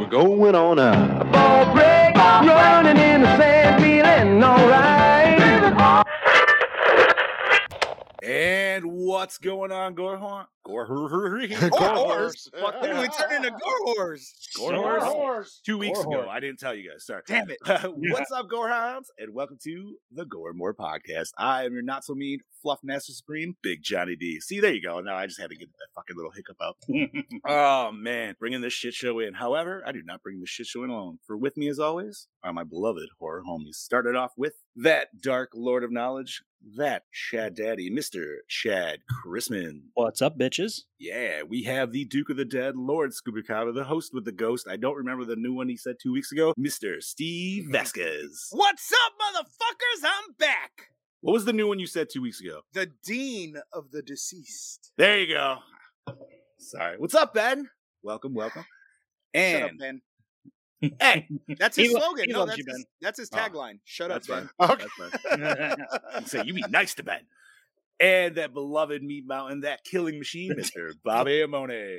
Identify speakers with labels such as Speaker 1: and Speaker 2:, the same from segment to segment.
Speaker 1: We're going on now.
Speaker 2: Ball break, running in the sand, feeling alright.
Speaker 3: And what's going on, Gorehorn? Gorehorn?
Speaker 1: Gorehorse.
Speaker 3: Fuck that. We turned into Gorehorse. Two weeks ago. I didn't tell you guys. Sorry. Damn it. what's up, Gorehorns? And welcome to the Goremore podcast. I am your not so mean fluff master supreme, Big Johnny D. See, there you go. Now I just had to get that fucking little hiccup out. oh, man. Bringing this shit show in. However, I do not bring this shit show in alone. For with me, as always, are my beloved horror homies. Started off with that dark lord of knowledge, that Chad Daddy, Mr. Chad Chrisman.
Speaker 4: What's up, bitches?
Speaker 3: Yeah, we have the Duke of the Dead, Lord Scooby Cowder, the host with the ghost. I don't remember the new one he said two weeks ago, Mr. Steve Vasquez.
Speaker 5: Mm-hmm. What's up, motherfuckers? I'm back.
Speaker 3: What was the new one you said two weeks ago?
Speaker 5: The dean of the deceased.
Speaker 3: There you go. Sorry. What's up, Ben? Welcome, welcome.
Speaker 5: Shut up,
Speaker 3: And
Speaker 5: Ben. Hey, that's his
Speaker 4: He lo-
Speaker 5: slogan.
Speaker 4: he
Speaker 5: No,
Speaker 4: loves
Speaker 5: that's
Speaker 4: you,
Speaker 5: his,
Speaker 4: Ben.
Speaker 5: that's his
Speaker 3: Oh,
Speaker 5: tagline. Shut up,
Speaker 3: that's
Speaker 5: Ben.
Speaker 3: fine. That's fine. And say, you be nice to Ben. And that beloved meat mountain, that killing machine, Mr. Bobby Amone.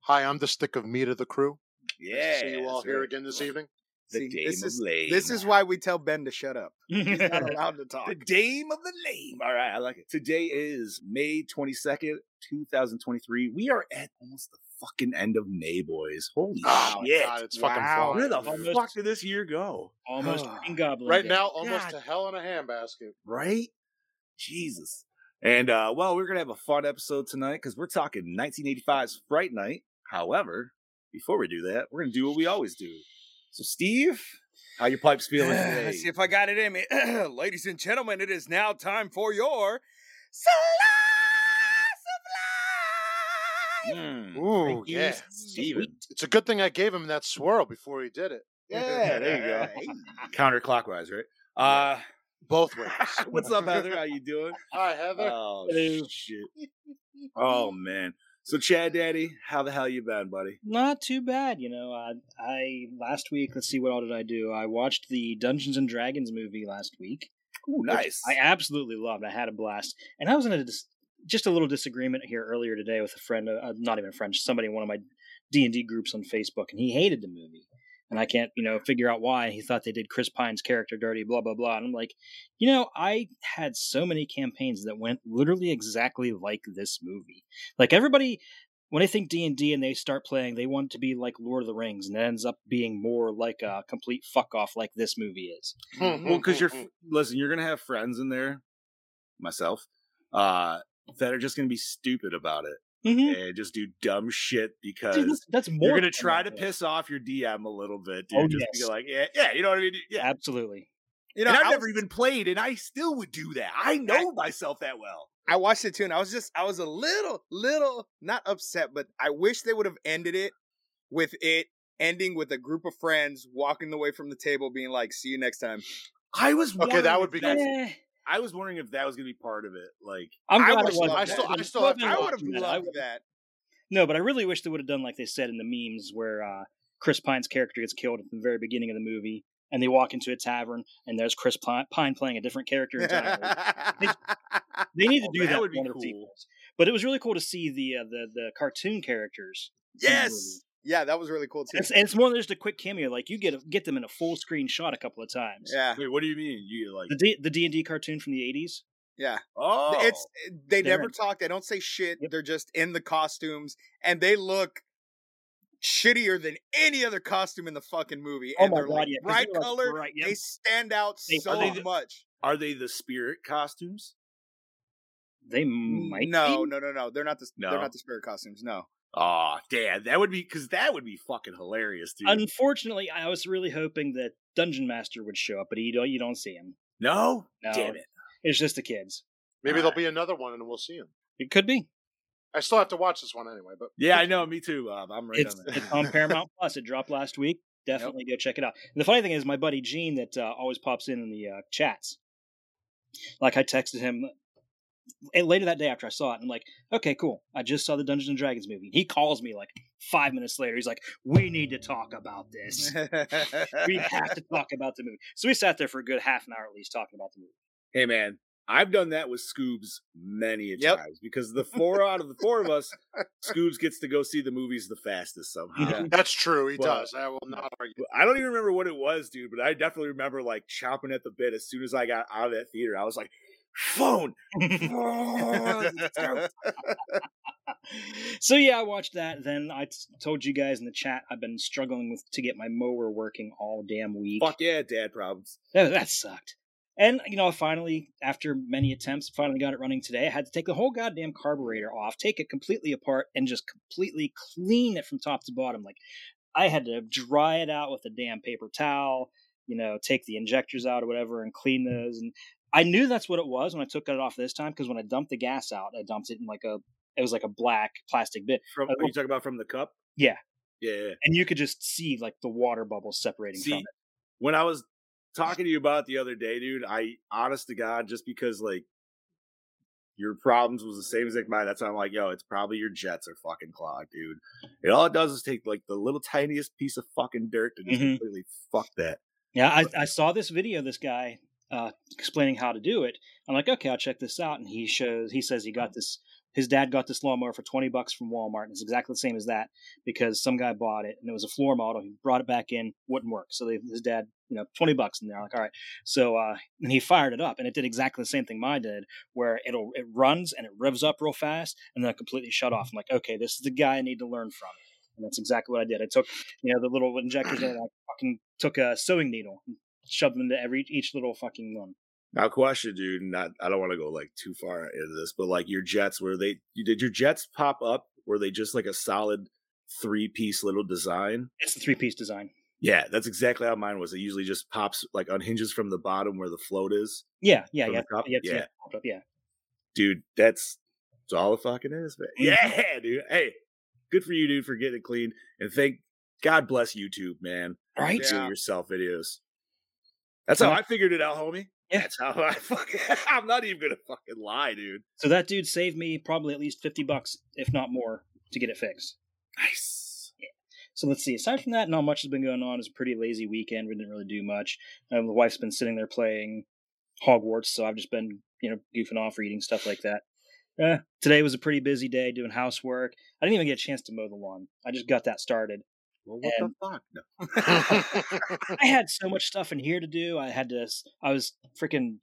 Speaker 6: Hi, I'm the stick of meat of the crew.
Speaker 3: Yeah.
Speaker 6: See you all
Speaker 3: that's
Speaker 6: here
Speaker 3: right.
Speaker 6: again this evening.
Speaker 3: The
Speaker 5: See,
Speaker 3: Dame
Speaker 5: this
Speaker 3: of
Speaker 5: is
Speaker 3: Lame.
Speaker 5: this is why we tell Ben to shut up. He's not allowed to talk.
Speaker 3: The Dame of the Lame. All right, I like it. Today is May 22nd, 2023. We are at almost the fucking end of May, boys. Holy
Speaker 6: Oh, my
Speaker 3: shit.
Speaker 6: God, it's fucking
Speaker 3: Wow. Where
Speaker 6: flying.
Speaker 3: the
Speaker 4: Almost-
Speaker 3: fuck did this year go?
Speaker 4: Almost Green Goblin.
Speaker 6: Right
Speaker 4: day.
Speaker 6: now, almost
Speaker 3: God.
Speaker 6: to hell in a handbasket.
Speaker 3: Right? Jesus. And uh well, we're gonna have a fun episode tonight because we're talking 1985's Fright Night. However, before we do that, we're gonna do what we always do. So, Steve, how your pipes feeling today?
Speaker 5: Let's see if I got it in me. Ladies and gentlemen, it is now time for your slice of life.
Speaker 3: Mm,
Speaker 6: Ooh,
Speaker 3: thank you,
Speaker 6: yeah.
Speaker 3: Steven.
Speaker 6: It's a good thing I gave him that swirl before he did it.
Speaker 3: Yeah, there you go. Counterclockwise, right? Uh
Speaker 6: Both ways.
Speaker 3: what's up, Heather? How you doing?
Speaker 6: Hi, Heather.
Speaker 3: Oh
Speaker 4: Hello.
Speaker 3: shit. Oh man. So Chad Daddy, how the hell you been, buddy?
Speaker 4: Not too bad, you know. I, I last week. Let's see, what all did I do? I watched the Dungeons and Dragons movie last week.
Speaker 3: Ooh,
Speaker 4: which
Speaker 3: nice.
Speaker 4: I absolutely loved. I had a blast, and I was in a dis- just a little disagreement here earlier today with a friend. Uh, not even a friend, somebody in one of my D and D groups on Facebook, and he hated the movie. And I can't, you know, figure out why he thought they did Chris Pine's character dirty, blah blah blah. And I'm like, you know, I had so many campaigns that went literally exactly like this movie. Like everybody, when they think D and D and they start playing, they want it to be like Lord of the Rings, and it ends up being more like a complete fuck off, like this movie is.
Speaker 6: mm-hmm,
Speaker 3: well, because you're f- listen, you're gonna have friends in there, myself, uh, that are just gonna be stupid about it
Speaker 4: Mm-hmm.
Speaker 3: and just do dumb shit
Speaker 4: Dude,
Speaker 3: because
Speaker 4: that's, that's more.
Speaker 3: you're gonna
Speaker 4: than
Speaker 3: try to
Speaker 4: that, though.
Speaker 3: piss off your DM a little bit, dude.
Speaker 4: Oh,
Speaker 3: just be
Speaker 4: yes.
Speaker 3: like, yeah, yeah, you know what I mean? Yeah.
Speaker 4: Absolutely.
Speaker 5: You
Speaker 3: And
Speaker 5: know,
Speaker 3: I've
Speaker 5: I
Speaker 3: never
Speaker 5: was-
Speaker 3: even played, and I still would do that. I know myself that well.
Speaker 5: I watched it too, and I was just I was a little, little not upset, but I wish they would have ended it with it ending with a group of friends walking away from the table, being like, "See you next time."
Speaker 3: I was
Speaker 6: Okay, that
Speaker 3: wondering
Speaker 6: would
Speaker 3: if
Speaker 6: be
Speaker 3: that's-
Speaker 6: cool.
Speaker 4: Eh,
Speaker 3: I was wondering if that was gonna be part of it. Like,
Speaker 4: I'm
Speaker 5: I
Speaker 4: glad
Speaker 5: would've
Speaker 4: it wasn't.
Speaker 5: loved- I
Speaker 4: that.
Speaker 6: still- I
Speaker 4: It
Speaker 6: still
Speaker 4: would've
Speaker 6: have to
Speaker 4: been
Speaker 6: watch
Speaker 5: I would have
Speaker 4: awesome, man. I
Speaker 5: loved
Speaker 4: would-
Speaker 5: that.
Speaker 4: No, but I really wish they would have done like they said in the memes where uh, Chris Pine's character gets killed at the very beginning of the movie, and they walk into a tavern, and there's Chris Pine, Pine playing a different character entirely. they need to
Speaker 3: Oh,
Speaker 4: do
Speaker 3: that
Speaker 4: that.
Speaker 3: would
Speaker 4: with
Speaker 3: be
Speaker 4: one of the
Speaker 3: cool.
Speaker 4: sequels. But it was really cool to see the uh, the the cartoon characters.
Speaker 5: yes, yeah, that was really cool too.
Speaker 4: It's, and it's more than just a quick cameo. Like you get a, get them in a full screen shot a couple of times.
Speaker 5: Yeah,
Speaker 3: wait, what do you mean? You
Speaker 4: Uh,
Speaker 3: like,
Speaker 4: The D, the D and D cartoon from the '80s.
Speaker 5: yeah.
Speaker 3: oh,
Speaker 5: It's they
Speaker 4: They're
Speaker 5: never
Speaker 4: in.
Speaker 5: talk. They don't say shit.
Speaker 4: Yep.
Speaker 5: They're just in the costumes, and they look shittier than any other costume in the fucking movie.
Speaker 4: Oh
Speaker 5: and
Speaker 4: my
Speaker 5: they're
Speaker 4: god!
Speaker 5: like
Speaker 4: yeah, 'cause
Speaker 5: bright
Speaker 4: they were, like,
Speaker 5: color.
Speaker 4: bright-
Speaker 5: They
Speaker 4: yep.
Speaker 5: stand out
Speaker 4: They-
Speaker 5: so
Speaker 3: they the-
Speaker 5: much.
Speaker 3: oh, are they the spirit costumes?
Speaker 4: They might.
Speaker 5: no,
Speaker 4: be.
Speaker 5: no, no, no. They're not the they're
Speaker 3: No.
Speaker 5: not the spirit costumes. No.
Speaker 3: Oh, damn. That would be because that would be fucking hilarious, dude.
Speaker 4: Unfortunately, I was really hoping that Dungeon Master would show up, but you don't. You don't see him.
Speaker 3: no?
Speaker 4: No.
Speaker 3: Damn it.
Speaker 4: It's just the kids.
Speaker 6: Maybe there'll be another one and we'll see him.
Speaker 4: It could be.
Speaker 6: I still have to watch this one anyway, but
Speaker 3: Yeah, I know. Me too, Bob. I'm right
Speaker 4: It's,
Speaker 3: on that.
Speaker 4: it's on Paramount Plus. It dropped last week. Definitely go check it out. And the funny thing is, my buddy Gene that uh, always pops in in the uh, chats. Like I texted him and later that day after I saw it, and I'm like, okay, cool. I just saw the Dungeons and Dragons movie. He calls me like five minutes later. He's like, we need to talk about this. we have to talk about the movie. So we sat there for a good half an hour at least talking about the movie.
Speaker 3: Hey man, I've done that with Scoobs many a
Speaker 6: Yep.
Speaker 3: times because the four out of the four of us, Scoobs gets to go see the movies the fastest somehow.
Speaker 4: Mm-hmm.
Speaker 6: Yeah. That's true. He
Speaker 3: But-
Speaker 6: does. I will not argue.
Speaker 3: But I don't even remember what it was, dude, but I definitely remember like chopping at the bit as soon as I got out of that theater. I was like, phone.
Speaker 4: so yeah, I watched that. Then I t- told you guys in the chat I've been struggling with to get my mower working all damn week.
Speaker 3: Fuck yeah, dad problems.
Speaker 4: That, that sucked. And you know, finally, after many attempts, finally got it running today. I had to take the whole goddamn carburetor off, take it completely apart, and just completely clean it from top to bottom. Like I had to dry it out with a damn paper towel, you know, take the injectors out or whatever and clean those. And I knew that's what it was when I took it off this time because when I dumped the gas out, I dumped it in like a it was like a black plastic bit.
Speaker 3: From
Speaker 4: Uh,
Speaker 3: are you talking about from the cup?
Speaker 4: Yeah.
Speaker 3: Yeah. yeah.
Speaker 4: And you could just see like the water bubbles separating
Speaker 3: See,
Speaker 4: from it.
Speaker 3: when I was talking to you about it the other day, dude, I honest to God, just because like your problems was the same as like mine, that's why I'm like, yo, it's probably your jets are fucking clogged, dude. And all it does is take like the little tiniest piece of fucking dirt to just
Speaker 4: Mhm.
Speaker 3: completely fuck that.
Speaker 4: Yeah, I, I saw this video. This guy uh, explaining how to do it. I'm like, okay, I'll check this out. And he shows. He says he got this. His dad got this lawnmower for 20 bucks from Walmart, and it's exactly the same as that because some guy bought it and it was a floor model. He brought it back in, wouldn't work. So they, his dad, you know, 20 bucks, and they're like, all right. So uh, and he fired it up, and it did exactly the same thing mine did, where it'll it runs and it revs up real fast, and then it completely shut off. I'm like, okay, this is the guy I need to learn from. And that's exactly what I did. I took, you know, the little injectors and I fucking took a sewing needle and shoved them into every each little fucking one.
Speaker 3: Now question, dude, not I don't want to go like too far into this, but like your jets, were they you, did your jets pop up? Were they just like a solid three piece little design?
Speaker 4: It's the three piece design.
Speaker 3: Yeah, that's exactly how mine was. It usually just pops like unhinges from the bottom where the float is.
Speaker 4: Yeah, yeah,
Speaker 3: From
Speaker 4: yeah,
Speaker 3: the top?
Speaker 4: yeah, yeah,
Speaker 3: Yeah.
Speaker 4: yeah, yeah.
Speaker 3: dude, that's it's all it fucking is, man. Yeah, dude. Hey, good for you, dude, for getting it clean. And thank God bless YouTube, man.
Speaker 4: Right?
Speaker 3: Do
Speaker 5: Yeah.
Speaker 3: it yourself videos. That's how I figured it out, homie.
Speaker 4: Yeah.
Speaker 3: That's how I fucking. I'm not even gonna fucking lie, dude.
Speaker 4: So that dude saved me probably at least fifty bucks, if not more, to get it fixed.
Speaker 3: Nice.
Speaker 4: So let's see. Aside from that, not much has been going on. It's a pretty lazy weekend. We didn't really do much. Um, the wife's been sitting there playing Hogwarts, so I've just been you know goofing off, reading stuff like that. Uh, today was a pretty busy day doing housework. I didn't even get a chance to mow the lawn. I just got that started.
Speaker 3: Well, what
Speaker 4: And-
Speaker 3: the fuck? No.
Speaker 4: I had so much stuff in here to do. I had to. s- I was freaking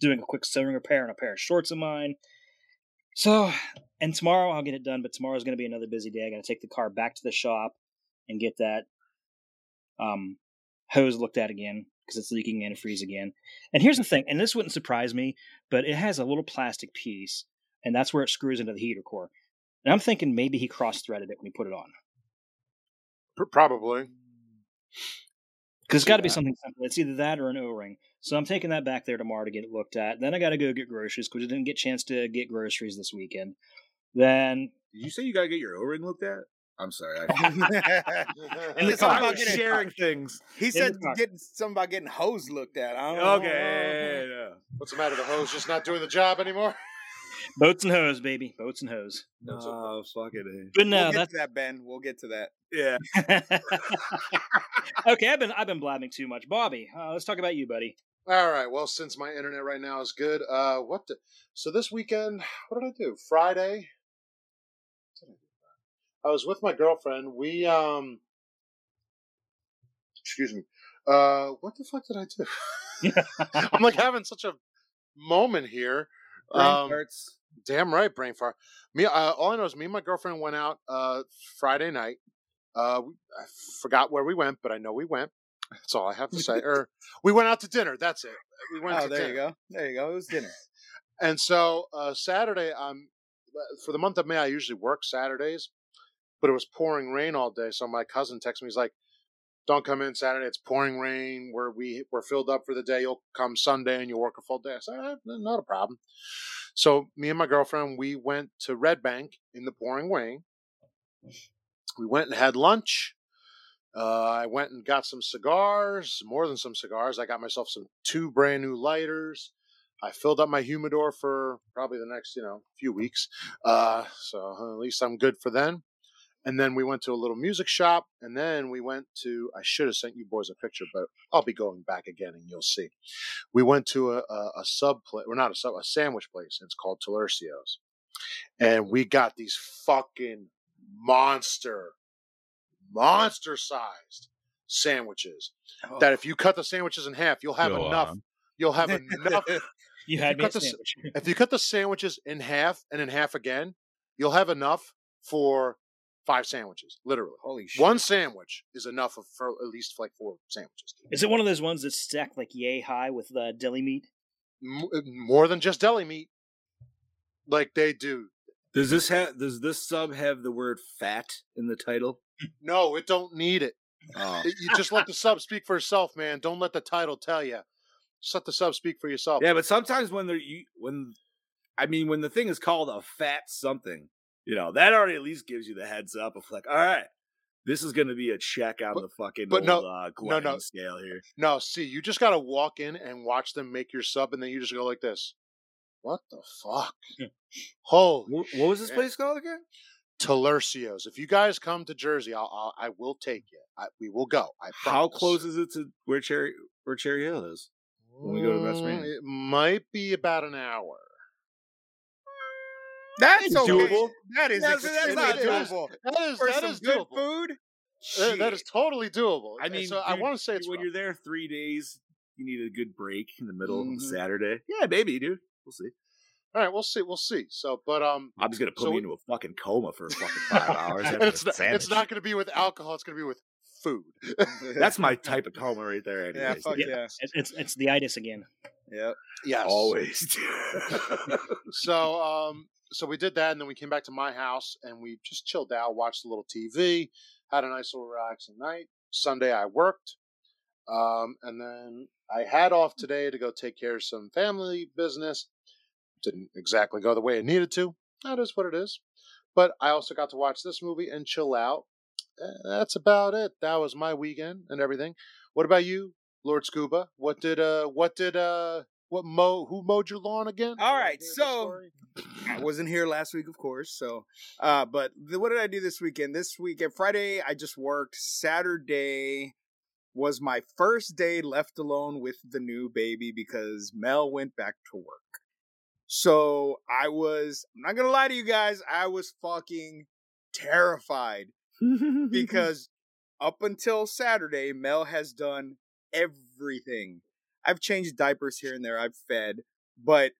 Speaker 4: doing a quick sewing repair on a pair of shorts of mine. So, and tomorrow I'll get it done. But tomorrow's going to be another busy day. I got to take the car back to the shop and get that um, hose looked at again because it's leaking antifreeze again. And here's the thing, and this wouldn't surprise me, but it has a little plastic piece, and that's where it screws into the heater core. And I'm thinking maybe he cross-threaded it when he put it on.
Speaker 6: P- Probably.
Speaker 4: Because it's got to be
Speaker 3: Yeah.
Speaker 4: something simple. It's either that or an O-ring. So I'm taking that back there tomorrow to get it looked at. Then I got to go get groceries because I didn't get a chance to get groceries this weekend. Then
Speaker 3: Did you say you gotta get your O-ring looked at? I'm sorry. I,
Speaker 6: In
Speaker 5: the
Speaker 3: I
Speaker 5: car.
Speaker 3: was sharing things.
Speaker 5: he
Speaker 4: the
Speaker 5: said
Speaker 4: car.
Speaker 5: getting something about getting hose looked at. I don't
Speaker 3: Okay. yeah, yeah.
Speaker 6: What's the matter? The hose just not doing the job anymore.
Speaker 4: boats and hose, baby, boats and hose.
Speaker 3: No, fucking.
Speaker 4: But
Speaker 5: We'll
Speaker 4: no,
Speaker 5: get
Speaker 4: that's
Speaker 5: to that, Ben. We'll get to that.
Speaker 3: Yeah.
Speaker 4: okay. I've been I've been blabbing too much, Bobby. Uh, let's talk about you, buddy.
Speaker 6: All right. Well, since my internet right now is good, uh, what? The, so this weekend, what did I do? Friday. what did I do Friday? I was with my girlfriend. We um. Excuse me. Uh, what the fuck did I do? I'm like having such a moment here. Um,
Speaker 5: hurts.
Speaker 6: Damn right, brain fart. Me, uh, all I know is me and my girlfriend went out uh, Friday night. Uh, we- I forgot where we went, but I know we went. That's all I have to say. or we went out to dinner. That's it. We went.
Speaker 5: Oh,
Speaker 6: to
Speaker 5: there
Speaker 6: dinner.
Speaker 5: you go. There you go. It was dinner.
Speaker 6: And so uh, Saturday, I'm uh, for the month of May. I usually work Saturdays, but it was pouring rain all day. So my cousin texted me. He's like, "Don't come in Saturday. It's pouring rain. We're we we're filled up for the day. You'll come Sunday and you'll work a full day." I said, "Ah, "Not a problem." So me and my girlfriend, we went to Red Bank in the pouring rain. We went and had lunch. Uh, I went and got some cigars, more than some cigars. I got myself some two brand new lighters. I filled up my humidor for probably the next, you know, few weeks. Uh, so at least I'm good for then. And then we went to a little music shop, and then we went to. I should have sent you boys a picture, but I'll be going back again, and you'll see. We went to a a, a sub place, or not a sub, a sandwich place. And it's called Talercio's, and we got these fucking monster, monster sized sandwiches.
Speaker 5: Oh.
Speaker 6: That if you cut the sandwiches in half, you'll have
Speaker 3: Go
Speaker 6: enough.
Speaker 3: on.
Speaker 6: You'll have enough
Speaker 4: You had me
Speaker 6: cut
Speaker 4: at
Speaker 6: the s-
Speaker 4: sandwich.
Speaker 6: if you cut the sandwiches in half and in half again, you'll have enough for five sandwiches, literally.
Speaker 5: Holy shit.
Speaker 6: One sandwich is enough of- for at least like four sandwiches.
Speaker 4: Is it one of those ones that's stacked like yay high with uh, deli meat?
Speaker 6: M- uh, more than just deli meat. Like they do.
Speaker 3: Does this have? Does this sub have the word "fat" in the title?
Speaker 6: No, it don't need it.
Speaker 3: Oh,
Speaker 6: It- You just let the sub speak for itself, man. Don't let the title tell you. Just let the sub speak for yourself.
Speaker 3: yeah, but sometimes when they're you when, I mean, when the thing is called a fat something, you know that already at least gives you the heads up of like, all right, this is going to be a check on
Speaker 6: But-
Speaker 3: the fucking
Speaker 6: but
Speaker 3: old,
Speaker 6: no-
Speaker 3: uh,
Speaker 6: no, no.
Speaker 3: glutton scale here.
Speaker 6: No, see, you just gotta walk in and watch them make your sub, and then you just go like this. What the fuck? Holy
Speaker 3: What, what was this
Speaker 6: shit.
Speaker 3: place called again?
Speaker 6: Talercios. If you guys come to Jersey, I'll, I'll I will take you. I, we will go. I
Speaker 3: How
Speaker 6: promise.
Speaker 3: close is it to where Cherry where Cherry Hill is? when we go to the best
Speaker 6: Mm,
Speaker 3: man?
Speaker 6: It might be about an hour.
Speaker 5: That's
Speaker 3: It's
Speaker 5: okay.
Speaker 3: doable.
Speaker 5: That is
Speaker 3: That's- that's
Speaker 5: extremely
Speaker 3: not
Speaker 6: doable.
Speaker 5: doable.
Speaker 6: That is
Speaker 5: For
Speaker 6: that
Speaker 5: some
Speaker 6: is
Speaker 5: good
Speaker 6: doable.
Speaker 5: food,
Speaker 6: That- that is
Speaker 5: shit.
Speaker 6: totally doable.
Speaker 3: I
Speaker 6: And
Speaker 3: mean,
Speaker 6: so I
Speaker 3: dude,
Speaker 6: want to say it's
Speaker 3: when
Speaker 6: rough.
Speaker 3: you're there three days, you need a good break in the middle
Speaker 5: Mhm.
Speaker 3: of a Saturday. Yeah, maybe, dude. We'll see.
Speaker 6: all right. We'll see. We'll see. So, but um,
Speaker 3: I'm just gonna put
Speaker 6: So
Speaker 3: me
Speaker 6: we-
Speaker 3: into a fucking coma for fucking five hours.
Speaker 6: and
Speaker 3: After
Speaker 6: it's
Speaker 3: a
Speaker 6: not,
Speaker 3: sandwich.
Speaker 6: it's not going to be with alcohol. It's going to be with food.
Speaker 3: That's my type of coma right there. Anyways,
Speaker 5: yeah, fuck
Speaker 3: dude.
Speaker 5: yeah.
Speaker 4: It- It's it's the itis again.
Speaker 5: Yeah.
Speaker 6: Yes.
Speaker 3: Always.
Speaker 6: so um so we did that and then we came back to my house and we just chilled out watched a little tv had a nice little relaxing night sunday i worked um and then i had off today to go take care of some family business didn't exactly go the way it needed to that is what it is but i also got to watch this movie and chill out Uh, that's about it that was my weekend and everything what about you lord scuba what did uh what did uh what mo who mowed your lawn again
Speaker 5: All
Speaker 6: Did I
Speaker 5: right,
Speaker 6: hear this
Speaker 5: so-
Speaker 6: story?
Speaker 5: I wasn't here last week, of course. So, uh, but the, what did I do this weekend? This weekend, Friday, I just worked. Saturday was my first day left alone with the new baby because Mel went back to work. So I was, I'm not going to lie to you guys, I was fucking terrified
Speaker 3: Mm-hmm.
Speaker 5: because up until Saturday, Mel has done everything. I've changed diapers here and there, I've fed, but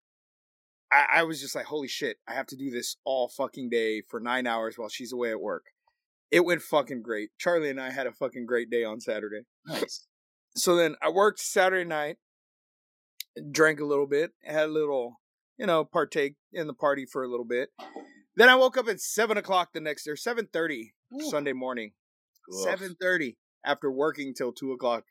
Speaker 5: I, I was just like, holy shit, I have to do this all fucking day for nine hours while she's away at work. It went fucking great. Charlie and I had a fucking great day on Saturday.
Speaker 4: Nice.
Speaker 5: So then I worked Saturday night, drank a little bit, had a little, you know, partake in the party for a little bit. Then I woke up at seven o'clock the next or seven thirty Sunday morning. Seven thirty after working till two o'clock.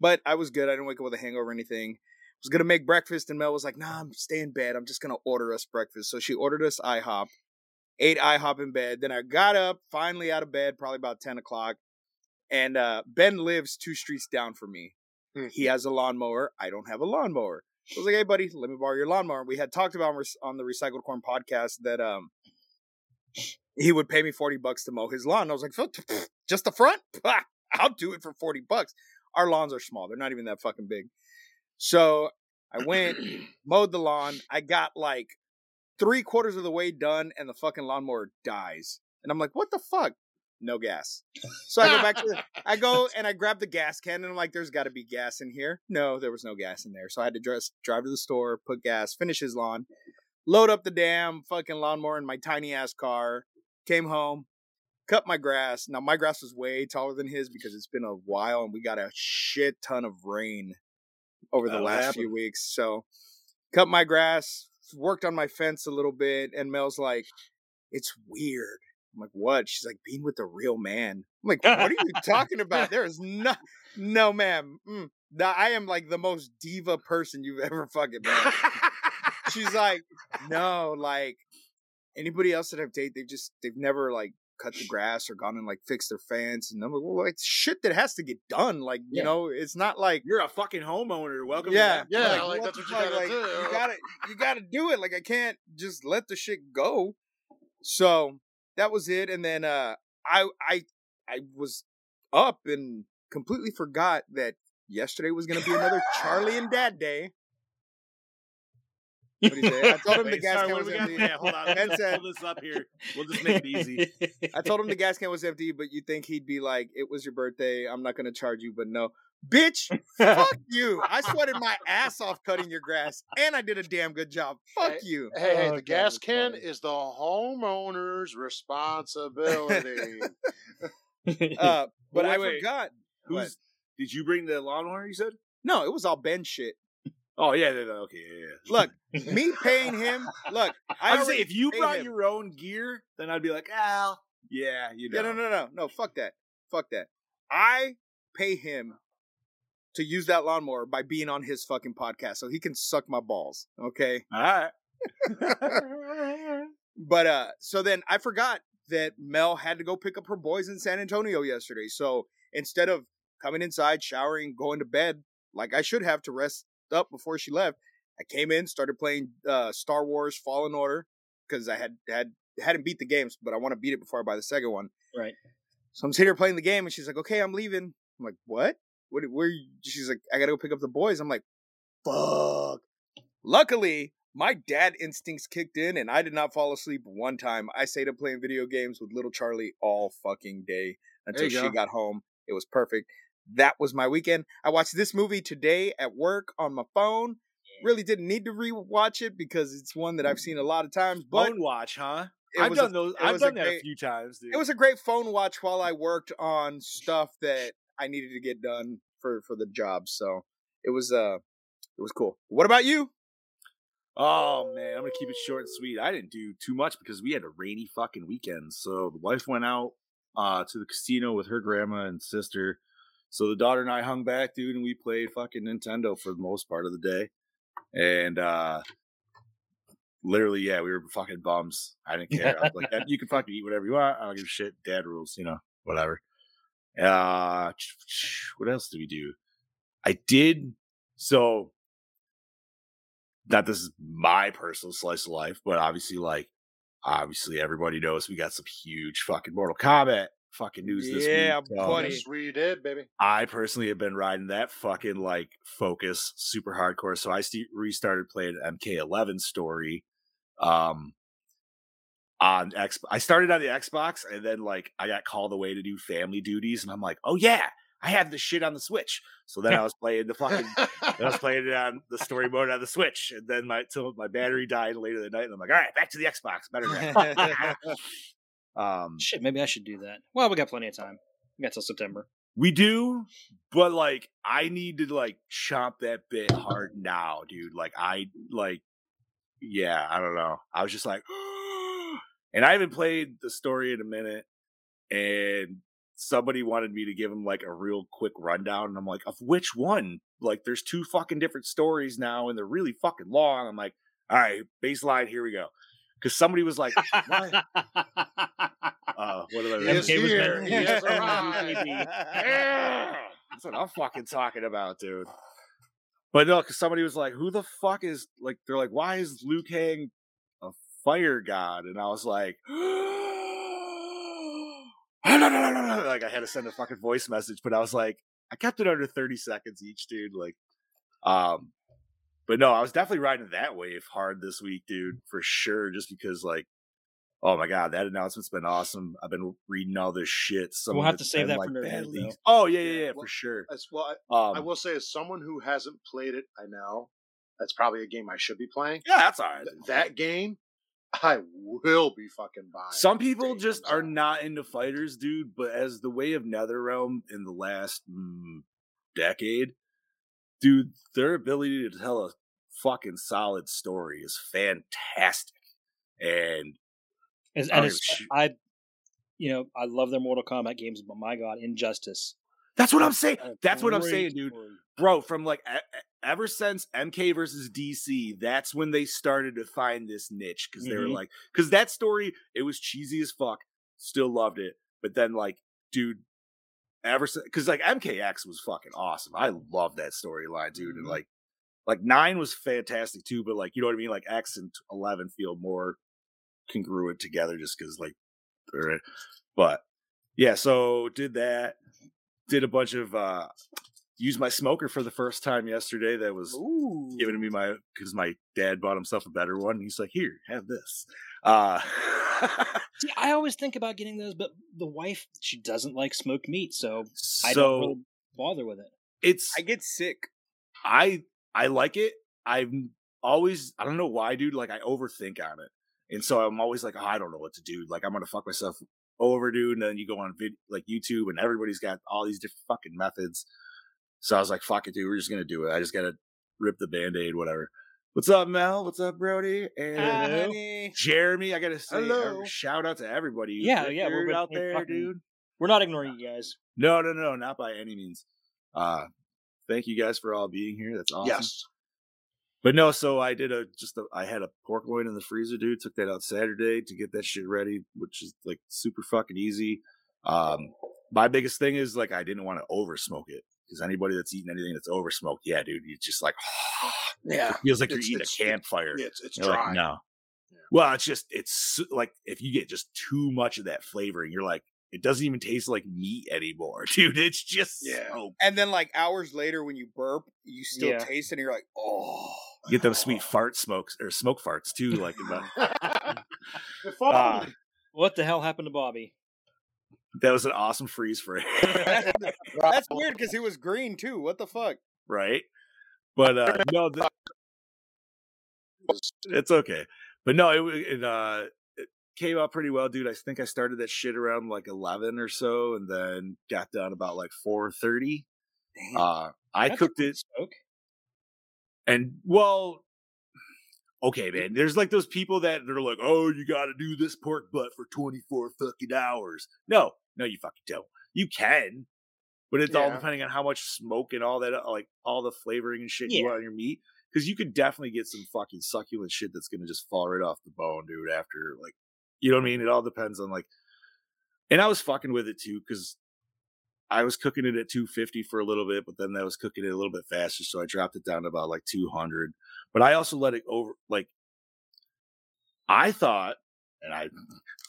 Speaker 5: But I was good. I didn't wake up with a hangover or anything. I was gonna make breakfast, and Mel was like, "Nah, I'm stay in bed. I'm just gonna order us breakfast." So she ordered us IHOP. Ate IHOP in bed. Then I got up, finally out of bed, probably about ten o'clock. And uh, Ben lives two streets down from me. He has a lawnmower. I don't have a lawnmower. I was like, "Hey, buddy, let me borrow your lawnmower." We had talked about on Rec- on the Recycled Corn podcast that um he would pay me forty bucks to mow his lawn. I was like, "Pff, "Just the front? Pah, I'll do it for forty bucks." Our lawns are small; they're not even that fucking big. So I went, mowed the lawn. I got like three quarters of the way done, and the fucking lawnmower dies. And I'm like, "What the fuck?" No gas. So I go back to the, I go and I grab the gas can and I'm like, there's got to be gas in here. No, there was no gas in there. So I had to dress, drive to the store, put gas, finish his lawn, load up the damn fucking lawnmower in my tiny ass car, came home, cut my grass. Now, my grass was way taller than his because it's been a while and we got a shit ton of rain over the
Speaker 3: That'll
Speaker 5: last few
Speaker 3: happen.
Speaker 5: weeks. So cut my grass, worked on my fence a little bit. And Mel's like, it's weird. I'm like, what? She's like, being with the real man. I'm like, what are you talking about? There is no, no, ma'am. Mm. Nah, I am like the most diva person you've ever fucking met. She's like, no, like anybody else that I've dated, they've just, they've never like cut the grass or gone and like fixed their fence and number well, like shit that has to get done. Like you
Speaker 4: Yeah.
Speaker 5: know, it's not like
Speaker 3: You're a fucking homeowner. Welcome.
Speaker 5: yeah,
Speaker 3: To
Speaker 6: Yeah,
Speaker 3: Like,
Speaker 6: like,
Speaker 5: what
Speaker 6: that's
Speaker 5: the
Speaker 6: what you
Speaker 5: fuck,
Speaker 6: gotta
Speaker 5: like,
Speaker 6: do.
Speaker 5: You gotta you gotta do it. Like I can't just let the shit go. So that was it. And then uh I I I was up and completely forgot that yesterday was gonna be another Charlie and Dad Day. What do you say? I told him the
Speaker 3: Wait,
Speaker 5: gas
Speaker 3: sorry,
Speaker 5: can
Speaker 3: what do
Speaker 5: was
Speaker 3: we got?
Speaker 5: empty.
Speaker 3: Yeah, hold on. Let's
Speaker 5: Headset.
Speaker 3: pull this up here. We'll just make it easy.
Speaker 5: I told him the gas can was empty, but you think he'd be like, "It was your birthday. I'm not gonna charge you." But no, bitch, fuck you. I sweated my ass off cutting your grass, and I did a damn good job. Fuck
Speaker 6: Hey,
Speaker 5: you.
Speaker 6: Hey, hey,
Speaker 4: Oh,
Speaker 6: the
Speaker 4: God,
Speaker 6: gas
Speaker 4: that's
Speaker 6: can
Speaker 4: funny.
Speaker 6: is the homeowner's responsibility.
Speaker 5: Uh, but I
Speaker 3: wait, wait.
Speaker 5: forgot.
Speaker 3: Who's?
Speaker 5: What?
Speaker 3: Did you bring the lawnmower? You said.
Speaker 5: No, it was all Ben shit.
Speaker 3: Oh yeah. yeah, yeah, Okay. Yeah. yeah.
Speaker 5: Look, me paying him. Look, I
Speaker 3: I would say
Speaker 5: already
Speaker 3: if you
Speaker 5: paid
Speaker 3: brought
Speaker 5: him.
Speaker 3: your own gear, then I'd be like, "Ah, Al, yeah, you know.
Speaker 5: Yeah, no, no, no, no. Fuck that. Fuck that. I pay him to use that lawnmower by being on his fucking podcast, so he can suck my balls. Okay.
Speaker 3: All right.
Speaker 5: But uh so then I forgot that Mel had to go pick up her boys in San Antonio yesterday. So instead of coming inside, showering, going to bed like I should have to rest up before she left, I came in, started playing uh Star Wars Fallen Order cuz I had had hadn't beat the games, but I want to beat it before I buy the second one.
Speaker 4: Right.
Speaker 5: So I'm sitting here playing the game and she's like, "Okay, I'm leaving." I'm like, "What? What where you-" she's like, "I got to go pick up the boys." I'm like, "Fuck." Luckily, my dad instincts kicked in and I did not fall asleep one time. I stayed up playing video games with little Charlie all fucking day until
Speaker 6: you
Speaker 5: she
Speaker 6: go.
Speaker 5: got home. It was perfect. That was my weekend. I watched this movie today at work on my phone. Really didn't need to rewatch it because it's one that I've seen a lot of times, but
Speaker 3: Bone watch, huh?
Speaker 5: it
Speaker 3: I've
Speaker 5: was a-
Speaker 3: done those.
Speaker 5: it
Speaker 3: I've
Speaker 5: was a
Speaker 3: done that a
Speaker 5: great-
Speaker 3: few times. Dude.
Speaker 5: it was a great phone watch while I worked on stuff that I needed to get done for for the job. So it was uh it was cool. What about you?
Speaker 3: Oh man, I'm gonna keep it short and sweet. I didn't do too much because we had a rainy fucking weekend. So the wife went out uh to the casino with her grandma and sister. So the daughter and I hung back, dude, and we played fucking Nintendo for the most part of the day. And uh literally, yeah, we were fucking bums. I didn't care. I was like, you can fucking eat whatever you want. I don't give a shit. Dad rules, you know, whatever. Uh what else did we do? I did so not this is my personal slice of life, but obviously, like, obviously everybody knows we got some huge fucking Mortal Kombat fucking news this week.
Speaker 5: Yeah, buddy.
Speaker 6: yes, we did, baby.
Speaker 3: I personally have been riding that fucking like focus super hardcore. So I st- restarted playing MK11 story. Um, on X, I started on the Xbox and then like I got called away to do family duties, and I'm like, oh yeah, I have this shit on the Switch. So then I was playing the fucking and I was playing it on the story mode on the Switch, and then my till my battery died later that night, and I'm like, all right, back to the Xbox, better. than that." um,
Speaker 4: Shit, maybe I should do that. Well, we got plenty of time. We got till September.
Speaker 3: we do, but like, I need to like chomp that bit hard now, dude. Like, I like, yeah, I don't know. I was just like, and I haven't played the story in a minute, and somebody wanted me to give him like a real quick rundown, and I'm like, of which one? Like, there's two fucking different stories now, and they're really fucking long. I'm like, all right, baseline, here we go. Because somebody was like, "Why- uh, what did
Speaker 6: He
Speaker 3: I
Speaker 6: is
Speaker 3: write?
Speaker 4: MK was
Speaker 6: here.
Speaker 4: meant-
Speaker 6: He has arrived.
Speaker 3: That's what I'm fucking talking about, dude. But no, because somebody was like, "Who the fuck is like?" They're like, "Why is Liu Kang a fire god?" And I was like, like I had to send a fucking voice message, but I was like, I kept it under 30 seconds each, dude. Like, um, but no, I was definitely riding that wave hard this week, dude, for sure. Just because, like, oh my god, that announcement's been awesome. I've been reading all this shit. Some
Speaker 4: We'll
Speaker 3: of
Speaker 4: have
Speaker 3: it's
Speaker 4: to save
Speaker 3: been,
Speaker 4: that
Speaker 3: like,
Speaker 4: for Nerd
Speaker 3: bad
Speaker 4: News,
Speaker 3: leaks.
Speaker 4: though.
Speaker 3: Oh yeah, yeah, yeah,
Speaker 6: Well,
Speaker 3: for sure.
Speaker 6: That's well,
Speaker 3: Um,
Speaker 6: I will say, as someone who hasn't played it, I know that's probably a game I should be playing.
Speaker 3: Yeah, that's all right.
Speaker 6: Th- that game, I will be fucking buying.
Speaker 3: Some
Speaker 6: the
Speaker 3: people
Speaker 6: day it
Speaker 3: just
Speaker 6: comes
Speaker 3: are
Speaker 6: out.
Speaker 3: not into fighters, dude. But as the way of NetherRealm in the last mm, decade, dude, their ability to tell a fucking solid story is fantastic. And
Speaker 4: As-
Speaker 3: Oh,
Speaker 4: and it's,
Speaker 3: shoot.
Speaker 4: I, you know, I love their Mortal Kombat games, but my God, Injustice.
Speaker 3: that's what I'm saying.
Speaker 4: A
Speaker 3: That's what I'm
Speaker 4: great
Speaker 3: saying, dude.
Speaker 4: story.
Speaker 3: bro from like e- e- ever since mk versus dc that's when they started to find this niche because they were
Speaker 4: Mhm.
Speaker 3: like because that story it was cheesy as fuck still loved it. But then, like, dude, ever since, because like MKX was fucking awesome. I love that storyline, dude. And like, like nine was fantastic too. But like, you know what I mean? Like X and eleven feel more congruent together, just because like, they're- but yeah. So did that. Did a bunch of uh used my smoker for the first time yesterday. That was
Speaker 5: Ooh.
Speaker 3: giving me my because my dad bought himself a better one. And he's like, "Here, have this." Uh,
Speaker 4: See, I always think about getting those, but the wife she doesn't like smoked meat, so I
Speaker 3: so
Speaker 4: don't really bother with it.
Speaker 3: it's
Speaker 5: I get sick.
Speaker 3: I I like it. I'm always I don't know why, dude. Like I overthink on it, and so I'm always like, oh, I don't know what to do. Like I'm gonna fuck myself over, dude. And then you go on vid- like YouTube, and everybody's got all these different fucking methods. So I was like, fuck it, dude. We're just gonna do it. I just gotta rip the band aid, whatever. What's up, Mel? What's up,
Speaker 4: Uh,
Speaker 3: Brody? And
Speaker 5: Ah, honey.
Speaker 3: Jeremy, I gotta say,
Speaker 5: Hello.
Speaker 3: a shout out to everybody. who's
Speaker 4: Yeah,
Speaker 3: out
Speaker 4: yeah, we're
Speaker 3: there
Speaker 4: with-
Speaker 3: out
Speaker 4: we're
Speaker 3: there,
Speaker 4: fucking-
Speaker 3: dude.
Speaker 4: We're not ignoring you guys.
Speaker 3: No, no, no, not by any means. Uh, thank you guys for all being here. That's awesome.
Speaker 6: Yes.
Speaker 3: But no, so I did a just a, I had a pork loin in the freezer, dude. Took that out Saturday to get that shit ready, which is like super fucking easy. Um, my biggest thing is like I didn't want to over smoke it because anybody that's eating anything that's over smoked, yeah, dude, you just like
Speaker 6: Yeah.
Speaker 3: feels like you're
Speaker 6: It's-
Speaker 3: eating
Speaker 6: it's-
Speaker 3: a campfire.
Speaker 6: It's it's
Speaker 3: You're like,
Speaker 6: dry.
Speaker 3: no. Well, it's just it's su- like if you get just too much of that flavoring, you're like it doesn't even taste like meat anymore, dude. It's just
Speaker 6: Yeah.
Speaker 3: so-
Speaker 5: And then like hours later when you burp, you still
Speaker 4: Yeah.
Speaker 5: taste it and you're like, oh
Speaker 3: get them sweet fart smokes or smoke farts too, like about
Speaker 6: The phone.
Speaker 3: Ah.
Speaker 4: What the hell happened to Bobby?
Speaker 3: That was an awesome freeze frame,
Speaker 5: that's weird because it was green too. What the fuck?
Speaker 3: right? But uh no, th- it's okay. But no, it, wa- it uh it came out pretty well, dude. I think I started that shit around like eleven or so, and then got done about like four thirty. Uh, I
Speaker 4: That's
Speaker 3: cooked it,
Speaker 4: Smoke?
Speaker 3: and well, okay, man. There's like those people that they're like, oh, you got to do this pork butt for twenty four fucking hours. No, no, you fucking don't. You can, but it's all
Speaker 5: Yeah.
Speaker 3: depending on how much smoke and all that, uh, like all the flavoring and shit you
Speaker 4: Yeah.
Speaker 3: want on your meat. Because you could definitely get some fucking succulent shit that's gonna just fall right off the bone, dude. After like, you know what I mean? It all depends on like. And I was fucking with it too, because I was cooking it at 250 for a little bit, but then I was cooking it a little bit faster, so I dropped it down to about like 200. But I also let it over. Like I thought, and I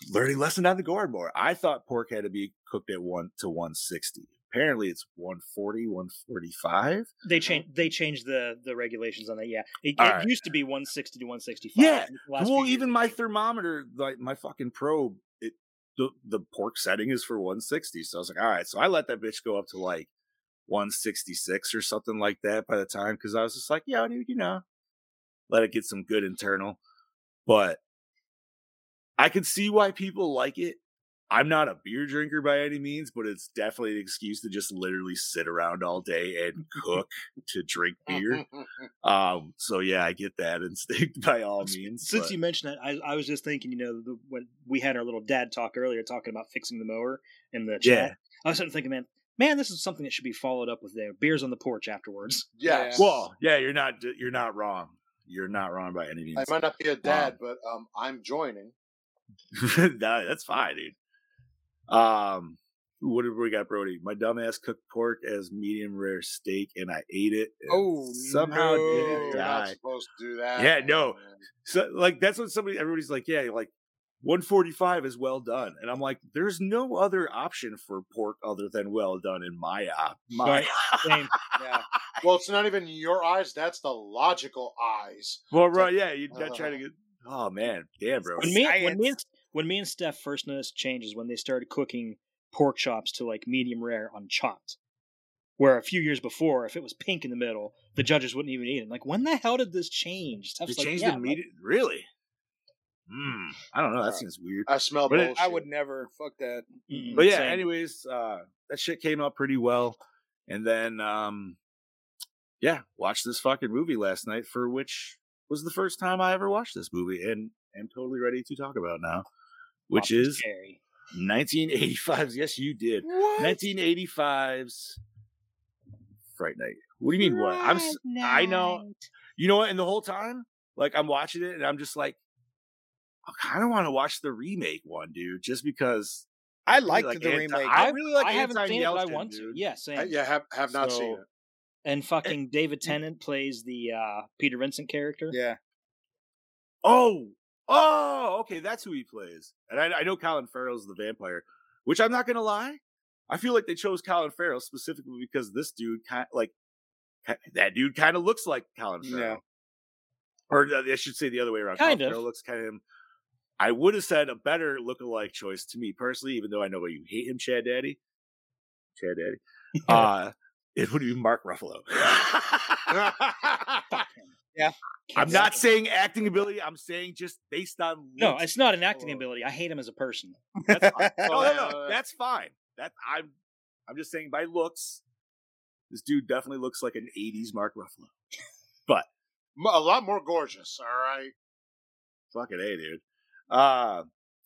Speaker 3: learning lesson on the gourd more. I thought pork had to be cooked at one to 160. Apparently, it's 140, 145.
Speaker 4: They changed. They changed the the regulations on that. Yeah, it, it
Speaker 3: All right.
Speaker 4: used to be one sixty to one sixty five.
Speaker 3: Yeah, well, even my thermometer, like my fucking probe, it the, the pork setting is for 160. So I was like, all right. So I let that bitch go up to like 166 or something like that by the time because I was just like, yeah, dude, you know, let it get some good internal. But I could see why people like it. I'm not a beer drinker by any means, but it's definitely an excuse to just literally sit around all day and cook to drink beer. Um, so yeah, I get that instinct by all
Speaker 4: S-
Speaker 3: means.
Speaker 4: Since
Speaker 3: but-
Speaker 4: you mentioned that, I, I was just thinking, you know, the, when we had our little dad talk earlier, talking about fixing the mower in the chat,
Speaker 3: Yeah.
Speaker 4: I was sort of thinking, man, man, this is something that should be followed up with there. Beers on the porch afterwards.
Speaker 6: yes.
Speaker 3: Well, yeah, you're not you're not wrong. You're not wrong by any
Speaker 6: I
Speaker 3: means.
Speaker 6: might not be a dad, but um, I'm joining.
Speaker 3: Nah, that's fine, dude. Um, what did we got, Brody? My dumbass cooked pork as medium rare steak, and I ate it. and
Speaker 5: Oh,
Speaker 3: somehow
Speaker 5: no.
Speaker 3: didn't
Speaker 6: You're not
Speaker 3: die.
Speaker 6: supposed to do that.
Speaker 3: Yeah, no.
Speaker 6: man.
Speaker 3: So, like, that's what somebody everybody's like, yeah, like 145 is well done, and I'm like, there's no other option for pork other than well done in my op. My
Speaker 4: Right. Same.
Speaker 5: Yeah.
Speaker 6: Well, it's not even your eyes. That's the logical eyes.
Speaker 3: well, right, yeah, you're not trying to get. Oh man, damn, bro.
Speaker 4: when me, when me, and, when me and Steph first noticed changes when they started cooking pork chops to like medium rare on Chopped, where a few years before, if it was pink in the middle, the judges wouldn't even eat it. I'm like, when the hell did this change? Steph's
Speaker 3: They
Speaker 4: like,
Speaker 3: changed
Speaker 4: "Yeah, Mm.
Speaker 3: the meat, really? Hmm. I don't know. That
Speaker 6: Uh,
Speaker 3: seems weird.
Speaker 6: I smell
Speaker 3: But it-
Speaker 6: bullshit.
Speaker 5: I would never fuck that.
Speaker 4: mm-mm,
Speaker 3: but yeah,
Speaker 4: same."
Speaker 3: anyways, uh, that shit came out pretty well, and then um, yeah, watched this fucking movie last night, for which was the first time I ever watched this movie, and am totally ready to talk about now, which
Speaker 4: Popper's
Speaker 3: is
Speaker 4: Cherry.
Speaker 3: 1985's. Yes, you did.
Speaker 5: What?
Speaker 3: 1985's Fright Night. What do you mean? What? I'm. s- I know. You know what? And the whole time, like I'm watching it, and I'm just like, I kind of want to watch the remake one, dude, just because
Speaker 5: I
Speaker 3: really
Speaker 5: liked
Speaker 3: like
Speaker 5: the
Speaker 3: anti-
Speaker 5: remake.
Speaker 3: I really like
Speaker 4: I haven't
Speaker 3: Anton
Speaker 4: seen it, but I
Speaker 3: Yelchin,
Speaker 4: want
Speaker 3: dude.
Speaker 4: to. Yeah, same.
Speaker 6: I- yeah, have have not seen
Speaker 4: So-
Speaker 6: it.
Speaker 4: And fucking David Tennant plays the uh, Peter Vincent character.
Speaker 5: yeah.
Speaker 3: Oh, oh, okay, that's who he plays. And I, I know Colin Farrell's the vampire, which I'm not gonna lie, I feel like they chose Colin Farrell specifically because this dude kind like ki- that dude kind of looks like Colin
Speaker 5: Yeah.
Speaker 3: Farrell. Or uh, I should say the other way around.
Speaker 4: Kind
Speaker 3: Colin
Speaker 4: of.
Speaker 3: Farrell looks kind of him. I would have said a better look-alike choice to me personally, even though I know you hate him, Chad Daddy. Chad Daddy. Uh it would have been Mark Ruffalo. I'm
Speaker 6: Oh,
Speaker 3: Oh,
Speaker 4: Can't
Speaker 3: not
Speaker 4: stand
Speaker 3: saying acting ability. I'm saying just based on
Speaker 4: him. No,
Speaker 3: looks.
Speaker 4: it's not an acting
Speaker 3: Oh.
Speaker 4: ability. I hate him as a person.
Speaker 3: That's fine. no, Oh, no,
Speaker 6: yeah,
Speaker 3: no,
Speaker 6: yeah.
Speaker 3: that's fine. That I'm, I'm just saying by looks, this dude definitely looks like an '80s Mark Ruffalo.
Speaker 6: M- A lot more gorgeous. All right.
Speaker 3: Fucking a, dude. Uh,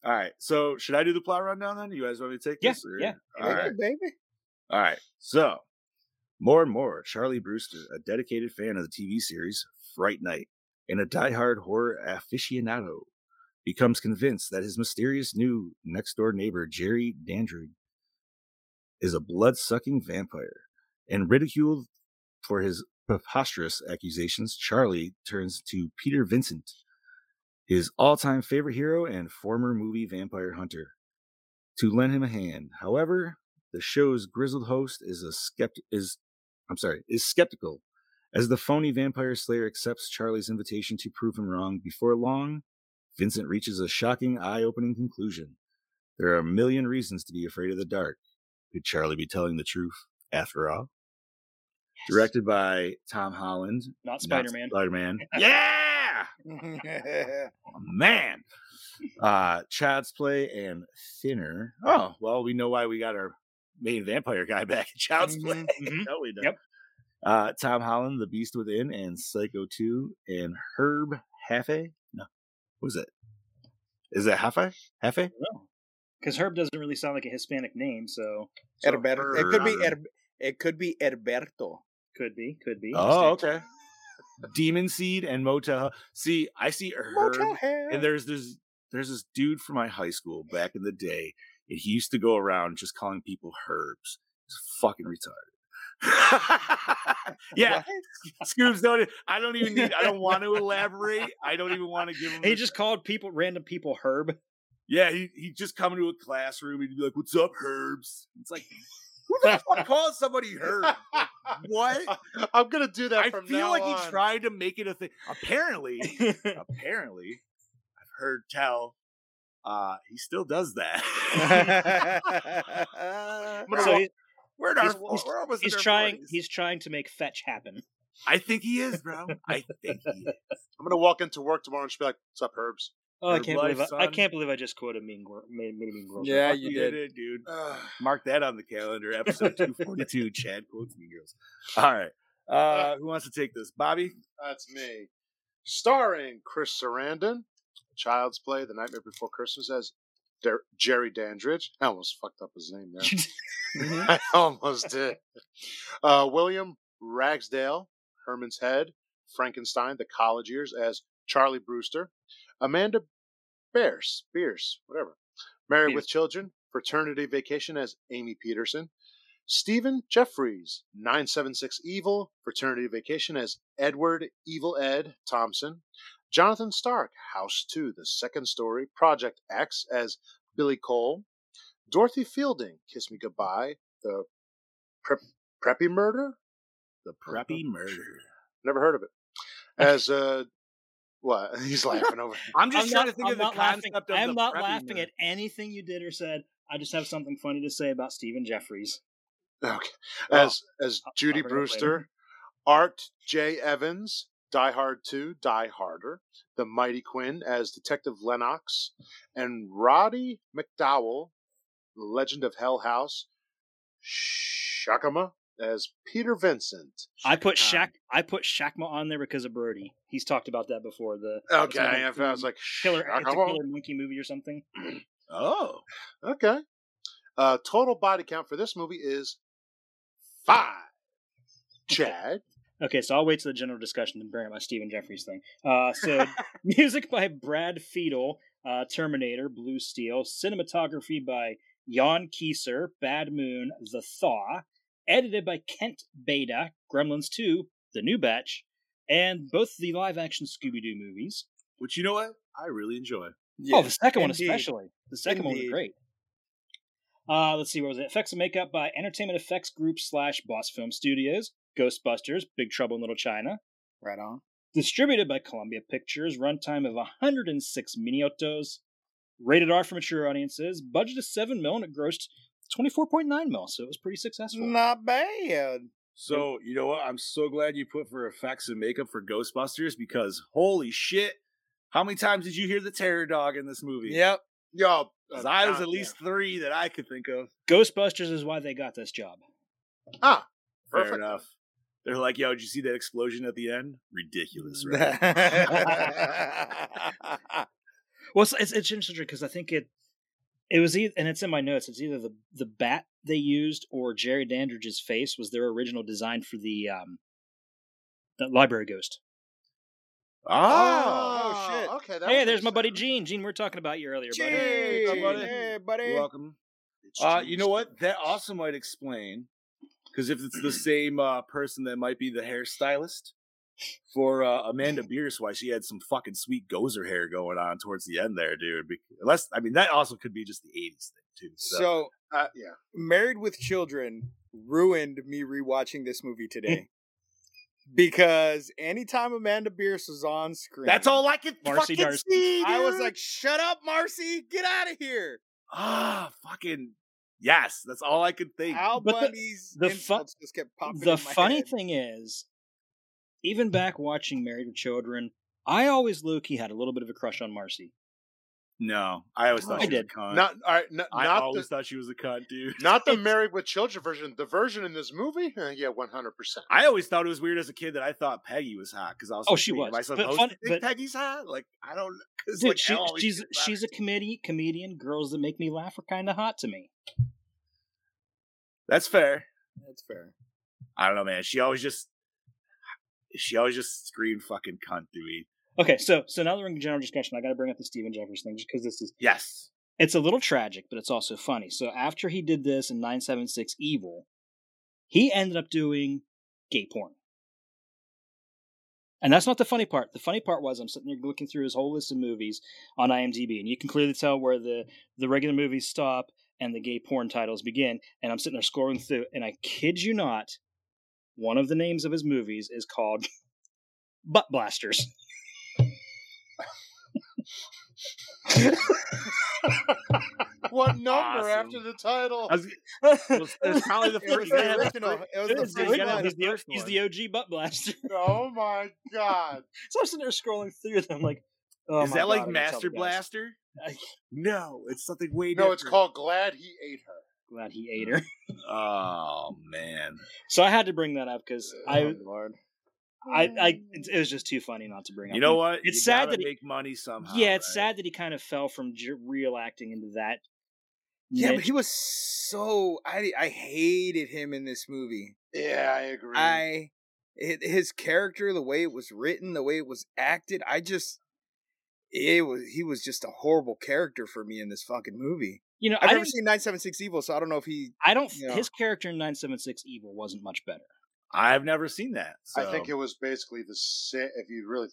Speaker 3: all right. So should I do the plot rundown then? You guys want me to take
Speaker 4: Yeah,
Speaker 3: this? or-
Speaker 4: yeah.
Speaker 3: All right.
Speaker 5: baby.
Speaker 3: All right. So, more and more, Charlie Brewster, a dedicated fan of the TV series Fright Night and a diehard horror aficionado, becomes convinced that his mysterious new next door neighbor, Jerry Dandridge, is a blood sucking vampire. And ridiculed for his preposterous accusations, Charlie turns to Peter Vincent, his all time favorite hero and former movie vampire hunter, to lend him a hand. However, the show's grizzled host is a skeptic is I'm sorry, is skeptical as the phony vampire slayer accepts Charlie's invitation to prove him wrong. Before long, Vincent reaches a shocking eye-opening conclusion. There are a million reasons to be afraid of the dark. Could Charlie be telling the truth after all?
Speaker 4: Yes.
Speaker 3: Directed by Tom Holland.
Speaker 4: not Spider Man.
Speaker 3: Spider Man. yeah! Man. Uh Child's Play and Thinner. Oh, well, we know why we got our main vampire guy back in Child's Play.
Speaker 4: Mhm.
Speaker 3: No, we don't.
Speaker 4: Yep.
Speaker 3: Uh, Tom Holland, The Beast Within, and Psycho 2, and Herb Hafe. No, what was it? Is it Hafe? Hafe?
Speaker 4: Because Herb doesn't really sound like a Hispanic name, so
Speaker 5: Herberto. It could be
Speaker 3: Herb.
Speaker 5: Her- it could be Herberto.
Speaker 4: could be, could be.
Speaker 3: Oh, okay. Demon Seed and Motel. See, I see Herb.
Speaker 5: Motel Hell.
Speaker 3: and there's this there's this dude from my high school back in the day, and he used to go around just calling people herbs. He's fucking retarded. yeah, Scoobs don't. e, I don't even need. I don't want to elaborate. I don't even want to give him.
Speaker 4: He
Speaker 3: the-
Speaker 4: just called people random people Herb.
Speaker 3: yeah, he he'd just come into a classroom and he'd be like, "What's up, herbs?" It's like, who the fuck calls somebody herb? Like, what?
Speaker 6: I'm gonna do that.
Speaker 3: I
Speaker 6: from
Speaker 3: feel
Speaker 6: now
Speaker 3: like
Speaker 6: on.
Speaker 3: he tried to make it a thing. Apparently, apparently, I've heard tell. Uh, he still does
Speaker 5: Oh,
Speaker 3: that.
Speaker 6: I'm gonna
Speaker 4: so
Speaker 6: walk-
Speaker 4: he-
Speaker 3: we're in our,
Speaker 4: He's-
Speaker 3: fo- we're almost in
Speaker 4: he's
Speaker 3: our
Speaker 4: trying
Speaker 3: 40s.
Speaker 4: he's trying to make fetch happen.
Speaker 3: I think he is, bro. I think he is.
Speaker 6: I'm gonna walk into work tomorrow and just be like, "What's up, Herbs?"
Speaker 4: Oh, I
Speaker 3: Herb
Speaker 4: can't
Speaker 3: life,
Speaker 4: believe I, I
Speaker 3: son.
Speaker 4: can't believe I just quoted Mean Girl, Mean, Mean, mean Girls.
Speaker 5: Yeah,
Speaker 3: Fuck
Speaker 5: you
Speaker 3: yeah,
Speaker 5: did.
Speaker 3: dude. Mark that on the calendar. Episode two forty two. Chad quotes me girls. All right. Uh, who wants to take this, Bobby?
Speaker 6: That's me. Starring Chris Sarandon, Child's Play, The Nightmare Before Christmas as Der- Jerry Dandridge. I almost fucked up his name there. I almost did. Uh, William Ragsdale, Herman's Head, Frankenstein, The College Years as Charlie Brewster, Amanda Bears, Bierce, whatever. Married with Children, Fraternity Vacation as Amy Peterson, Stephen Jeffries, 976 Evil, Fraternity Vacation as Edward Evil Ed Thompson, Jonathan Stark, House 2, The Second Story, Project X as Billy Cole, Dorothy Fielding, Kiss Me Goodbye, The Prep, Preppy Murder?
Speaker 3: The preppy murder.
Speaker 6: Never heard of it. As, uh, what? He's laughing over.
Speaker 3: I'm just
Speaker 4: I'm not,
Speaker 3: trying to think
Speaker 4: I'm
Speaker 3: of the
Speaker 4: not laughing.
Speaker 3: concept of
Speaker 4: I'm
Speaker 3: the
Speaker 4: not
Speaker 3: preppy
Speaker 4: laughing
Speaker 3: murder.
Speaker 4: at anything you did or said. I just have something funny to say about Stephen Jeffries.
Speaker 6: Okay.
Speaker 4: Oh,
Speaker 6: As as
Speaker 4: I'll
Speaker 6: Judy
Speaker 4: bring it up later.
Speaker 6: Brewster, Art J. Evans, Die Hard 2, Die Harder, The Mighty Quinn as Detective Lennox, and Roddy McDowell, The Legend of Hell House, Shakama as Peter Vincent.
Speaker 4: I put
Speaker 3: Shakma.
Speaker 4: Shaq. I put Shakma on there because of Brody. He's talked about that before. The
Speaker 6: Okay,
Speaker 4: like
Speaker 6: I
Speaker 4: the
Speaker 6: was like
Speaker 4: killer, it's a
Speaker 6: Shakama?
Speaker 4: killer monkey movie or something.
Speaker 3: Oh,
Speaker 6: Okay. Uh, total body count for this movie is five. Chad.
Speaker 4: Okay, so I'll wait to the general discussion to bring up my Stephen Jeffries thing. Uh, so music by Brad Fiedel, uh, Terminator, Blue Steel, cinematography by Jan Kieser, Bad Moon, The Thaw, edited by Kent Beda, Gremlins 2, The New Batch, and both the live action Scooby Doo movies.
Speaker 3: Which you know what? I really enjoy.
Speaker 4: oh, the second one
Speaker 5: indeed.
Speaker 4: especially. The second one was
Speaker 5: Indeed.
Speaker 4: great. Uh, let's see, what was it? Effects and makeup by Entertainment Effects Group slash Boss Film Studios, Ghostbusters, Big Trouble in Little China,
Speaker 5: Right on.
Speaker 4: distributed by Columbia Pictures, runtime of 106 minutos, rated R for mature audiences, budget of 7 mil, and it grossed 24.9 mil, so it was pretty successful.
Speaker 5: Not bad.
Speaker 3: So you know what? I'm so glad you put for effects and makeup for Ghostbusters because holy shit, how many times did you hear the terror dog in this movie?
Speaker 5: Yep.
Speaker 6: Yo,
Speaker 3: 'Cause I was
Speaker 6: God,
Speaker 3: at least three that I could think of.
Speaker 4: Ghostbusters is why they got this job.
Speaker 6: yeah. ah
Speaker 3: Fair
Speaker 6: Perfect.
Speaker 3: enough. They're like, yo, did you see that explosion at the end? Ridiculous, right?
Speaker 5: Oh, That's
Speaker 4: Well, it's, it's, it's interesting because I think it it was either, and it's in my notes. It's either the the bat they used or Jerry Dandridge's face was their original design for the um the library ghost.
Speaker 3: Ah,
Speaker 6: oh,
Speaker 5: shit.
Speaker 6: Okay, that
Speaker 4: Hey,
Speaker 6: would
Speaker 4: there's
Speaker 6: make
Speaker 4: my buddy
Speaker 6: sense.
Speaker 4: Gene. Gene, we were talking about you earlier, buddy.
Speaker 3: Hey,
Speaker 5: Gene,
Speaker 3: buddy.
Speaker 5: hey, buddy.
Speaker 3: Welcome. Uh, you know what? That also might explain because if it's the same uh, person that might be the hairstylist for uh, Amanda Beers, why she had some fucking sweet gozer hair going on towards the end there, dude. Be- Unless, I mean, that also could be just the '80s thing too. So,
Speaker 5: so,
Speaker 6: Uh, yeah.
Speaker 5: Married with Children ruined me rewatching this movie today. because anytime Amanda Bierce was on screen,
Speaker 3: that's all I can
Speaker 4: Marcy
Speaker 3: fucking
Speaker 4: Darcy.
Speaker 3: see.
Speaker 5: I was
Speaker 3: dude.
Speaker 5: like, shut up, Marcy, get out of here.
Speaker 3: ah, fucking yes. That's all I could think.
Speaker 5: Al
Speaker 4: But the-
Speaker 5: Bundy's
Speaker 4: the fu-
Speaker 5: insults just kept popping
Speaker 4: the
Speaker 5: in my
Speaker 4: funny
Speaker 5: head. Mm.
Speaker 4: thing is, even back watching Married with Children, I always low key had a little bit of a crush on Marcy.
Speaker 3: No, I always
Speaker 4: I
Speaker 3: thought she was
Speaker 4: did.
Speaker 3: a cunt.
Speaker 6: Not all right. n-
Speaker 3: I
Speaker 6: not
Speaker 3: always
Speaker 6: the,
Speaker 3: thought she was a cunt, dude.
Speaker 6: not the
Speaker 4: it's-
Speaker 6: married with children version. The version in this movie. Uh, yeah, one hundred percent.
Speaker 3: I always thought it was weird as a kid that I thought Peggy was hot because I was
Speaker 4: Oh,
Speaker 3: like,
Speaker 4: she
Speaker 3: wait,
Speaker 4: was.
Speaker 3: Am I
Speaker 4: But
Speaker 3: supposed
Speaker 4: fun-
Speaker 3: to
Speaker 4: but-
Speaker 3: think Peggy's hot? Like I don't. Cause
Speaker 4: Dude,
Speaker 3: like,
Speaker 4: she,
Speaker 3: Elle always
Speaker 4: she's
Speaker 3: gets hot.
Speaker 4: she's a comedy comedian. Girls that make me laugh are kind of hot to me.
Speaker 3: That's fair.
Speaker 5: That's fair.
Speaker 3: I don't know, man. She always just she always just screamed fucking cunt to me.
Speaker 4: Okay, so so now that we're in general discussion, I got to bring up the Stephen Jeffers thing just because this is
Speaker 3: Yes.
Speaker 4: it's a little tragic, but it's also funny. So after he did this in 976 Evil, he ended up doing gay porn. And that's not the funny part. The funny part was I'm sitting there looking through his whole list of movies on IMDb, and you can clearly tell where the, the regular movies stop and the gay porn titles begin. And I'm sitting there scrolling through, and I kid you not, one of the names of his movies is called Butt Blasters.
Speaker 6: What number
Speaker 3: Awesome.
Speaker 6: after the title?
Speaker 3: I was, it's, probably the
Speaker 5: It was
Speaker 3: first
Speaker 5: the original. It was
Speaker 4: It
Speaker 5: the
Speaker 4: is the
Speaker 5: first
Speaker 4: original.
Speaker 5: one.
Speaker 4: He's the, he's the OG Butt Blaster.
Speaker 6: oh my god!
Speaker 4: So I'm sitting there scrolling through them, like, oh
Speaker 3: Is
Speaker 4: my
Speaker 3: that
Speaker 4: God,
Speaker 3: like
Speaker 4: I'm gonna tell
Speaker 3: Master
Speaker 4: the guys.
Speaker 3: Blaster?
Speaker 4: I-
Speaker 3: No, it's something way
Speaker 6: No, it's
Speaker 3: different.
Speaker 6: called Glad He Ate Her.
Speaker 4: Glad he ate her.
Speaker 3: Oh man.
Speaker 4: So I had to bring that up because I,
Speaker 5: Oh, Lord.
Speaker 4: I, I, it, it was just too funny not to bring up.
Speaker 3: You know what?
Speaker 4: It's
Speaker 3: You
Speaker 4: sad
Speaker 3: gotta
Speaker 4: that he-
Speaker 3: make money somehow.
Speaker 4: Yeah, it's
Speaker 3: right?
Speaker 4: sad that he kind of fell from j- real acting into that.
Speaker 5: Yeah, but
Speaker 4: niche.
Speaker 5: he was so I I hated him in this movie.
Speaker 6: Yeah, I agree.
Speaker 5: I hi- his character, the way it was written, the way it was acted, I just it was he was just a horrible character for me in this fucking movie.
Speaker 4: you know,
Speaker 5: I've
Speaker 4: I
Speaker 5: never
Speaker 4: don't,
Speaker 5: seen 976 Evil, so I don't know if he
Speaker 4: I don't.
Speaker 5: yeah.
Speaker 4: His character in 976 Evil wasn't much better.
Speaker 3: I've never seen that.
Speaker 6: I think it
Speaker 3: was
Speaker 6: was basically the same. If you really,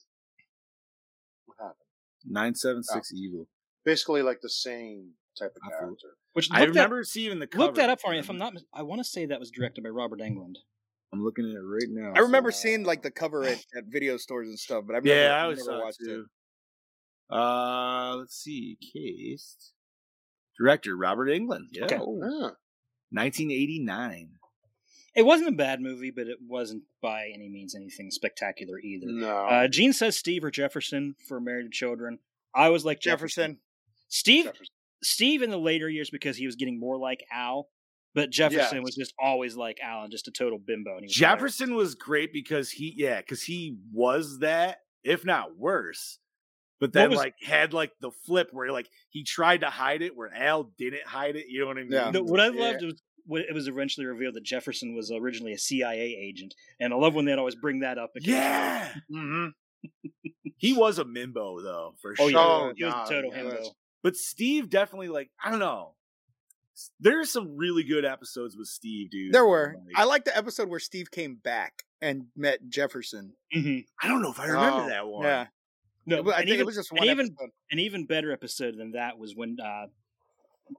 Speaker 6: what happened?
Speaker 3: nine seven six evil.
Speaker 6: Basically, like the same type of
Speaker 3: I feel-
Speaker 6: character.
Speaker 4: Which
Speaker 3: I
Speaker 4: look that,
Speaker 3: remember seeing the cover.
Speaker 4: look that up for me. If I'm
Speaker 3: and
Speaker 4: not, mis- I want to say that was directed by Robert Englund.
Speaker 3: I'm looking at it right now.
Speaker 5: I remember
Speaker 6: so-
Speaker 5: seeing like the cover at, at video stores and stuff, but I've never,
Speaker 3: yeah, I
Speaker 5: I've
Speaker 3: always
Speaker 5: never
Speaker 3: saw it
Speaker 5: watched
Speaker 3: too. Uh, let's see, case director Robert England. Yeah,
Speaker 4: Okay.
Speaker 3: oh,
Speaker 6: Yeah.
Speaker 3: 1989.
Speaker 4: It wasn't a bad movie, but it wasn't by any means anything spectacular either.
Speaker 6: No,
Speaker 5: Oh.
Speaker 4: Uh, Gene says Steve or Jefferson for Married to Children. I was like
Speaker 5: it. Jefferson.
Speaker 4: Steve,
Speaker 6: Jefferson.
Speaker 4: Steve in the later years because he was getting more like Al, but Jefferson
Speaker 6: Yes.
Speaker 4: was just always like Al and just a total bimbo. And he was hilarious.
Speaker 3: Jefferson was great because he, yeah, because he was that, if not worse. But then,
Speaker 4: was-
Speaker 3: like, had like the flip where like he tried to hide it where Al didn't hide it. You know what I mean?
Speaker 5: Yeah.
Speaker 4: No, what I loved was when it was eventually revealed that Jefferson was originally a CIA agent, and I love when they'd always bring that up. because-
Speaker 3: yeah.
Speaker 6: Mm-hmm.
Speaker 3: He was a mimbo though, for
Speaker 4: Oh,
Speaker 3: sure.
Speaker 4: yeah.
Speaker 6: Oh,
Speaker 4: he was
Speaker 6: God,
Speaker 4: a total
Speaker 6: yeah,
Speaker 4: himbo.
Speaker 6: that's-
Speaker 3: But Steve definitely like I don't know. S- There's some really good episodes with Steve, dude.
Speaker 5: There were.
Speaker 3: Like,
Speaker 5: I like the episode where Steve came back and met Jefferson.
Speaker 4: Mhm.
Speaker 3: I don't know if I remember
Speaker 6: Oh,
Speaker 3: that one.
Speaker 5: Yeah,
Speaker 4: No,
Speaker 5: It wa- I
Speaker 4: and
Speaker 5: think
Speaker 4: even,
Speaker 5: it was just
Speaker 4: and
Speaker 5: one.
Speaker 4: even-
Speaker 5: episode.
Speaker 4: an even better episode than that was when uh,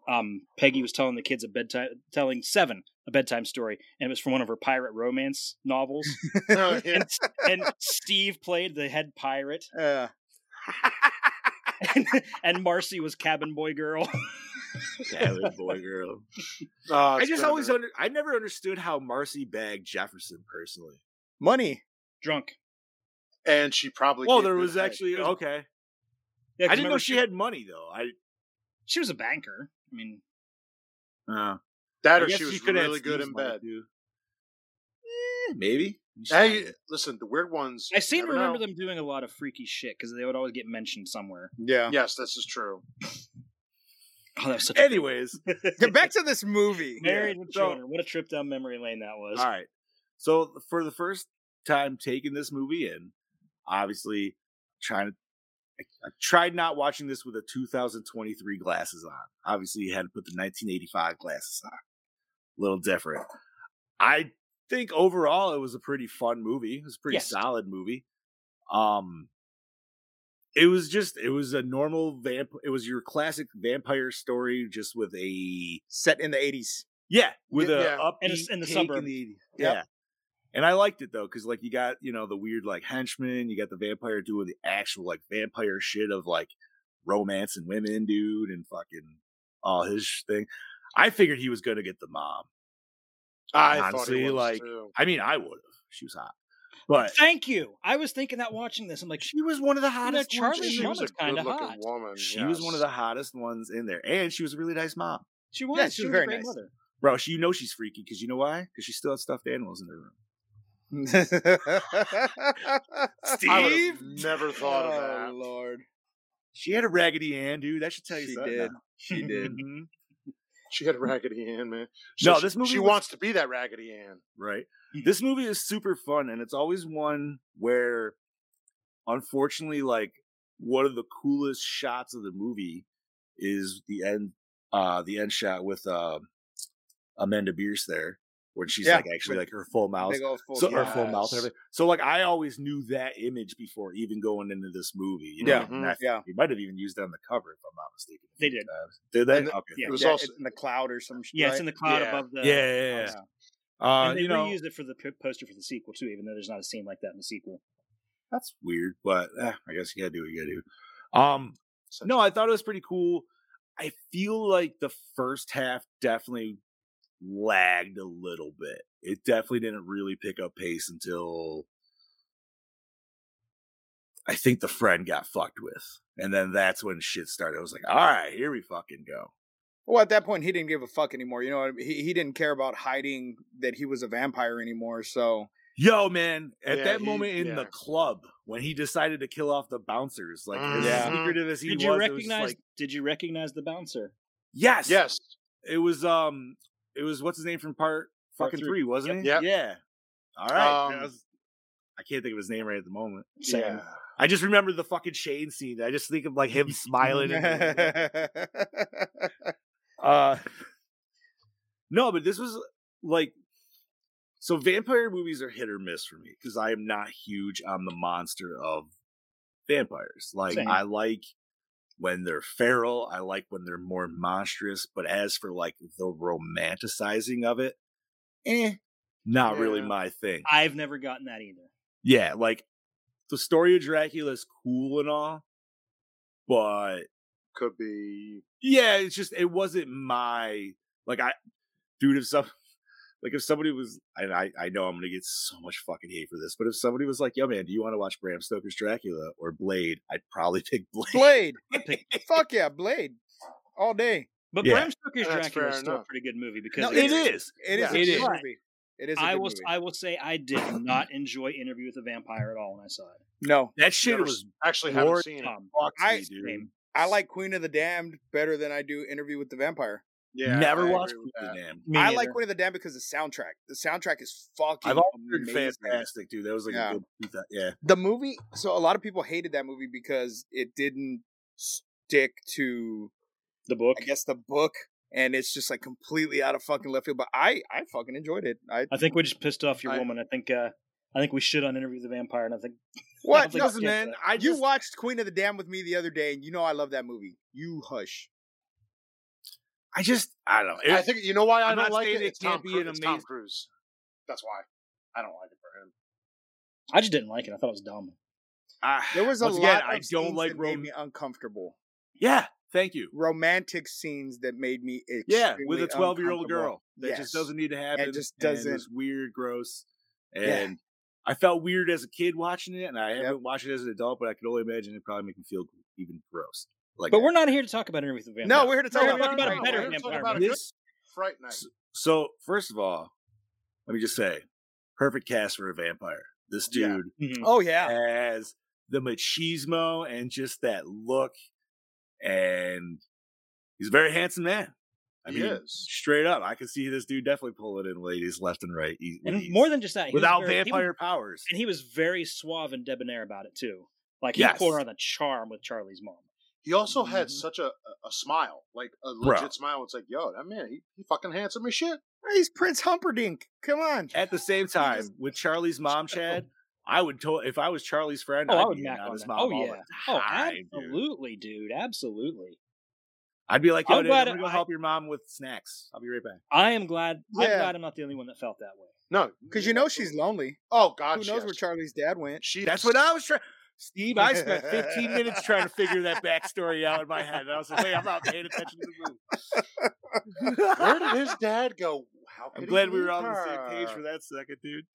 Speaker 4: um, Peggy was telling the kids a bedtime, telling Seven a bedtime story, and it was from one of her pirate romance novels.
Speaker 6: Oh, yeah.
Speaker 4: and, and Steve played the head pirate,
Speaker 5: Yeah.
Speaker 4: and, and Marcy was cabin boy girl.
Speaker 3: Yeah, they're boy girl.
Speaker 6: Oh,
Speaker 3: I
Speaker 6: it's
Speaker 3: just
Speaker 6: been a
Speaker 3: always
Speaker 6: minute.
Speaker 3: under I never understood how Marcy bagged Jefferson personally.
Speaker 5: money.
Speaker 4: drunk.
Speaker 6: and she probably.
Speaker 3: Oh,
Speaker 6: gave
Speaker 3: there
Speaker 6: good
Speaker 3: was
Speaker 6: head.
Speaker 3: actually
Speaker 4: There's-
Speaker 3: okay.
Speaker 4: Yeah, 'cause
Speaker 3: I didn't know
Speaker 4: remember
Speaker 3: she had money though. I
Speaker 4: She was a banker. I mean,
Speaker 3: uh,
Speaker 6: that,
Speaker 3: I
Speaker 6: or
Speaker 3: guess
Speaker 6: she was
Speaker 3: coulda had
Speaker 6: really good
Speaker 3: Steve's
Speaker 6: in
Speaker 3: money,
Speaker 6: bed.
Speaker 3: too. Eh, maybe.
Speaker 6: Hey, listen, the weird ones.
Speaker 4: I
Speaker 6: you
Speaker 4: seem to
Speaker 6: never
Speaker 4: remember
Speaker 6: know.
Speaker 4: them doing a lot of freaky shit because they would always get mentioned somewhere.
Speaker 5: Yeah.
Speaker 6: Yes, this is true.
Speaker 4: Oh, that was such. a
Speaker 3: Anyways,
Speaker 5: Get back to this movie.
Speaker 4: Married with
Speaker 3: so-
Speaker 4: children. What a trip down memory lane that was.
Speaker 3: All right. So for the first time taking this movie in, obviously trying to I, I tried not watching this with the 2023 glasses on. Obviously, you had to put the 1985 glasses on. A little different. I think overall it was a pretty fun movie. It was a pretty
Speaker 4: Yes.
Speaker 3: solid movie. Um it was just it was a normal vamp it was your classic vampire story just with a
Speaker 5: Set in the 80s.
Speaker 3: yeah, with
Speaker 6: Yeah,
Speaker 3: a
Speaker 6: yeah.
Speaker 3: upbeat
Speaker 4: And it's in the
Speaker 3: take in
Speaker 4: suburb.
Speaker 3: the-
Speaker 5: Yep.
Speaker 3: Yeah. And I liked it though, because like you got, you know, the weird like henchman, you got the vampire doing the actual like vampire shit of like romance and women, dude, and fucking all his sh- thing. I figured he was gonna get the mom.
Speaker 6: I
Speaker 3: Honestly,
Speaker 6: thought it was
Speaker 3: like-
Speaker 6: too.
Speaker 3: I mean, I would have. She was hot. But
Speaker 4: Thank you. I was thinking that watching this, I'm like,
Speaker 3: she was one of the hottest
Speaker 4: Charlie's
Speaker 3: ones.
Speaker 6: She
Speaker 3: in-
Speaker 4: mom
Speaker 6: was a
Speaker 4: is kinda
Speaker 6: good-looking
Speaker 4: hot.
Speaker 6: woman.
Speaker 3: She was one of
Speaker 6: yes.
Speaker 3: the hottest ones in there. And she was a really nice mom.
Speaker 4: she was.
Speaker 5: Yeah,
Speaker 4: she was very a great
Speaker 5: nice.
Speaker 4: mother.
Speaker 3: Bro, she you know she's freaky because you know why? Because she still had stuffed animals in her room.
Speaker 6: I would have never thought of that.
Speaker 5: Oh, Lord.
Speaker 3: She had a raggedy Ann, dude. That should tell you
Speaker 5: She
Speaker 3: something.
Speaker 5: did.
Speaker 3: now.
Speaker 5: She did.
Speaker 3: Mhm.
Speaker 6: She had Raggedy Ann, man.
Speaker 3: No,
Speaker 6: she-
Speaker 3: this movie
Speaker 6: She
Speaker 3: was-
Speaker 6: wants to be that Raggedy Ann.
Speaker 3: right?
Speaker 4: Mhm.
Speaker 3: This movie is super fun, and it's always one where, unfortunately, like one of the coolest shots of the movie is the end, uh, the end shot with uh, Amanda Bierce there, where she's
Speaker 5: Yeah,
Speaker 3: like actually
Speaker 5: with
Speaker 3: like her full mouth,
Speaker 5: Big old full
Speaker 3: so her
Speaker 5: smile.
Speaker 3: full mouth,
Speaker 6: yes.
Speaker 3: and everything. So like I always knew that image before even going into this movie. You know?
Speaker 5: Yeah,
Speaker 3: and I-
Speaker 5: yeah.
Speaker 3: You might have even used it on the cover if I'm not mistaken.
Speaker 4: They did.
Speaker 3: Uh, did they?
Speaker 6: And the-
Speaker 3: okay.
Speaker 4: yeah.
Speaker 6: It was
Speaker 5: Yeah,
Speaker 6: also
Speaker 5: it's in the cloud or some shit.
Speaker 4: Yeah, it's in the cloud
Speaker 6: Yeah.
Speaker 4: above the.
Speaker 3: yeah, yeah, yeah. Uh,
Speaker 4: and they
Speaker 3: you know,
Speaker 4: reused it for the p- poster for the sequel too, even though there's not a scene like that in the sequel.
Speaker 3: that's weird, but eh, I guess you gotta do what you gotta do. Um,
Speaker 6: Such-
Speaker 3: no, I thought it was pretty cool. I feel like the first half definitely lagged a little bit. It definitely didn't really pick up pace until I think the friend got fucked with. And then that's when shit started. I was like, all right, here we fucking go.
Speaker 5: Well, at that point, he didn't give a fuck anymore. You know, what I mean? he he didn't care about hiding that he was a vampire anymore. So
Speaker 3: Yo, man, at
Speaker 6: Yeah,
Speaker 3: that
Speaker 6: he-
Speaker 3: moment in the
Speaker 6: yeah.
Speaker 3: club when he decided to kill off the bouncers, like as
Speaker 5: Yeah.
Speaker 3: secretive as he
Speaker 4: Mm-hmm. Did
Speaker 3: was,
Speaker 4: you
Speaker 3: it was just
Speaker 4: recognize?
Speaker 3: like,
Speaker 4: Did you recognize the bouncer?
Speaker 3: yes,
Speaker 6: Yes.
Speaker 3: It was um it was what's his name from part
Speaker 4: Part
Speaker 3: fucking
Speaker 4: three.
Speaker 3: three, wasn't it?
Speaker 6: Yep.
Speaker 3: Yeah. All right. that
Speaker 6: Um,
Speaker 3: was- I can't think of his name right at the moment.
Speaker 4: Sam.
Speaker 6: Yeah.
Speaker 3: I just remember the fucking Shane scene. I just think of like him smiling. and- uh, no, but this was like so vampire movies are hit or miss for me because I am not huge on the monster of vampires. Like
Speaker 4: Same.
Speaker 3: I like when they're feral, I like when they're more monstrous, but as for like the romanticizing of it, eh, not really
Speaker 6: Yeah.
Speaker 3: my thing.
Speaker 4: I've never gotten that either.
Speaker 3: Yeah, like the story of Dracula is cool and all, but
Speaker 6: Could be.
Speaker 3: yeah, it's just it wasn't my like I dude if some like if somebody was and I I know I'm gonna get so much fucking hate for this, but if somebody was like, yo man, do you want to watch Bram Stoker's Dracula or Blade? I'd probably pick Blade.
Speaker 5: Blade, fuck yeah, Blade, all day.
Speaker 4: But
Speaker 3: Yeah.
Speaker 4: Bram Stoker's
Speaker 6: That's
Speaker 4: Dracula
Speaker 6: fair
Speaker 4: is still a
Speaker 6: enough.
Speaker 4: pretty good movie because
Speaker 5: No,
Speaker 4: it's-
Speaker 3: it is.
Speaker 5: It is
Speaker 6: Yeah,
Speaker 5: a
Speaker 3: it
Speaker 5: good
Speaker 3: is.
Speaker 5: movie. It is. A
Speaker 4: I
Speaker 5: good
Speaker 4: will.
Speaker 5: Movie.
Speaker 4: I will say I did not enjoy Interview with a Vampire at all when I saw it.
Speaker 5: no,
Speaker 3: That shit
Speaker 6: Never
Speaker 3: was
Speaker 6: Actually,
Speaker 3: Lord
Speaker 6: haven't seen it.
Speaker 4: Um,
Speaker 3: fucked
Speaker 5: I-
Speaker 3: me, dude.
Speaker 4: same.
Speaker 5: I like Queen of the Damned better than I do Interview with the Vampire.
Speaker 6: Yeah,
Speaker 3: Never
Speaker 6: I
Speaker 3: watched
Speaker 6: agree with that.
Speaker 3: Weekly Dam.
Speaker 4: Me
Speaker 5: I
Speaker 4: neither.
Speaker 5: like Winnie the Dam because the soundtrack. The soundtrack is fucking
Speaker 3: I've always heard
Speaker 5: amazing.
Speaker 3: fantastic, dude. That was like
Speaker 5: Yeah.
Speaker 3: a good, yeah.
Speaker 5: The movie. So a lot of people hated that movie because it didn't stick to,
Speaker 4: the book.
Speaker 5: I guess, the book, and it's just like completely out of fucking left field. But I, I fucking enjoyed it. I
Speaker 4: I think we just pissed off your
Speaker 6: I-
Speaker 4: woman. I think uh, I think we should on interview the vampire, and I think I don't
Speaker 5: what?
Speaker 4: think
Speaker 5: No,
Speaker 4: it's
Speaker 5: man.
Speaker 4: different.
Speaker 5: I you
Speaker 3: just-
Speaker 5: watched Queen of the Dam with me the other day, and you know I love that movie. You hush.
Speaker 3: I just, I don't know.
Speaker 6: I think you know why I
Speaker 3: I'm
Speaker 6: don't
Speaker 3: not
Speaker 6: like
Speaker 3: saying
Speaker 6: it.
Speaker 3: it
Speaker 6: It's Tom,
Speaker 3: can't be
Speaker 6: Cruise.
Speaker 3: an
Speaker 6: it's Tom
Speaker 3: amazing-
Speaker 6: Cruise. That's why I don't like it for him.
Speaker 4: I just didn't like it. I thought it was dumb.
Speaker 3: I,
Speaker 5: There was a
Speaker 3: once
Speaker 5: lot.
Speaker 3: again,
Speaker 5: of
Speaker 3: I don't
Speaker 5: scenes
Speaker 3: like
Speaker 5: that made
Speaker 3: rom-
Speaker 5: me uncomfortable.
Speaker 3: Yeah, thank you.
Speaker 5: Romantic scenes that made me
Speaker 3: Yeah,
Speaker 5: extremely
Speaker 3: with a 12 year old
Speaker 5: uncomfortable.
Speaker 3: girl. That
Speaker 5: Yes.
Speaker 3: just doesn't need to happen.
Speaker 5: just
Speaker 3: and
Speaker 5: doesn't-
Speaker 3: It was weird, gross. And
Speaker 5: Yeah.
Speaker 3: I felt weird as a kid watching it, and I haven't
Speaker 5: Yep.
Speaker 3: watched it as an adult, but I could only imagine it probably make me feel even gross. Like,
Speaker 4: But
Speaker 3: that.
Speaker 4: we're not here to talk about interview with the vampire.
Speaker 5: No, we're here to talk
Speaker 4: We're
Speaker 5: about,
Speaker 4: talking about a
Speaker 5: Fright
Speaker 4: better
Speaker 5: Night.
Speaker 6: We're talking
Speaker 4: vampire
Speaker 6: about a
Speaker 4: movie.
Speaker 6: good
Speaker 3: this.
Speaker 6: Fright Night.
Speaker 3: s- So, first of all, let me just say, perfect cast for a vampire. This
Speaker 6: Yeah.
Speaker 3: dude
Speaker 4: Mhm.
Speaker 5: Oh yeah,
Speaker 3: has the machismo and just that look, and he's a very handsome man. I
Speaker 6: he
Speaker 3: mean,
Speaker 6: is.
Speaker 3: straight up, I can see this dude definitely pulling in ladies left and right. He-
Speaker 4: and
Speaker 3: he's-
Speaker 4: more than just that, he was
Speaker 3: without
Speaker 4: very- he was-
Speaker 3: vampire powers.
Speaker 4: and he was very suave and debonair about it too. Like he
Speaker 3: Yes.
Speaker 4: pulled on the charm with Charlie's mom.
Speaker 6: He also
Speaker 3: mm-hmm.
Speaker 6: had
Speaker 5: Mhm.
Speaker 6: such a, a- a smile, like a
Speaker 3: Bro.
Speaker 6: legit smile. It's like, yo, that man, he, he fucking handsome as shit.
Speaker 5: he's Prince Humperdinck. Come on.
Speaker 3: At the same time,
Speaker 5: just-
Speaker 3: with Charlie's mom, Chad, I would totally if I was Charlie's friend,
Speaker 4: Oh,
Speaker 3: I'd
Speaker 4: I would
Speaker 3: be
Speaker 4: mac
Speaker 3: on
Speaker 4: on
Speaker 3: his
Speaker 4: that.
Speaker 3: mom.
Speaker 4: Oh
Speaker 3: all
Speaker 4: yeah.
Speaker 3: the
Speaker 4: Oh,
Speaker 3: time, dude.
Speaker 4: absolutely, dude. Absolutely.
Speaker 3: I'd be like,
Speaker 4: I'm
Speaker 3: yo, dude,
Speaker 4: glad
Speaker 3: I'm gonna
Speaker 4: it-
Speaker 3: go
Speaker 4: I-
Speaker 3: help your mom with snacks. I'll be right back.
Speaker 4: I am glad. I'm
Speaker 5: Yeah.
Speaker 4: glad I'm not the only one that felt that way.
Speaker 6: No,
Speaker 5: Because you know she's lonely.
Speaker 6: Oh God,
Speaker 5: Who
Speaker 6: she
Speaker 5: knows
Speaker 6: has
Speaker 5: where
Speaker 6: to-
Speaker 5: Charlie's dad went?
Speaker 6: She.
Speaker 3: That's what I was trying. Steve, I spent 15 minutes trying to figure that backstory out in my head. And I was like, wait, I'm not paying attention to the movie.
Speaker 6: Where did his dad go? How could
Speaker 3: I'm
Speaker 6: he
Speaker 3: glad we
Speaker 6: leave
Speaker 3: were all on the same page
Speaker 6: her?
Speaker 3: for that second, dude.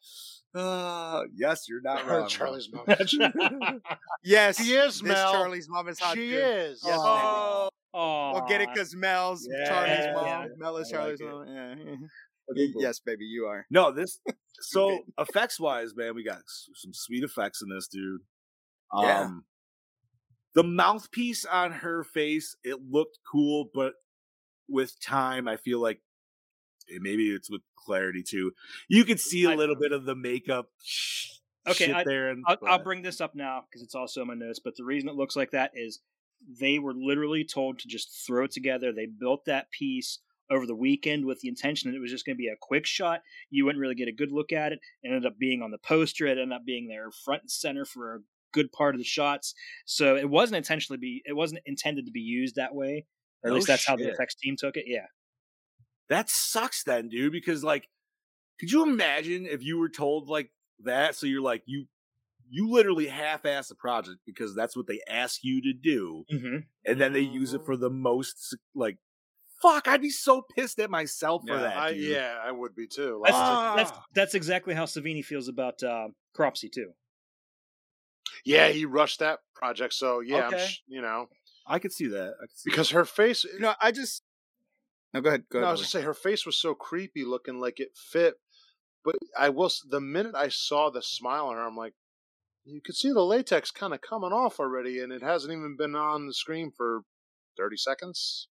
Speaker 3: Uh, yes, you're not
Speaker 6: Her
Speaker 3: wrong. bro.
Speaker 6: Charlie's
Speaker 4: Oh,
Speaker 6: mom.
Speaker 5: Yes,
Speaker 6: She is,
Speaker 5: this
Speaker 6: Mel.
Speaker 5: Charlie's mom is hot.
Speaker 6: she
Speaker 5: too.
Speaker 6: is.
Speaker 5: Yes,
Speaker 3: Oh,
Speaker 4: Oh,
Speaker 5: Well, get it because Mel's
Speaker 3: Yeah,
Speaker 5: Charlie's
Speaker 4: yeah,
Speaker 5: mom.
Speaker 4: yeah.
Speaker 5: Mel is
Speaker 3: I like
Speaker 5: Charlie's
Speaker 3: it.
Speaker 5: mom. Yeah.
Speaker 3: Okay, cool.
Speaker 5: yes, baby, you are.
Speaker 3: No, this so effects wise, man, we got s- some sweet effects in this, dude. Um
Speaker 5: Yeah.
Speaker 3: the mouthpiece on her face, it looked cool, but with time, I feel like and maybe it's with clarity too. You could see a
Speaker 4: I-
Speaker 3: little bit of the makeup sh-
Speaker 4: Okay,
Speaker 3: shit
Speaker 4: I-
Speaker 3: there. And,
Speaker 4: I'll, I'll
Speaker 3: but-
Speaker 4: bring this up now because it's also in my notes. But the reason it looks like that is they were literally told to just throw it together. They built that piece over the weekend with the intention that it was just going to be a quick shot. You wouldn't really get a good look at it. It ended up being on the poster. It ended up being there front and center for a good part of the shots. So it wasn't intentionally be. It wasn't intended to be used that way. Or at
Speaker 3: No
Speaker 4: least that's how the
Speaker 3: shit.
Speaker 4: effects team took it. Yeah.
Speaker 3: that sucks then, dude, because like could you imagine if you were told like that? So you're like you you literally half ass the project because that's what they ask you to do.
Speaker 4: Mm-hmm.
Speaker 3: and then they use it for the most s- like fuck i'd be so pissed at myself for
Speaker 6: Yeah,
Speaker 3: that
Speaker 6: I,
Speaker 3: dude.
Speaker 6: yeah, I would be too.
Speaker 4: That's,
Speaker 6: Like,
Speaker 4: that's
Speaker 3: Ah.
Speaker 4: that's exactly how Savini feels about uh, Cropsy too.
Speaker 6: yeah, he rushed that project, so yeah,
Speaker 3: Okay.
Speaker 6: I'm sh- you know,
Speaker 3: i could see that i could see
Speaker 6: because her face.
Speaker 5: You know, I just. No, go ahead. Go
Speaker 6: no, I
Speaker 5: ahead.
Speaker 6: was
Speaker 5: Bobby.
Speaker 6: just say her face was so creepy looking, like it fit. But I will. s- The minute I saw the smile on her, I'm like, you could see the latex kind of coming off already, and it hasn't even been on the screen for thirty seconds.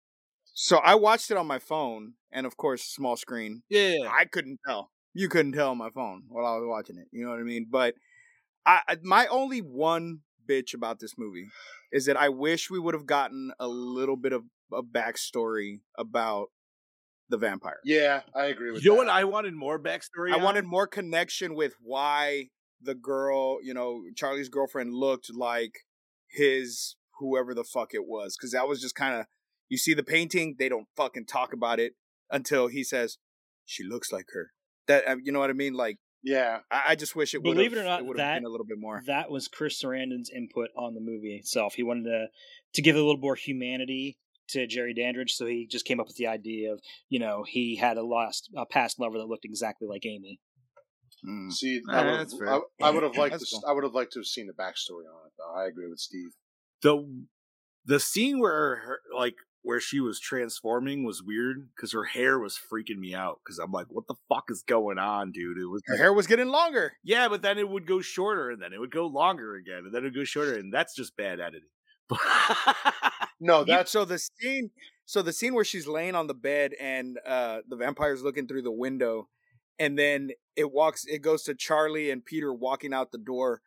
Speaker 5: So I watched it on my phone, and of course, small screen.
Speaker 3: yeah
Speaker 5: I couldn't tell. You couldn't tell on my phone while I was watching it. You know what I mean? But I I- my only one bitch about this movie is that I wish we would have gotten a little bit of a backstory about the vampire.
Speaker 6: Yeah, I agree with
Speaker 3: you know
Speaker 6: that.
Speaker 3: what i wanted more backstory
Speaker 5: I
Speaker 3: on?
Speaker 5: wanted more connection with why the girl, you know, Charlie's girlfriend looked like his whoever the fuck it was cuz that was just kind of you see the painting, they don't fucking talk about it until he says she looks like her. That uh, you know what I mean like
Speaker 6: Yeah,
Speaker 5: I, I just wish it would
Speaker 4: Believe it or not,
Speaker 5: it would
Speaker 4: that-
Speaker 5: have been a little bit more.
Speaker 4: That was Chris Sarandon's input on the movie itself. He wanted to to give a little more humanity to Jerry Dandridge, so he just came up with the idea of you know he had a lost a past lover that looked exactly like Amy.
Speaker 5: Mm.
Speaker 6: See,
Speaker 5: Alright,
Speaker 6: I
Speaker 5: that's
Speaker 6: would
Speaker 5: fair.
Speaker 6: I, I would have liked to,
Speaker 5: That's
Speaker 6: s-
Speaker 5: cool.
Speaker 6: I would have liked to have seen the backstory on it though. I agree with Steve.
Speaker 3: the the scene where her like where she was transforming was weird because her hair was freaking me out because i'm like what the fuck is going on dude it was
Speaker 5: Her hair was getting longer.
Speaker 3: yeah but then it would go shorter and then it would go longer again and then it would go shorter and that's just bad editing
Speaker 6: No,
Speaker 5: You-
Speaker 6: that's
Speaker 5: so the scene So the scene where she's laying on the bed and uh, the vampire's looking through the window, and then it walks, it goes to Charlie and Peter walking out the door.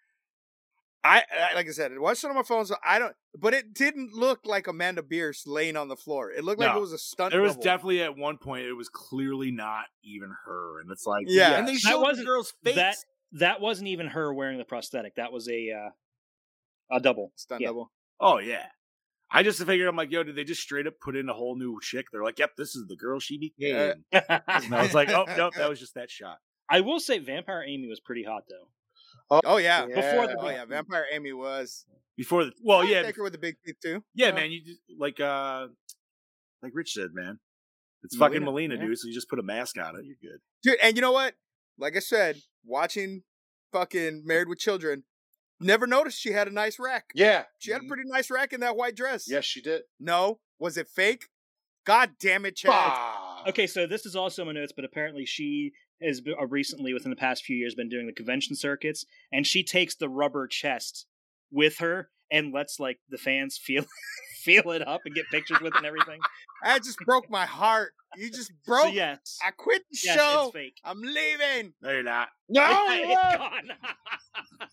Speaker 5: I, I like I said, I watched it on my phone, so I don't. But it didn't look like Amanda Bierce laying on the floor. It looked like
Speaker 3: No.
Speaker 5: it was a stunt.
Speaker 3: There was
Speaker 5: double.
Speaker 3: definitely at one point it was clearly not even her, and it's like
Speaker 5: Yeah.
Speaker 3: and they
Speaker 4: That
Speaker 3: showed the
Speaker 4: wasn't-
Speaker 3: girl's face.
Speaker 4: that that wasn't even her wearing the prosthetic. That was a uh, a double.
Speaker 5: stunt
Speaker 4: yeah.
Speaker 5: double.
Speaker 3: Oh yeah. I just figured I'm like, yo, did they just straight up put in a whole new chick? They're like, yep, this is the girl she became.
Speaker 5: Yeah.
Speaker 3: and I was like, oh nope, that was just that shot.
Speaker 4: I will say, Vampire Amy was pretty hot though.
Speaker 5: Oh yeah,
Speaker 6: Before
Speaker 4: the
Speaker 5: oh yeah, Vampire Amy was.
Speaker 3: Before the well,
Speaker 5: I'd
Speaker 3: yeah,
Speaker 5: take her with the big teeth too.
Speaker 3: yeah,
Speaker 5: Yeah.
Speaker 3: man, you just, like uh, like Rich said, man, it's fucking Melina,
Speaker 5: Melina, yeah.
Speaker 3: dude. So you just put a mask on it, you're good.
Speaker 5: dude. And you know what? Like I said, watching fucking Married with Children, never noticed she had a nice rack.
Speaker 6: Yeah.
Speaker 5: She
Speaker 4: Mm-hmm.
Speaker 5: had a pretty nice rack in that white dress.
Speaker 6: Yes, she did.
Speaker 5: No, was it fake? God damn it, Chad.
Speaker 6: Bah!
Speaker 4: Okay, so this is also in my notes, but apparently she has be- uh, recently, within the past few years, been doing the convention circuits, and she takes the rubber chest with her and lets like the fans feel feel it up and get pictures with it and everything.
Speaker 5: That just broke my heart. You just broke.
Speaker 4: So yes,
Speaker 5: I quit the
Speaker 4: yes,
Speaker 5: show.
Speaker 4: it's fake.
Speaker 5: I'm leaving.
Speaker 3: No, you're not.
Speaker 4: Yeah,
Speaker 6: No!
Speaker 4: it's gone.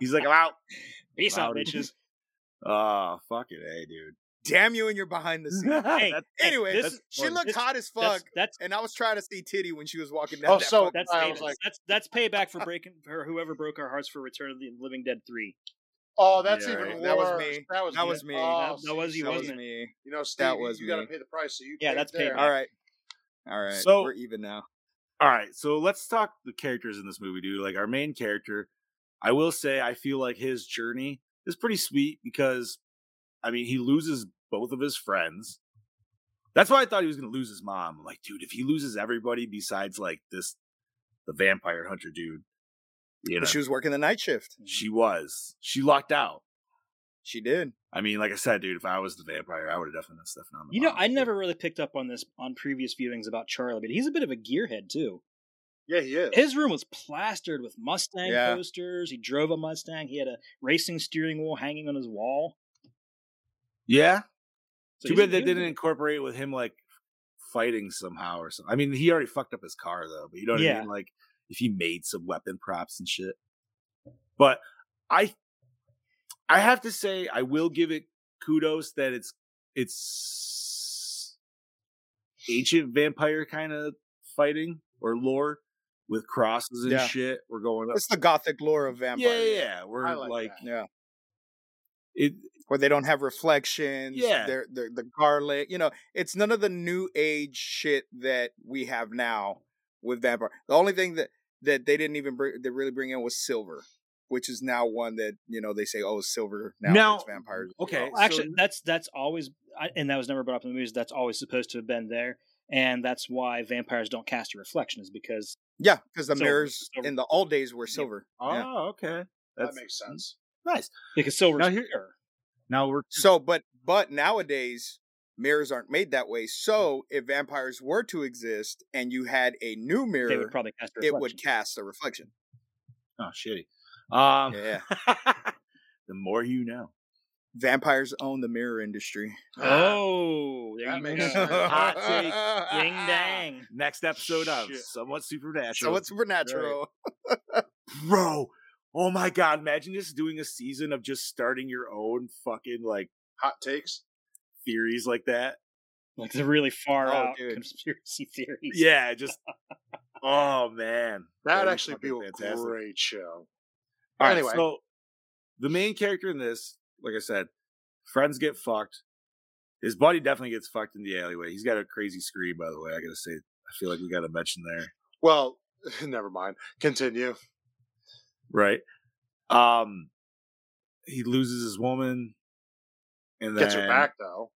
Speaker 3: He's like, I'm out.
Speaker 4: Peace out,
Speaker 3: Loud.
Speaker 4: bitches.
Speaker 3: Oh, fucking hey, dude.
Speaker 5: Damn you and you're behind the scenes.
Speaker 4: Hey,
Speaker 3: That's-
Speaker 4: hey,
Speaker 5: Anyway,
Speaker 4: this
Speaker 3: that's
Speaker 4: is-
Speaker 5: she looked
Speaker 4: This-
Speaker 5: hot as
Speaker 4: that's
Speaker 5: fuck,
Speaker 4: that's
Speaker 5: and I was trying to see titty when she was walking down.
Speaker 6: Oh,
Speaker 5: that
Speaker 6: so
Speaker 5: fucking-
Speaker 4: that's
Speaker 6: I
Speaker 4: payback.
Speaker 6: was like,
Speaker 4: that's that's payback for breaking for whoever broke our hearts for Return of the Living dead three.
Speaker 6: oh, that's
Speaker 3: Yeah,
Speaker 6: even
Speaker 3: right.
Speaker 6: worse.
Speaker 5: That was me.
Speaker 6: That was
Speaker 5: That
Speaker 6: me.
Speaker 5: was me.
Speaker 6: Oh,
Speaker 4: That- that was
Speaker 6: see,
Speaker 4: you,
Speaker 6: so
Speaker 5: that was
Speaker 4: wasn't it?
Speaker 5: me.
Speaker 6: You know, Steve, that
Speaker 5: was
Speaker 6: was you got to
Speaker 5: me.
Speaker 6: pay the price. So you
Speaker 4: Yeah,
Speaker 6: paid
Speaker 4: that's
Speaker 6: there.
Speaker 4: payback.
Speaker 5: All right, all right.
Speaker 3: So-
Speaker 5: we're even now.
Speaker 3: All right, so let's talk the characters in this movie, dude. Like our main character, I will say I feel like his journey is pretty sweet because I mean, he loses both of his friends. That's why I thought he was going to lose his mom. I'm like, dude, if he loses everybody besides like this the vampire hunter dude, you know.
Speaker 5: She was working the night shift.
Speaker 3: She was. She locked out.
Speaker 5: She did.
Speaker 3: I mean, like I said, dude, if I was the vampire, I would have definitely done stuff on the
Speaker 4: You know,
Speaker 3: mom.
Speaker 4: I never really picked up on this on previous viewings about Charlie, but he's a bit of a gearhead too.
Speaker 6: Yeah, he is.
Speaker 4: His room was plastered with Mustang
Speaker 5: Yeah.
Speaker 4: posters. He drove a Mustang. He had a racing steering wheel hanging on his wall.
Speaker 3: Yeah.
Speaker 4: So
Speaker 3: Too
Speaker 4: he's a
Speaker 3: bad they
Speaker 4: gearhead.
Speaker 3: didn't incorporate with him like fighting somehow or something. I mean, he already fucked up his car though, but you know what I
Speaker 4: Yeah.
Speaker 3: mean? Like if he made some weapon props and shit. But I I have to say I will give it kudos that it's it's ancient vampire kind of fighting or lore with crosses and
Speaker 5: Yeah.
Speaker 3: shit. We're going up.
Speaker 5: It's the gothic lore of
Speaker 3: Yeah,
Speaker 5: vampires.
Speaker 3: yeah, yeah. We're
Speaker 6: I
Speaker 3: like,
Speaker 6: like that.
Speaker 5: Yeah.
Speaker 3: it
Speaker 5: Where they don't have reflections.
Speaker 3: Yeah.
Speaker 5: They're, they're, the garlic. You know, it's none of the new age shit that we have now with vampire. The only thing that, that they didn't even bring, they really bring in was silver, which is now one that, you know, they say, oh, silver now,
Speaker 3: Now-
Speaker 5: it's vampires.
Speaker 3: okay.
Speaker 4: Well, actually, that's that's always, I, and that was never brought up in the movies. That's always supposed to have been there, and that's why vampires don't cast a reflection is because
Speaker 5: Yeah, because the
Speaker 4: Silver,
Speaker 5: mirrors
Speaker 4: silver.
Speaker 5: in the old days were silver.
Speaker 3: oh,
Speaker 5: Yeah.
Speaker 3: okay.
Speaker 6: That
Speaker 3: That's
Speaker 6: makes sense.
Speaker 3: nice.
Speaker 4: because silver.
Speaker 3: Now here- Now we're
Speaker 5: So, but but nowadays mirrors aren't made that way. So, if vampires were to exist and you had a new mirror,
Speaker 4: they would probably cast a
Speaker 5: it
Speaker 4: reflection.
Speaker 5: would cast a reflection.
Speaker 3: Oh, shitty.
Speaker 6: Oh.
Speaker 3: Um,
Speaker 5: Yeah.
Speaker 3: the more you know.
Speaker 5: Vampires own the mirror industry.
Speaker 4: Oh, there
Speaker 6: That
Speaker 4: you
Speaker 6: makes
Speaker 4: go.
Speaker 6: sense.
Speaker 3: Hot take.
Speaker 4: Ding dang.
Speaker 3: Next episode of
Speaker 6: Shit.
Speaker 3: Somewhat Supernatural.
Speaker 5: So it's supernatural.
Speaker 3: bro? Oh my god! Imagine just doing a season of just starting your own fucking like
Speaker 6: Hot takes.
Speaker 3: theories like that.
Speaker 4: Like the really far
Speaker 5: Oh,
Speaker 4: out
Speaker 5: dude.
Speaker 4: conspiracy theories.
Speaker 3: Yeah, just. oh man,
Speaker 6: That'd
Speaker 3: That'd be
Speaker 6: actually be a
Speaker 3: fucking fantastic.
Speaker 6: great show.
Speaker 3: All right,
Speaker 6: Anyway.
Speaker 3: so the main character in this, like I said, friends get fucked. His buddy definitely gets fucked in the alleyway. He's got a crazy scream, by the way. I gotta say, I feel like we gotta mention there.
Speaker 6: Well, never mind. Continue.
Speaker 3: right? Um, he loses his woman, and then
Speaker 6: Gets her back though.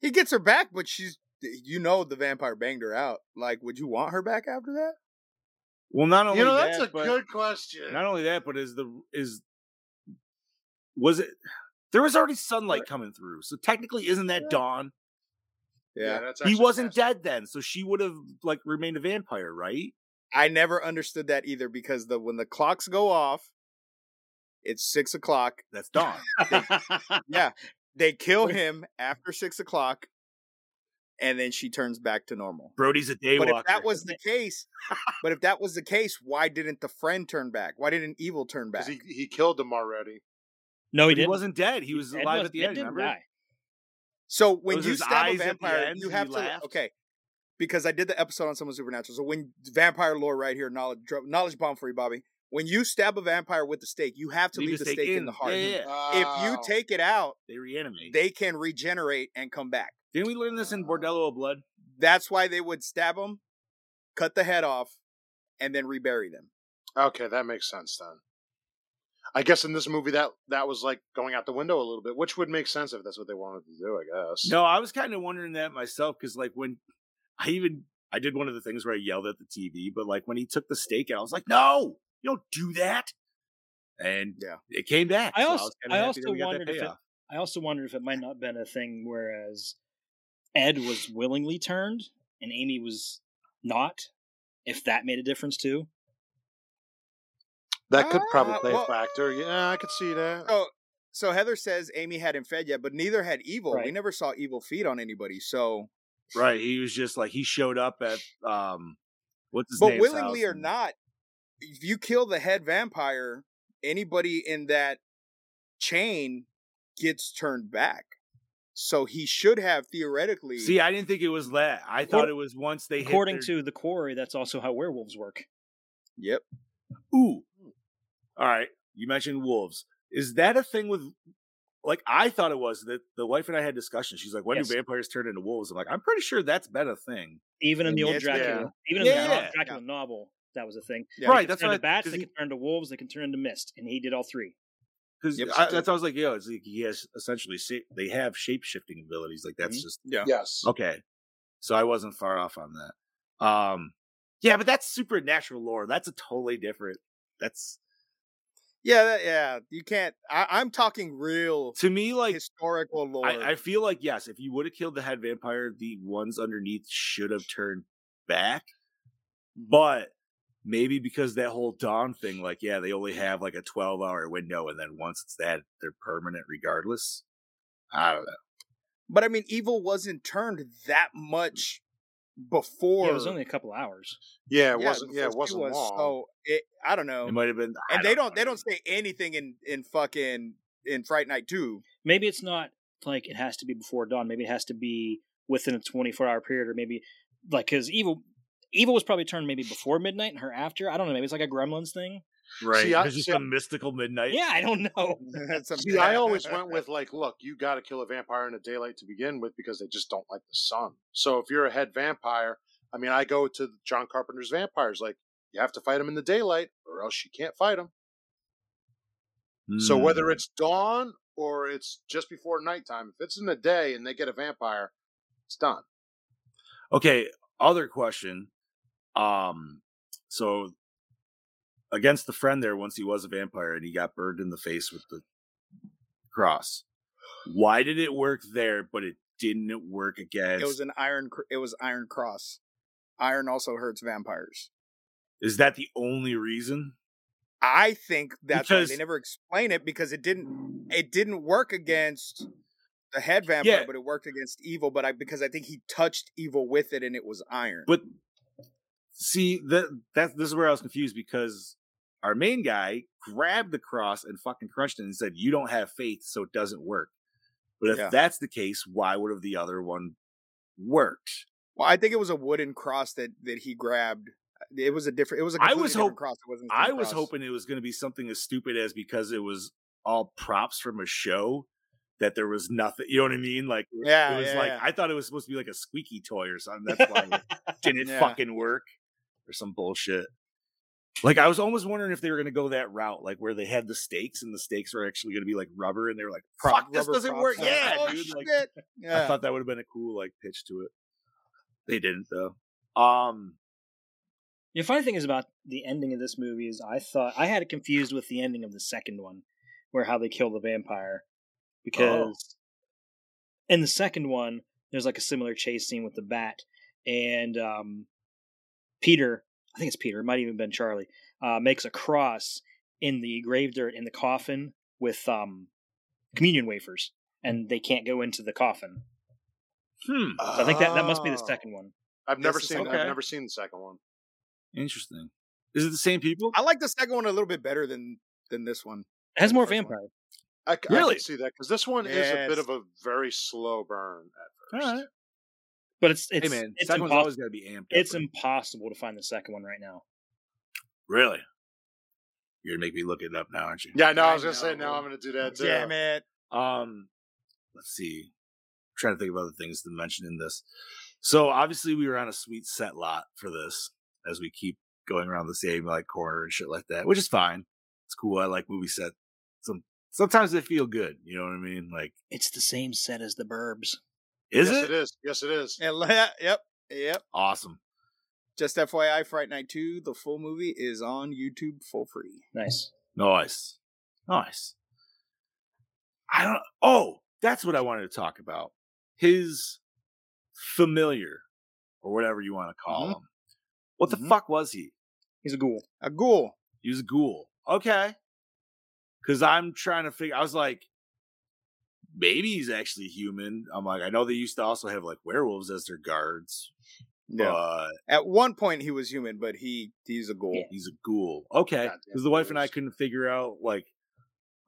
Speaker 5: He gets her back, but she's you know the vampire banged her out. Like, would you want her back after that?
Speaker 3: Well, not only
Speaker 6: You know, that's
Speaker 3: that,
Speaker 6: a
Speaker 3: but-
Speaker 6: good question.
Speaker 3: Not only that, but is the is was it? There was already sunlight coming through, so technically, isn't that dawn?
Speaker 5: Yeah.
Speaker 6: that's
Speaker 3: He
Speaker 6: actually
Speaker 3: wasn't
Speaker 6: nasty.
Speaker 3: dead then, so she would have like remained a vampire, right?
Speaker 5: I never understood that either because the when the clocks go off, it's six o'clock.
Speaker 3: That's dawn.
Speaker 5: Yeah. They kill him after six o'clock, and then she turns back to normal.
Speaker 3: Brody's a day
Speaker 5: But
Speaker 3: walker.
Speaker 5: if that was the case, but if that was the case, why didn't the friend turn back? Why didn't evil turn back?
Speaker 6: because he, he killed them already.
Speaker 4: No, he
Speaker 3: But he
Speaker 4: didn't.
Speaker 3: wasn't dead. He was
Speaker 4: Ed
Speaker 3: alive
Speaker 4: was-
Speaker 3: at the
Speaker 4: Ed
Speaker 3: end.
Speaker 4: didn't
Speaker 3: Remember?
Speaker 4: die.
Speaker 5: So when
Speaker 3: Those
Speaker 5: you
Speaker 3: his
Speaker 5: stab a
Speaker 3: eyes at the
Speaker 5: vampire,
Speaker 3: end
Speaker 5: you
Speaker 3: and
Speaker 5: have
Speaker 3: he
Speaker 5: to
Speaker 3: laughed?
Speaker 5: okay. Because I did the episode on someone supernatural. So when vampire lore right here, knowledge dro- knowledge bomb for you, Bobby. When you stab a vampire with the stake, you have to leave, the stake, in. the heart.
Speaker 3: Yeah, yeah, yeah.
Speaker 5: If you
Speaker 6: Wow.
Speaker 5: take it out,
Speaker 3: They reanimate.
Speaker 5: they can regenerate and come back.
Speaker 3: Didn't we learn this in Bordello of Blood?
Speaker 5: That's why they would stab them, cut the head off, and then rebury them.
Speaker 6: Okay, that makes sense then. I guess in this movie that that was like going out the window a little bit, which would make sense if that's what they wanted to do. I guess.
Speaker 3: No, I was kind of wondering that myself because, like, when I even I did one of the things where I yelled at the TV, but like when he took the stake out, I was like, "No, you don't do that." And
Speaker 5: Yeah.
Speaker 3: it came back.
Speaker 4: I
Speaker 3: so
Speaker 4: also-
Speaker 3: was kinda
Speaker 4: I
Speaker 3: happy
Speaker 4: also
Speaker 3: that we got that
Speaker 4: wondered if it-
Speaker 3: payoff.
Speaker 4: I also wondered if it might not have been a thing whereas Ed was willingly turned and Amy was not, if that made a difference too.
Speaker 6: that could probably
Speaker 5: Uh,
Speaker 6: play
Speaker 5: well-
Speaker 6: a factor. Yeah, I could see that.
Speaker 5: Oh, So Heather says Amy hadn't fed yet, but neither had evil. We
Speaker 4: Right.
Speaker 5: never saw evil feed on anybody. So,
Speaker 3: right. He was just like he showed up at um, what's his
Speaker 5: but
Speaker 3: name's
Speaker 5: willingly
Speaker 3: house
Speaker 5: or
Speaker 3: and-
Speaker 5: not, if you kill the head vampire, anybody in that chain gets turned back. So he should have theoretically.
Speaker 3: See, I didn't think it was that. I thought it was once they
Speaker 4: According
Speaker 3: hit their-
Speaker 4: to the quarry, that's also how werewolves work.
Speaker 5: yep.
Speaker 3: Ooh. All right. You mentioned wolves. Is that a thing with like I thought it was that the wife and I had discussions. She's like, when
Speaker 4: Yes.
Speaker 3: do vampires turn into wolves? I'm like, I'm pretty sure that's been a thing.
Speaker 4: Even in the old
Speaker 5: Yes,
Speaker 4: Dracula,
Speaker 6: yeah.
Speaker 4: even in the
Speaker 3: Yeah.
Speaker 4: no- Dracula novel, that was a thing.
Speaker 5: Yeah,
Speaker 3: right.
Speaker 4: They could
Speaker 3: That's
Speaker 4: turn
Speaker 3: what
Speaker 4: into bats,
Speaker 3: because
Speaker 4: they could turn into wolves, they could turn into mist, and he did all three.
Speaker 5: Yep, she
Speaker 3: that's
Speaker 5: did.
Speaker 3: what I was like, yo, it's like he has essentially sa- they have shape shifting abilities. Like that's
Speaker 4: Mhm.
Speaker 3: just
Speaker 5: Yeah.
Speaker 6: Yes.
Speaker 3: okay. So I wasn't far off on that. Um, yeah, but that's supernatural lore. That's a totally different. That's
Speaker 5: Yeah, that, yeah. You can't. I, I'm talking real
Speaker 3: to me like
Speaker 5: historical lore.
Speaker 3: I, I feel like yes, if you would have killed the head vampire, the ones underneath should have turned back.
Speaker 5: Mm-hmm.
Speaker 3: But maybe because that whole dawn thing, like yeah, they only have like a twelve hour window, and then once it's that, they're permanent regardless. I don't know.
Speaker 5: but I mean, evil wasn't turned that
Speaker 3: Mm.
Speaker 5: much before.
Speaker 4: Yeah, it was only a couple hours.
Speaker 6: Yeah, it wasn't. Yeah, it
Speaker 5: before she
Speaker 6: wasn't
Speaker 5: was,
Speaker 6: long.
Speaker 5: So it, I don't know.
Speaker 3: It might have been, I
Speaker 5: Um, and they don't. They
Speaker 3: know.
Speaker 5: don't say anything in in fucking in Fright Night Two.
Speaker 4: Maybe it's not like it has to be before dawn. Maybe it has to be within a 24 hour period, or maybe like because evil. Evil was probably turned maybe before midnight and her after. I don't know. Maybe it's like a Gremlins thing.
Speaker 3: right.
Speaker 6: See, I-
Speaker 3: It's just
Speaker 6: see,
Speaker 3: a
Speaker 6: I-
Speaker 3: mystical midnight.
Speaker 4: Yeah, I don't know.
Speaker 6: See, I always went with like, look, you got to kill a vampire in the daylight to begin with because they just don't like the sun. So if you're a head vampire, I mean, I go to John Carpenter's vampires. Like, you have to fight them in the daylight, or else you can't fight them. So
Speaker 3: Hmm.
Speaker 6: whether it's dawn or it's just before nighttime, if it's in the day and they get a vampire, it's done.
Speaker 3: Okay, other question. Um, so against the friend there, once he was a vampire and he got burned in the face with the cross, why did it work there but it didn't work against?
Speaker 5: It was an iron. cr- It was Iron Cross. Iron also hurts vampires.
Speaker 3: Is that the only reason?
Speaker 5: I think that's why they
Speaker 3: Because-
Speaker 5: never explain it because it didn't it didn't work against the head vampire,
Speaker 3: Yeah.
Speaker 5: but it worked against evil. But I because I think he touched evil with it and it was iron.
Speaker 3: But see that that this is where I was confused because our main guy grabbed the cross and fucking crunched it and said, "You don't have faith, so it doesn't work." But if
Speaker 5: Yeah.
Speaker 3: that's the case, why would have the other one worked?
Speaker 5: well, I think it was a wooden cross that that he grabbed. It was a different. It was a
Speaker 3: I
Speaker 5: completely
Speaker 3: was
Speaker 5: different
Speaker 3: hope-
Speaker 5: cross. It wasn't. the same
Speaker 3: I was
Speaker 5: cross.
Speaker 3: hoping it was going to be something as stupid as because it was all props from a show that there was nothing. You know what I mean? Like
Speaker 5: Yeah,
Speaker 3: it was
Speaker 5: yeah,
Speaker 3: like
Speaker 5: yeah.
Speaker 3: I thought it was supposed to be like a squeaky toy or something. That's why it didn't
Speaker 5: Yeah.
Speaker 3: fucking work or some bullshit. Like I was almost wondering if they were going to go that route, like where they had the stakes and the stakes were actually going to be like rubber, and they were like,
Speaker 5: Prop-
Speaker 3: "Fuck, this
Speaker 5: rubber
Speaker 3: doesn't
Speaker 5: props.
Speaker 3: work." Yeah,
Speaker 5: Oh,
Speaker 3: dude. Like,
Speaker 5: shit. yeah.
Speaker 3: I thought that would have been a cool like pitch to it. They didn't though. Um,
Speaker 4: The funny thing is about the ending of this movie is I thought I had it confused with the ending of the second one, where how they kill the vampire,
Speaker 3: Oh.
Speaker 4: because in the second one there's like a similar chase scene with the bat and um, Peter, I think it's Peter, it might even been Charlie, uh, makes a cross in the grave dirt in the coffin with um, communion wafers, and they can't go into the coffin.
Speaker 3: Hmm.
Speaker 4: So I think that, that must be
Speaker 3: Oh.
Speaker 6: Oh.
Speaker 4: the second one.
Speaker 6: I've never
Speaker 5: This is-
Speaker 6: seen.
Speaker 3: okay.
Speaker 6: I've never seen the second one.
Speaker 3: Interesting. Is it the same people?
Speaker 5: I like the second one a little bit better than than this one.
Speaker 4: It has more
Speaker 5: The first one.
Speaker 4: vampire.
Speaker 6: I, c- I
Speaker 3: Really?
Speaker 6: can see that because this one is a
Speaker 5: Yes.
Speaker 6: bit of a very slow burn at first.
Speaker 3: Alright.
Speaker 4: But it's it's
Speaker 3: Hey man,
Speaker 4: it's,
Speaker 3: second one's
Speaker 4: impos-
Speaker 3: always got to be amped. up
Speaker 4: it's
Speaker 3: for me.
Speaker 4: impossible to find the second one right now.
Speaker 3: really. You're gonna make me look it up now, aren't you?
Speaker 6: Yeah, no, I was
Speaker 5: I
Speaker 6: gonna say
Speaker 5: know.
Speaker 6: now I'm gonna do that
Speaker 3: uh,
Speaker 6: too.
Speaker 5: Damn it!
Speaker 3: Um, let's see. I'm trying to think of other things to mention in this. So obviously we were on a sweet set lot for this, as we keep going around the same like corner and shit like that, which is fine. It's cool. I like movie set. Some sometimes they feel good. You know what I mean? Like,
Speaker 4: It's the same set as the Burbs.
Speaker 6: yes,
Speaker 3: is it?
Speaker 6: it is. Yes, it is.
Speaker 5: And la- yep, yep.
Speaker 3: Awesome.
Speaker 5: Just FYI, Fright Night Two, the full movie is on YouTube for free.
Speaker 4: Nice.
Speaker 3: Nice. Nice. I don't oh, that's what I wanted to talk about. His familiar or whatever you want to call
Speaker 4: Mm-hmm.
Speaker 5: Mhm.
Speaker 3: him. What the
Speaker 5: Mhm.
Speaker 3: fuck was he?
Speaker 4: He's a ghoul.
Speaker 5: A ghoul.
Speaker 3: He was a ghoul. Okay. Cause I'm trying to figure I was like, maybe he's actually human. I'm like, I know they used to also have like werewolves as their guards, but
Speaker 5: At one point, he was human, but he he's a ghoul.
Speaker 3: he's a ghoul. Okay.
Speaker 6: Goddamn
Speaker 3: Because the wife and I
Speaker 6: ghouls.
Speaker 3: couldn't figure out like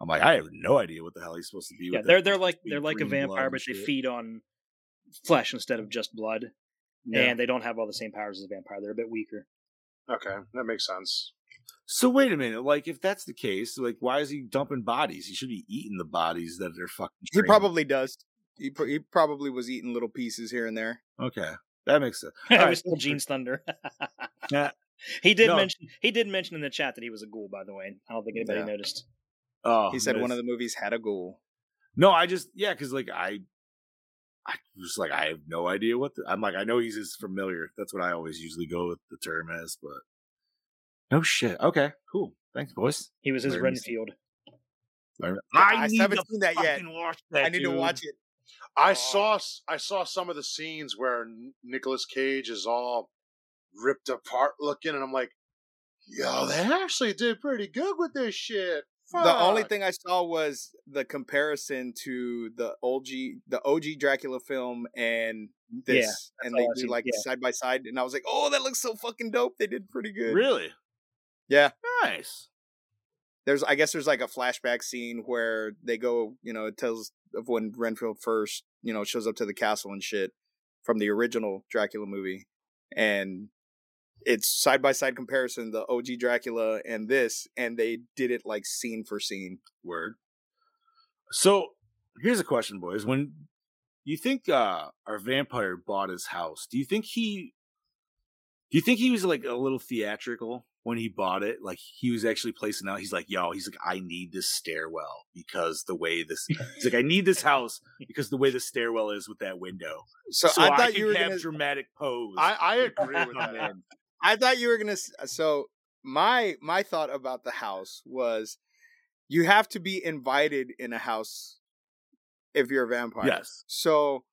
Speaker 3: I'm like, I have no idea what the hell he's supposed to be
Speaker 4: Yeah,
Speaker 3: with that
Speaker 4: they're they're
Speaker 3: fucking
Speaker 4: like
Speaker 3: sweet
Speaker 4: they're like a
Speaker 3: green blood
Speaker 4: vampire,
Speaker 3: and
Speaker 4: but they
Speaker 3: shit.
Speaker 4: feed on flesh instead of just blood.
Speaker 3: Yeah.
Speaker 4: And they don't have all the same powers as a vampire. They're a bit weaker.
Speaker 6: Okay, that makes sense.
Speaker 3: So wait a minute, like if that's the case, like why is he dumping bodies? He should be eating the bodies that are fucking.
Speaker 5: He
Speaker 3: training.
Speaker 5: probably does. He pr- he probably was eating little pieces here and there.
Speaker 3: okay. That makes sense.
Speaker 4: I
Speaker 3: Alright,
Speaker 4: was still
Speaker 3: that's
Speaker 4: Gene Thunder.
Speaker 3: Yeah.
Speaker 4: He did
Speaker 3: No.
Speaker 4: mention he did mention in the chat that he was a ghoul, by the way. I don't think anybody
Speaker 5: Yeah.
Speaker 4: noticed.
Speaker 3: Oh,
Speaker 5: he said one of
Speaker 3: the
Speaker 5: the movies had a ghoul.
Speaker 3: no. I just yeah, because like I, I was like I have no idea what the, I'm like. I know he's his familiar. That's what I always usually go with the term as, but no shit. Okay, cool. Thanks, boys.
Speaker 4: He was his
Speaker 3: Learned
Speaker 4: Renfield.
Speaker 3: I,
Speaker 5: I
Speaker 3: need
Speaker 5: haven't
Speaker 3: to
Speaker 5: seen that yet.
Speaker 3: fucking watch that,
Speaker 5: I need
Speaker 3: dude.
Speaker 5: to watch it. Oh,
Speaker 6: I saw s- I saw some of the scenes where Nicholas Cage is all ripped apart looking, and I'm like, yo, they actually did pretty good with this shit.
Speaker 5: The only
Speaker 6: Fuck.
Speaker 5: thing I saw was the comparison to the OG the OG Dracula film and this, and
Speaker 4: all
Speaker 5: they
Speaker 4: I've
Speaker 5: do
Speaker 4: seen,
Speaker 5: like
Speaker 4: yeah.
Speaker 5: side by side, and I was like, oh, that looks so fucking dope. They did pretty good.
Speaker 3: Really?
Speaker 5: Yeah.
Speaker 3: Nice.
Speaker 5: There's, I guess, there's like a flashback scene where they go, you know, it tells of when Renfield first, you know, shows up to the castle and shit from the original Dracula movie, and it's side by side comparison the OG Dracula and this, and they did it like scene for scene.
Speaker 3: Word. So here's a question, boys. When you think uh our vampire bought his house, do you think he do you think he was like a little theatrical when he bought it? Like he was actually placing out, he's like, yo, he's like, I need this stairwell because the way this he's like, I need this house because the way the stairwell is with that window.
Speaker 5: So,
Speaker 3: so
Speaker 5: I
Speaker 3: I,
Speaker 5: thought
Speaker 3: can
Speaker 5: you were
Speaker 3: have
Speaker 5: gonna.
Speaker 3: dramatic pose.
Speaker 6: I, I agree with
Speaker 3: Yeah.
Speaker 6: that.
Speaker 5: I thought you were gonna. s- uh, So my my thought about the house was, you have to be invited in a house if you're a vampire.
Speaker 3: yes.
Speaker 5: So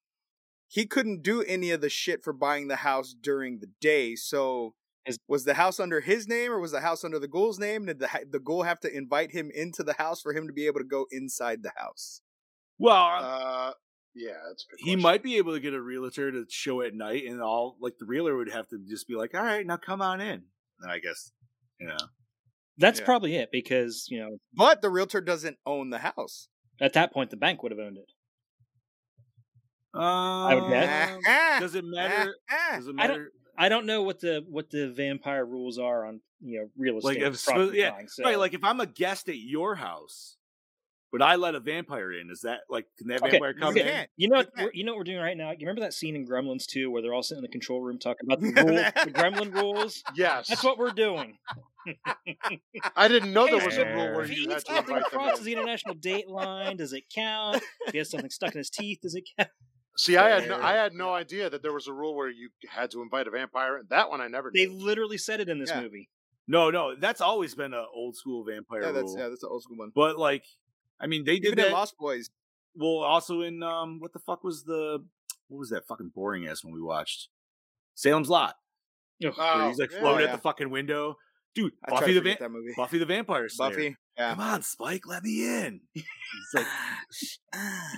Speaker 5: he couldn't do any of the shit for buying the house during the day. So
Speaker 4: Is-
Speaker 5: was the house under his name or was the house under the ghoul's name? Did the ha- the ghoul have to invite him into the house for him to be able to go inside the house?
Speaker 3: Well,
Speaker 6: Uh, yeah, that's a good
Speaker 3: he
Speaker 6: question.
Speaker 3: might be able to get a realtor to show at night and all like the realtor would have to just be like all right now come on in and i guess you know
Speaker 4: That's
Speaker 6: Yeah.
Speaker 4: probably it because, you know,
Speaker 5: But the realtor doesn't own the house.
Speaker 4: at that point the bank would have owned it. would
Speaker 5: Eh,
Speaker 4: guess.
Speaker 3: um,
Speaker 5: Uh,
Speaker 3: does it matter does it
Speaker 4: I don't-
Speaker 3: matter
Speaker 4: I don't know what the what the vampire rules are on, you know, real
Speaker 3: Like,
Speaker 4: estate.
Speaker 3: if spo-
Speaker 4: property
Speaker 3: yeah,
Speaker 4: buying, so-
Speaker 3: right like if i'm a guest at your house but i let a vampire in is that like can that
Speaker 4: Okay,
Speaker 3: vampire
Speaker 5: You
Speaker 3: come in
Speaker 5: can't.
Speaker 4: You know,
Speaker 5: You
Speaker 4: what,
Speaker 5: can't.
Speaker 4: we're- you know what we're doing right now. You remember that scene in Gremlins 2 where they're all sitting in the control room talking about the, rule, the Gremlin rules?
Speaker 6: Yes,
Speaker 4: That's what we're doing.
Speaker 6: I didn't know there was a
Speaker 4: Hey,
Speaker 6: rule where
Speaker 4: If
Speaker 6: you
Speaker 4: he
Speaker 6: had
Speaker 4: eats
Speaker 6: to
Speaker 4: something
Speaker 6: invite them
Speaker 4: crosses
Speaker 6: in.
Speaker 4: the international date line, does it count? If he has something stuck in his teeth, does it count?
Speaker 6: See, I had no, I
Speaker 5: Fair.
Speaker 6: had no idea that there was a rule where you had to invite a vampire. and That one I never
Speaker 4: They
Speaker 6: knew.
Speaker 4: literally said it in this
Speaker 5: Yeah.
Speaker 4: movie.
Speaker 3: no no that's always been an old school vampire
Speaker 5: Yeah, that's
Speaker 3: rule
Speaker 5: yeah, that's an old school one.
Speaker 3: but like i mean they did
Speaker 5: Even in
Speaker 3: that
Speaker 5: Lost Boys,
Speaker 3: well also in um what the fuck was the what was that fucking boring ass when we watched salem's lot
Speaker 4: Ugh.
Speaker 6: Oh,
Speaker 3: where he's like
Speaker 6: yeah.
Speaker 3: floating
Speaker 5: Oh, yeah.
Speaker 3: at the fucking window dude,
Speaker 5: I
Speaker 3: Buffy
Speaker 5: Buffy
Speaker 3: the
Speaker 5: to
Speaker 3: Va-
Speaker 5: forget that movie.
Speaker 3: Buffy the Vampire Slayer.
Speaker 5: Buffy.
Speaker 3: Come on, Spike, let me in. He's like,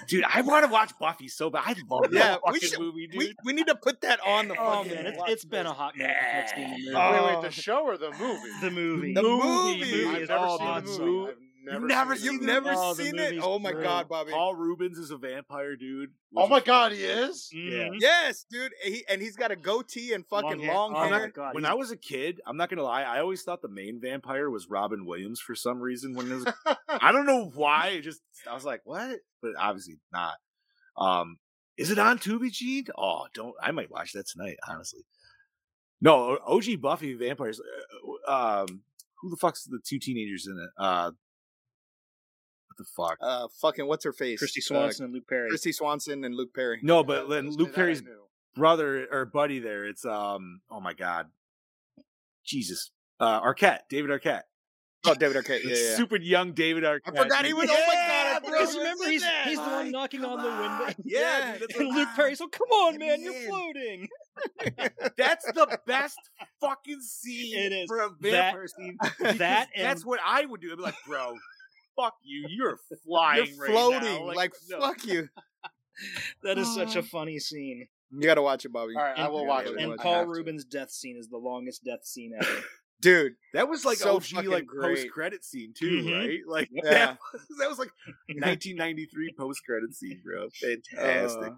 Speaker 3: dude, I want to watch Buffy so bad. I love
Speaker 5: Yeah,
Speaker 3: that
Speaker 5: we
Speaker 3: fucking
Speaker 5: should-
Speaker 3: movie, dude.
Speaker 5: We, we need to put that on the
Speaker 4: Oh
Speaker 5: fucking.
Speaker 4: man, it's,
Speaker 6: watch
Speaker 4: it's been
Speaker 6: this.
Speaker 4: a hot minute. since I've seen the movie.
Speaker 5: Oh,
Speaker 6: wait, wait, the show or the movie?
Speaker 4: the movie.
Speaker 5: The
Speaker 4: The
Speaker 5: movie.
Speaker 4: movie
Speaker 6: I've
Speaker 4: is
Speaker 6: never
Speaker 4: all
Speaker 6: seen
Speaker 4: about
Speaker 6: the
Speaker 4: something.
Speaker 6: movie. I've never,
Speaker 3: You've
Speaker 6: seen
Speaker 5: You've
Speaker 3: never
Speaker 6: the
Speaker 3: seen
Speaker 6: movie.
Speaker 5: never
Speaker 4: Oh, the
Speaker 5: seen it?
Speaker 4: movie's
Speaker 5: Oh my
Speaker 4: brutal.
Speaker 5: god, Bobby.
Speaker 3: Paul Rubens is a vampire, dude.
Speaker 6: Oh my god, he is.
Speaker 3: Yeah.
Speaker 4: Mhm.
Speaker 5: Yes, dude. He, and he's got a goatee and fucking
Speaker 4: hair.
Speaker 5: long
Speaker 4: Oh,
Speaker 5: hair.
Speaker 4: my
Speaker 3: When I-
Speaker 4: God,
Speaker 3: when
Speaker 4: he's-
Speaker 3: I was a kid, I'm not gonna lie, I always thought the main vampire was Robin Williams for some reason. When I, was, I don't know why, it just I was like, what? But obviously not. Um, is it on Tubi, Gene? Oh, don't. I might watch that tonight, honestly. No, O- OG Buffy vampires. uh, Um, who the fuck's the two teenagers in it? Uh, what the fuck?
Speaker 5: uh, fucking what's her face?
Speaker 4: Christy
Speaker 5: Uh,
Speaker 4: Swanson and Luke Perry.
Speaker 5: Christy Swanson and Luke Perry.
Speaker 3: No, but then
Speaker 6: That I
Speaker 3: Luke Perry's
Speaker 6: knew.
Speaker 3: brother or buddy there. It's um. Oh my god, Jesus, uh, Arquette, David Arquette.
Speaker 5: Oh, David Arquette. Yeah,
Speaker 3: Like,
Speaker 5: yeah.
Speaker 3: super young David Arquette.
Speaker 5: I forgot he
Speaker 3: dude.
Speaker 5: was. Oh my god, I
Speaker 3: Yeah,
Speaker 5: forgot he
Speaker 4: Because
Speaker 5: was
Speaker 4: remember,
Speaker 5: in
Speaker 4: he's,
Speaker 5: that.
Speaker 4: he's the one
Speaker 3: Mike,
Speaker 4: knocking
Speaker 3: come
Speaker 4: on the window.
Speaker 3: Yeah, dude,
Speaker 4: And Luke Perry's like, come on,
Speaker 3: Let
Speaker 4: man,
Speaker 3: me
Speaker 4: you're
Speaker 3: in."
Speaker 4: floating.
Speaker 3: that's the best fucking scene
Speaker 4: It is.
Speaker 3: for a
Speaker 4: That-
Speaker 3: vampire scene.
Speaker 4: That
Speaker 3: because that's
Speaker 4: and-
Speaker 3: what I would do. I'd be like, bro, fuck you. You're flying,
Speaker 5: You're
Speaker 3: right now."
Speaker 5: floating. Like,
Speaker 3: no.
Speaker 5: fuck you.
Speaker 4: That is such a
Speaker 5: Oh.
Speaker 4: funny scene.
Speaker 5: You gotta watch it, Bobby.
Speaker 6: All right, I
Speaker 4: And-
Speaker 6: will watch
Speaker 5: Yeah,
Speaker 6: it.
Speaker 5: we
Speaker 4: And
Speaker 5: watch
Speaker 6: I
Speaker 4: Paul
Speaker 6: have to.
Speaker 4: Rubin's death scene is the longest death scene ever.
Speaker 5: Dude,
Speaker 3: That was like
Speaker 5: So
Speaker 3: OG
Speaker 5: fucking
Speaker 3: like
Speaker 5: great. Mm-hmm.
Speaker 3: post credit scene too,
Speaker 4: Mhm.
Speaker 3: right? Like
Speaker 5: Yeah.
Speaker 3: that, was, that was like 1993 post credit scene, bro. Fantastic.
Speaker 5: Uh,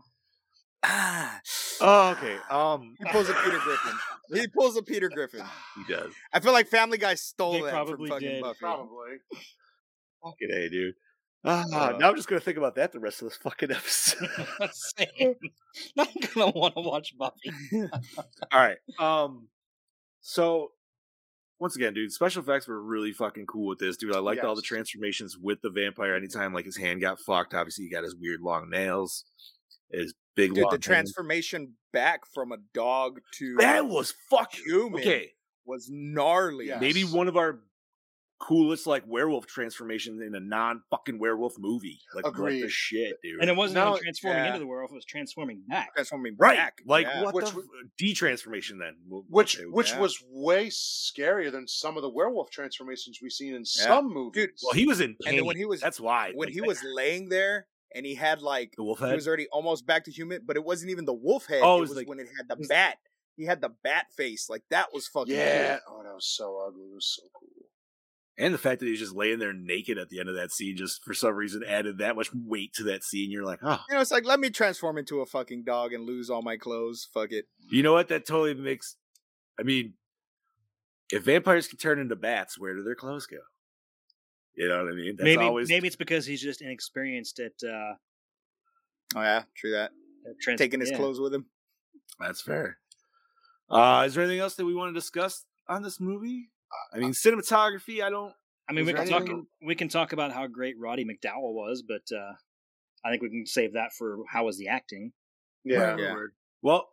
Speaker 5: ah,
Speaker 3: oh, okay. Um,
Speaker 5: he pulls a Peter Griffin. He pulls a Peter Griffin.
Speaker 3: he does.
Speaker 5: I feel like Family Guy stole
Speaker 4: They
Speaker 5: that
Speaker 4: probably
Speaker 5: from fucking
Speaker 4: did.
Speaker 5: Buffy.
Speaker 6: Probably.
Speaker 3: Fucking a, dude. Oh. Ah,
Speaker 5: Uh,
Speaker 3: now I'm just gonna think about that the rest of this fucking episode.
Speaker 4: Same. Not gonna want to watch Buffy.
Speaker 3: All right. Um. So, once again, dude, special effects were really fucking cool with this, dude. I liked all the
Speaker 6: Yes.
Speaker 3: transformations with the vampire. Anytime like his hand got fucked, obviously he got his weird long nails, his big
Speaker 5: Dude,
Speaker 3: long.
Speaker 5: the
Speaker 3: hands.
Speaker 5: transformation back from a dog to
Speaker 3: that was fucking
Speaker 5: human
Speaker 3: okay.
Speaker 5: was gnarly.
Speaker 6: Yeah.
Speaker 3: Maybe
Speaker 6: Yes.
Speaker 3: one of our coolest like werewolf transformations in a non fucking werewolf movie. Like what the
Speaker 6: Agreed.
Speaker 3: shit, dude.
Speaker 4: And it wasn't even
Speaker 6: No,
Speaker 4: transforming
Speaker 5: yeah.
Speaker 4: into the world; it was transforming back.
Speaker 5: Transforming
Speaker 3: right,
Speaker 5: back.
Speaker 3: like
Speaker 5: yeah.
Speaker 3: what
Speaker 6: Which
Speaker 3: the
Speaker 6: w-
Speaker 3: de transformation then? Well,
Speaker 6: Which
Speaker 3: okay,
Speaker 6: which
Speaker 5: yeah.
Speaker 6: was way scarier than some of the werewolf transformations we've seen in some movies.
Speaker 5: Dude,
Speaker 3: well he was in
Speaker 5: And
Speaker 3: pain.
Speaker 5: then when he was
Speaker 3: that's why
Speaker 5: when
Speaker 3: like,
Speaker 5: he
Speaker 3: that-
Speaker 5: was laying there and he had like
Speaker 3: the wolf
Speaker 5: he
Speaker 3: head.
Speaker 5: was already almost back to human, but it wasn't even the wolf head.
Speaker 3: Oh,
Speaker 5: it
Speaker 3: it
Speaker 5: was
Speaker 3: was like-
Speaker 5: when it had the
Speaker 3: was-
Speaker 5: bat. He had the bat face. Like that was fucking
Speaker 6: yeah.
Speaker 5: cool.
Speaker 6: Oh, that was so ugly. It was so cool.
Speaker 3: And the fact that he's just laying there naked at the end of that scene just for some reason added that much weight to that scene. You're like, oh,
Speaker 5: You know, it's like let me transform into a fucking dog and lose all my clothes. Fuck it.
Speaker 3: you know what? That totally makes. I mean, if vampires can turn into bats, where do their clothes go? You know what I mean? That's
Speaker 4: maybe
Speaker 3: always
Speaker 4: maybe it's because he's just inexperienced at uh,
Speaker 5: Oh yeah, true that.
Speaker 4: at trans-
Speaker 5: Taking his
Speaker 4: yeah.
Speaker 5: clothes with him.
Speaker 3: that's fair. Uh, is there anything else that we want to discuss on this movie? I mean, cinematography. I don't.
Speaker 4: I mean,
Speaker 3: Is
Speaker 4: we
Speaker 3: there
Speaker 4: can talk
Speaker 3: anything-
Speaker 4: we can talk about how great Roddy McDowell was, but uh, I think we can save that for how was the acting.
Speaker 6: Yeah.
Speaker 5: Yeah.
Speaker 3: Well,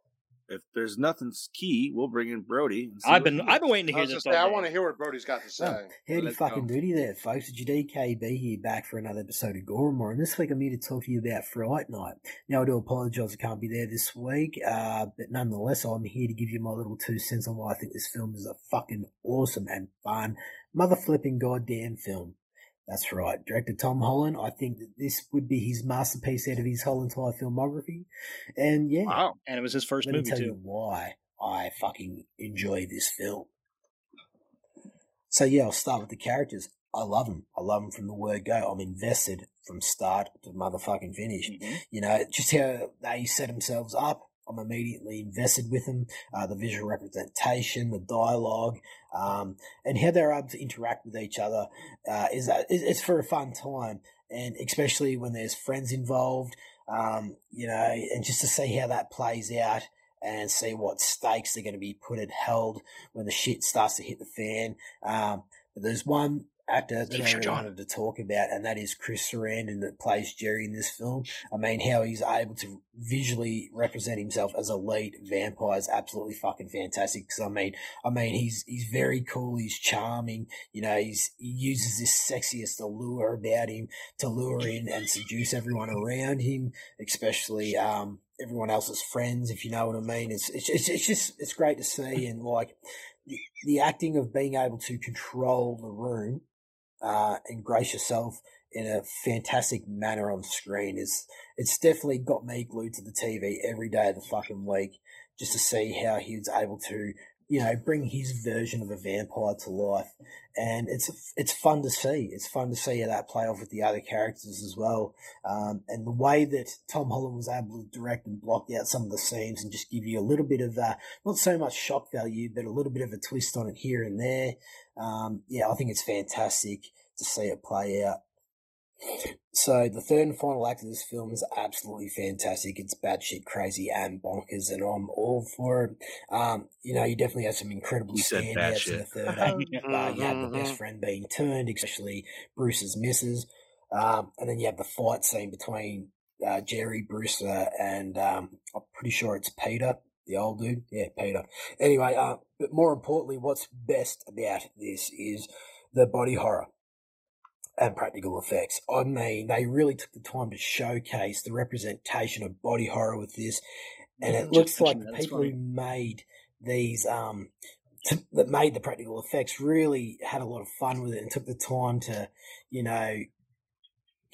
Speaker 3: if there's nothing s- key, we'll bring in Brody. and see
Speaker 4: I've
Speaker 3: what
Speaker 4: been
Speaker 3: he
Speaker 4: I've been
Speaker 3: thinks.
Speaker 4: waiting to
Speaker 6: I,
Speaker 4: hear
Speaker 6: was
Speaker 4: this.
Speaker 6: just
Speaker 4: All
Speaker 6: saying, I
Speaker 4: day.
Speaker 6: want to hear what Brody's got to say.
Speaker 7: Oh, heady
Speaker 5: Let's
Speaker 7: fucking
Speaker 5: go.
Speaker 7: booty there, folks. It's your DKB here back for another episode of Gormore. And this week I'm here to talk to you about Fright Night. Now, I do apologise I can't be there this week, uh, but nonetheless, I'm here to give you my little two cents on why I think this film is a fucking awesome and fun, mother flipping goddamn film. That's right. Director Tom Holland, I think that this would be his masterpiece out of his whole entire filmography. And yeah,
Speaker 3: Wow.
Speaker 4: and it was his first
Speaker 7: let me
Speaker 4: movie
Speaker 7: tell you
Speaker 4: too.
Speaker 7: why I fucking enjoy this film. So yeah, I'll start with the characters. I love them. I love them from the word go. I'm invested from start to motherfucking finish.
Speaker 4: Mhm.
Speaker 7: You know, just how they set themselves up. I'm immediately invested with them. Uh, the visual representation, the dialogue, um, and how they're able to interact with each other uh, is uh, is- it's for a fun time, and especially when there's friends involved. Um, you know, and just to see how that plays out and see what stakes are going to be put and held when the shit starts to hit the fan. Um, but there's one actor that
Speaker 4: Steve
Speaker 7: I really
Speaker 4: Sherjohn.
Speaker 7: wanted to talk about, and that is Chris Sarandon that plays Jerry in this film. I mean, how he's able to visually represent himself as a lead vampire is absolutely fucking fantastic. Because I mean, I mean, he's he's very cool, he's charming. You know, he's he uses this sexiest allure about him to lure in and seduce everyone around him especially um, everyone else's friends, if you know what I mean. It's, it's it's it's just it's great to see and like the, the acting of being able to control the room uh, and grace yourself in a fantastic manner on screen is it's definitely got me glued to the TV every day of the fucking week just to see how he was able to you know bring his version of a vampire to life and it's it's fun to see it's fun to see how that play off with the other characters as well um, and the way that Tom Holland was able to direct and block out some of the scenes and just give you a little bit of uh, not so much shock value but a little bit of a twist on it here and there um, yeah I think it's fantastic to see it play out so the third and final act of this film is absolutely fantastic. It's batshit crazy and bonkers, and I'm all for it. Um, you know, you definitely have some incredible
Speaker 3: You said
Speaker 7: standouts in the
Speaker 3: batshit.
Speaker 7: third act. Uh, you have the
Speaker 6: Mhm.
Speaker 7: best friend being turned, especially Bruce's missus, um, and then you have the fight scene between uh, Jerry, Bruce, uh, and um, I'm pretty sure it's Peter, the old dude. Yeah, Peter. Anyway, uh, but more importantly, what's best about this is the body horror and practical effects. I mean, they really took the time to showcase the representation of body horror with this, and it
Speaker 4: Just
Speaker 7: looks like
Speaker 4: mentioned
Speaker 7: the
Speaker 4: that, that's
Speaker 7: people
Speaker 4: funny.
Speaker 7: who made these um t- that made the practical effects really had a lot of fun with it and took the time to, you know,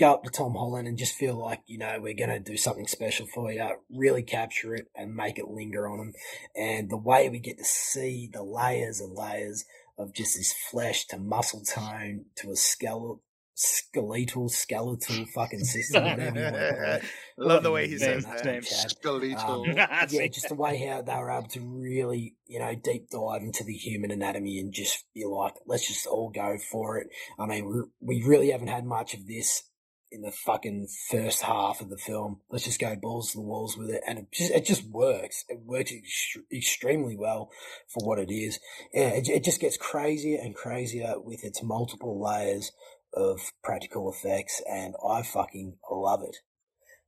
Speaker 7: go up to Tom Holland and just feel like, you know, we're going to do something special for you, really capture it and make it linger on him. And the way we get to see the layers and layers of just this flesh to muscle tone to a skeletal, skeletal, skeletal fucking system, whatever you want to call it.
Speaker 5: Love the way he
Speaker 7: Yeah,
Speaker 5: says
Speaker 7: that's
Speaker 5: that.
Speaker 4: name.
Speaker 7: Chad.
Speaker 6: Skeletal.
Speaker 7: Um, yeah, just the way how they were able to really, you know, deep dive into the human anatomy and just be like, let's just all go for it. I mean, we, we really haven't had much of this in the fucking first half of the film. Let's just go balls to the walls with it, and it just it just works. It works ex- extremely well for what it is. Yeah, it, it just gets crazier and crazier with its multiple layers of practical effects, and I fucking love it.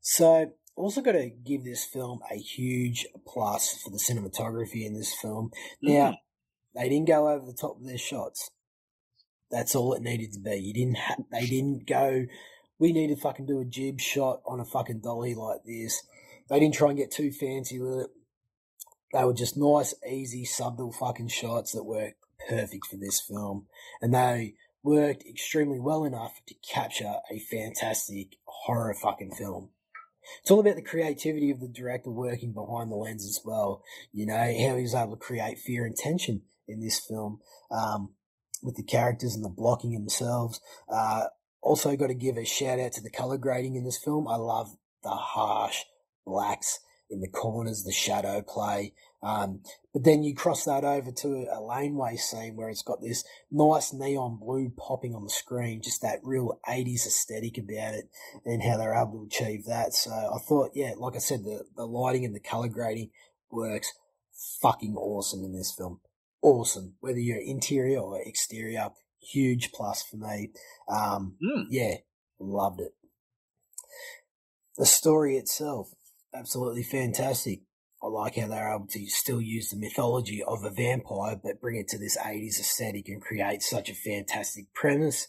Speaker 7: So, also got to give this film a huge plus for the cinematography in this film. Now, they didn't go over the top of their shots. That's all it needed to be. You didn't. Ha- they didn't go. We need to fucking do a jib shot on a fucking dolly like this. They didn't try and get too fancy with it. They were just nice, easy, subtle fucking shots that worked perfect for this film, and they worked extremely well enough to capture a fantastic horror fucking film it's all about the creativity of the director working behind the lens as well. You know, how he was able to create fear and tension in this film um, with the characters and the blocking themselves. Uh, also, got to give a shout out to the color grading in this film. I love the harsh blacks in the corners, the shadow play. Um, but then you cross that over to a laneway scene where it's got this nice neon blue popping on the screen, just that real 80s aesthetic about it and how they're able to achieve that. So I thought, yeah, like I said, the, the lighting and the color grading works fucking awesome in this film. Awesome. Whether you're interior or exterior, huge plus for me. Um,
Speaker 3: Hmm.
Speaker 7: Yeah, loved it. The story itself, absolutely fantastic. I like how they're able to still use the mythology of a vampire, but bring it to this 80s aesthetic and create such a fantastic premise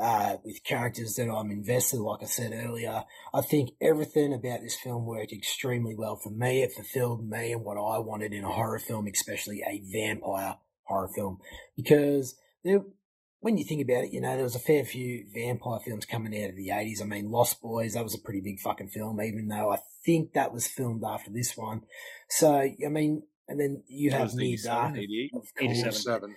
Speaker 7: uh, with characters that I'm invested. Like I said earlier, I think everything about this film worked extremely well for me. It fulfilled me and what I wanted in a horror film, especially a vampire horror film, because there, when you think about it, you know there was a fair few vampire films coming out of the '80s. I mean, Lost Boys that was a pretty big fucking film, even though I think that was filmed after this one. So I mean, and then you
Speaker 3: That
Speaker 7: have
Speaker 3: was
Speaker 7: Near
Speaker 3: 87,
Speaker 7: Dark,
Speaker 3: 88.
Speaker 7: of course
Speaker 4: 87.
Speaker 6: Seven.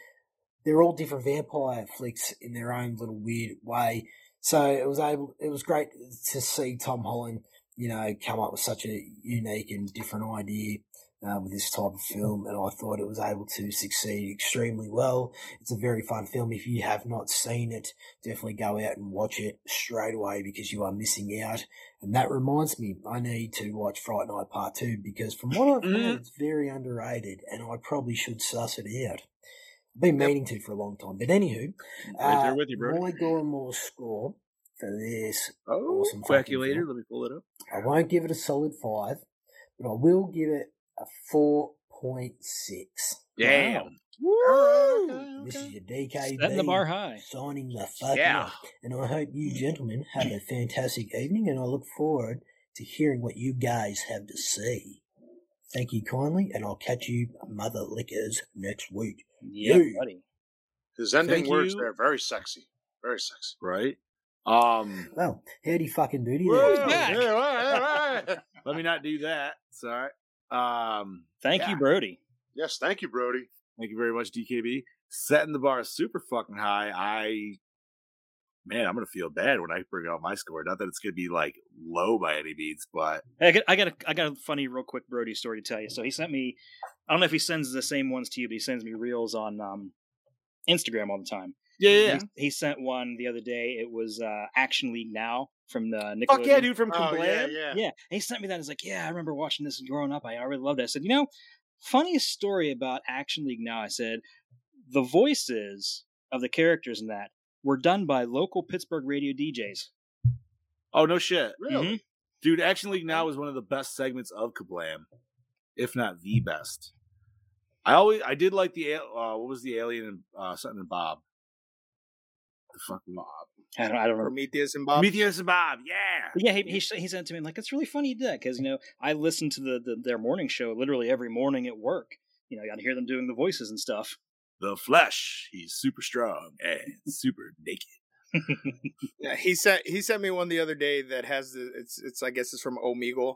Speaker 7: they're all different vampire flicks in their own little weird way. So it was able, it was great to see Tom Holland, you know, come up with such a unique and different idea uh, with this type of film, and I thought it was able to succeed extremely well. It's a very fun film. If you have not seen it, definitely go out and watch it straight away because you are missing out. And that reminds me, I need to watch Fright Night Part Two because from what I've heard, it's very underrated, and I probably should suss it out been meaning to for a long time. But anywho,
Speaker 3: Right there
Speaker 7: uh,
Speaker 3: with you, bro.
Speaker 7: Roy Gilmore's score for this,
Speaker 3: Oh,
Speaker 7: awesome fucking
Speaker 3: calculator.
Speaker 7: film.
Speaker 3: Let me pull it up.
Speaker 7: I won't give it a solid five, but I will give it a four point six.
Speaker 3: Damn.
Speaker 6: Woo!
Speaker 7: This is your DKB
Speaker 4: Setting the bar high.
Speaker 7: signing the fuck
Speaker 3: Yeah. Mm.
Speaker 7: up. And I hope you gentlemen have a fantastic evening, and I look forward to hearing what you guys have to say. Thank you kindly, and I'll catch you mother lickers next week.
Speaker 4: Yeah,
Speaker 7: Yay.
Speaker 4: buddy.
Speaker 6: His ending
Speaker 3: Thank
Speaker 6: words
Speaker 3: you.
Speaker 6: there, very sexy. Very sexy.
Speaker 3: right? Um,
Speaker 7: Well, howdy fucking booty.
Speaker 3: Whoa,
Speaker 7: there.
Speaker 3: yeah.
Speaker 6: Yeah, right, right, right.
Speaker 3: let me not do that. Sorry. Um,
Speaker 4: Thank
Speaker 3: Yeah.
Speaker 4: you, Brody.
Speaker 6: yes, thank you, Brody.
Speaker 3: Thank you very much, DKB. Setting the bar super fucking high. I, man, I'm gonna feel bad when I bring out my score. Not that it's gonna be like low by any means, but
Speaker 4: I got, I got a I got a funny, real quick Brody story to tell you. So he sent me, I don't know if he sends the same ones to you, but he sends me reels on um, Instagram all the time.
Speaker 3: yeah,
Speaker 4: He, he sent one the other day. It was uh, Action League Now from uh, Nickelodeon.
Speaker 3: Fuck yeah, dude from
Speaker 6: Oh,
Speaker 3: Kablam.
Speaker 6: yeah, yeah.
Speaker 4: Yeah, and he sent me that. He's like, yeah, I remember watching this growing up. I, I really loved it. I said, you know, funniest story about Action League now. I said, the voices of the characters in that were done by local Pittsburgh radio DJs.
Speaker 3: Oh no shit,
Speaker 6: Really?
Speaker 4: Mhm.
Speaker 3: dude. Action League Now is one of the best segments of Kablam, if not the best. I always I did like the al- uh, what was the alien and uh, something and Bob. The fucking Bob.
Speaker 4: I don't, I don't know.
Speaker 5: Prometheus and Bob.
Speaker 3: Meteors and Bob. Yeah.
Speaker 4: But yeah, he, he s- he sent it to me. I'm like, it's really funny you did that because you know I listen to the, the their morning show literally every morning at work. You know, I got to hear them doing the voices and stuff.
Speaker 3: The Flesh. He's super strong and super naked.
Speaker 5: Yeah, he sent he sent me one the other day that has the it's it's I guess it's from Omegle,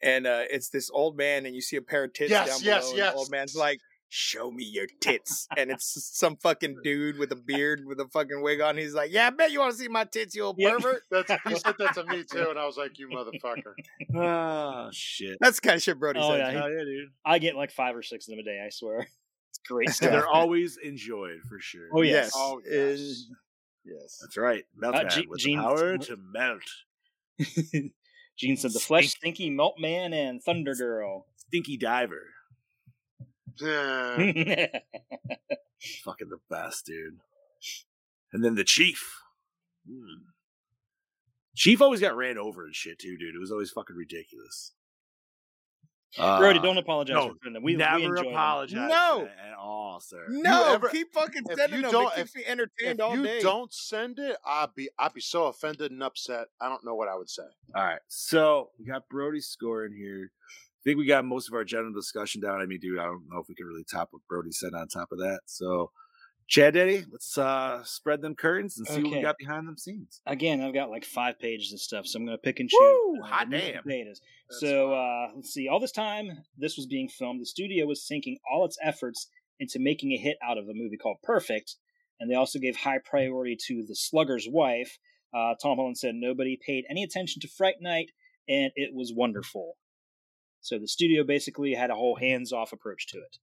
Speaker 5: and uh it's this old man and you see a pair of tits.
Speaker 6: Yes,
Speaker 5: down
Speaker 6: yes,
Speaker 5: below, and
Speaker 6: yes.
Speaker 5: The old man's like, "Show me your tits," and it's s- some fucking dude with a beard with a fucking wig on. He's like, "Yeah, I bet you want to see my tits, you old
Speaker 4: Yeah.
Speaker 5: pervert."
Speaker 6: That's, he said that to me too, and I was like, "You motherfucker!"
Speaker 3: Oh shit.
Speaker 5: That's the kind of shit Brody
Speaker 4: Oh,
Speaker 5: says.
Speaker 4: yeah, he-
Speaker 5: huh?
Speaker 3: dude.
Speaker 4: I get like five or six of them a day. I swear, it's great
Speaker 5: And
Speaker 4: stuff.
Speaker 3: And they're always enjoyed for sure.
Speaker 4: oh yes,
Speaker 6: Oh, yes.
Speaker 5: yes.
Speaker 3: That's right. Melt
Speaker 4: Uh,
Speaker 3: Man
Speaker 4: Gene-
Speaker 3: with
Speaker 4: Gene-
Speaker 3: the power to melt.
Speaker 4: Gene said the flesh, stinky melt man, and Thunder Girl.
Speaker 3: Stinky Diver. Mm.
Speaker 6: Yeah.
Speaker 4: yeah,
Speaker 3: Fucking the best, dude. And then the Chief. Hmm. Chief always got ran over and shit too, dude. It was always fucking ridiculous. Uh,
Speaker 4: Brody, don't apologize
Speaker 3: no,
Speaker 4: for offending them. We we
Speaker 3: never
Speaker 4: enjoy them.
Speaker 3: apologize for
Speaker 5: No.
Speaker 3: that at all, sir.
Speaker 5: No,
Speaker 6: You ever-
Speaker 5: keep fucking
Speaker 6: if
Speaker 5: sending
Speaker 6: you
Speaker 5: them.
Speaker 6: don't-
Speaker 5: it keeps me
Speaker 6: If
Speaker 5: entertained all
Speaker 6: you
Speaker 5: day.
Speaker 6: don't send it, I'd be I'd be so offended and upset. I don't know what I would say.
Speaker 3: All right. So we got Brody's score in here. I think we got most of our general discussion down. I mean, dude, I don't know if we can really top what Brody said on top of that. So, Chad Daddy, let's uh spread them curtains and see what we
Speaker 4: Okay.
Speaker 3: got behind them scenes.
Speaker 4: Again, I've got like five pages of stuff, so I'm going to pick and choose.
Speaker 3: Woo,
Speaker 4: uh,
Speaker 3: hot
Speaker 4: the music
Speaker 3: damn.
Speaker 4: potatoes.
Speaker 6: That's
Speaker 4: So uh, let's see. All this time, this was being filmed. The studio was sinking all its efforts into making a hit out of a movie called Perfect, and they also gave high priority to the Slugger's wife. Uh, Tom Holland said nobody paid any attention to Fright Night, and it was wonderful. So the studio basically had a whole hands-off approach to it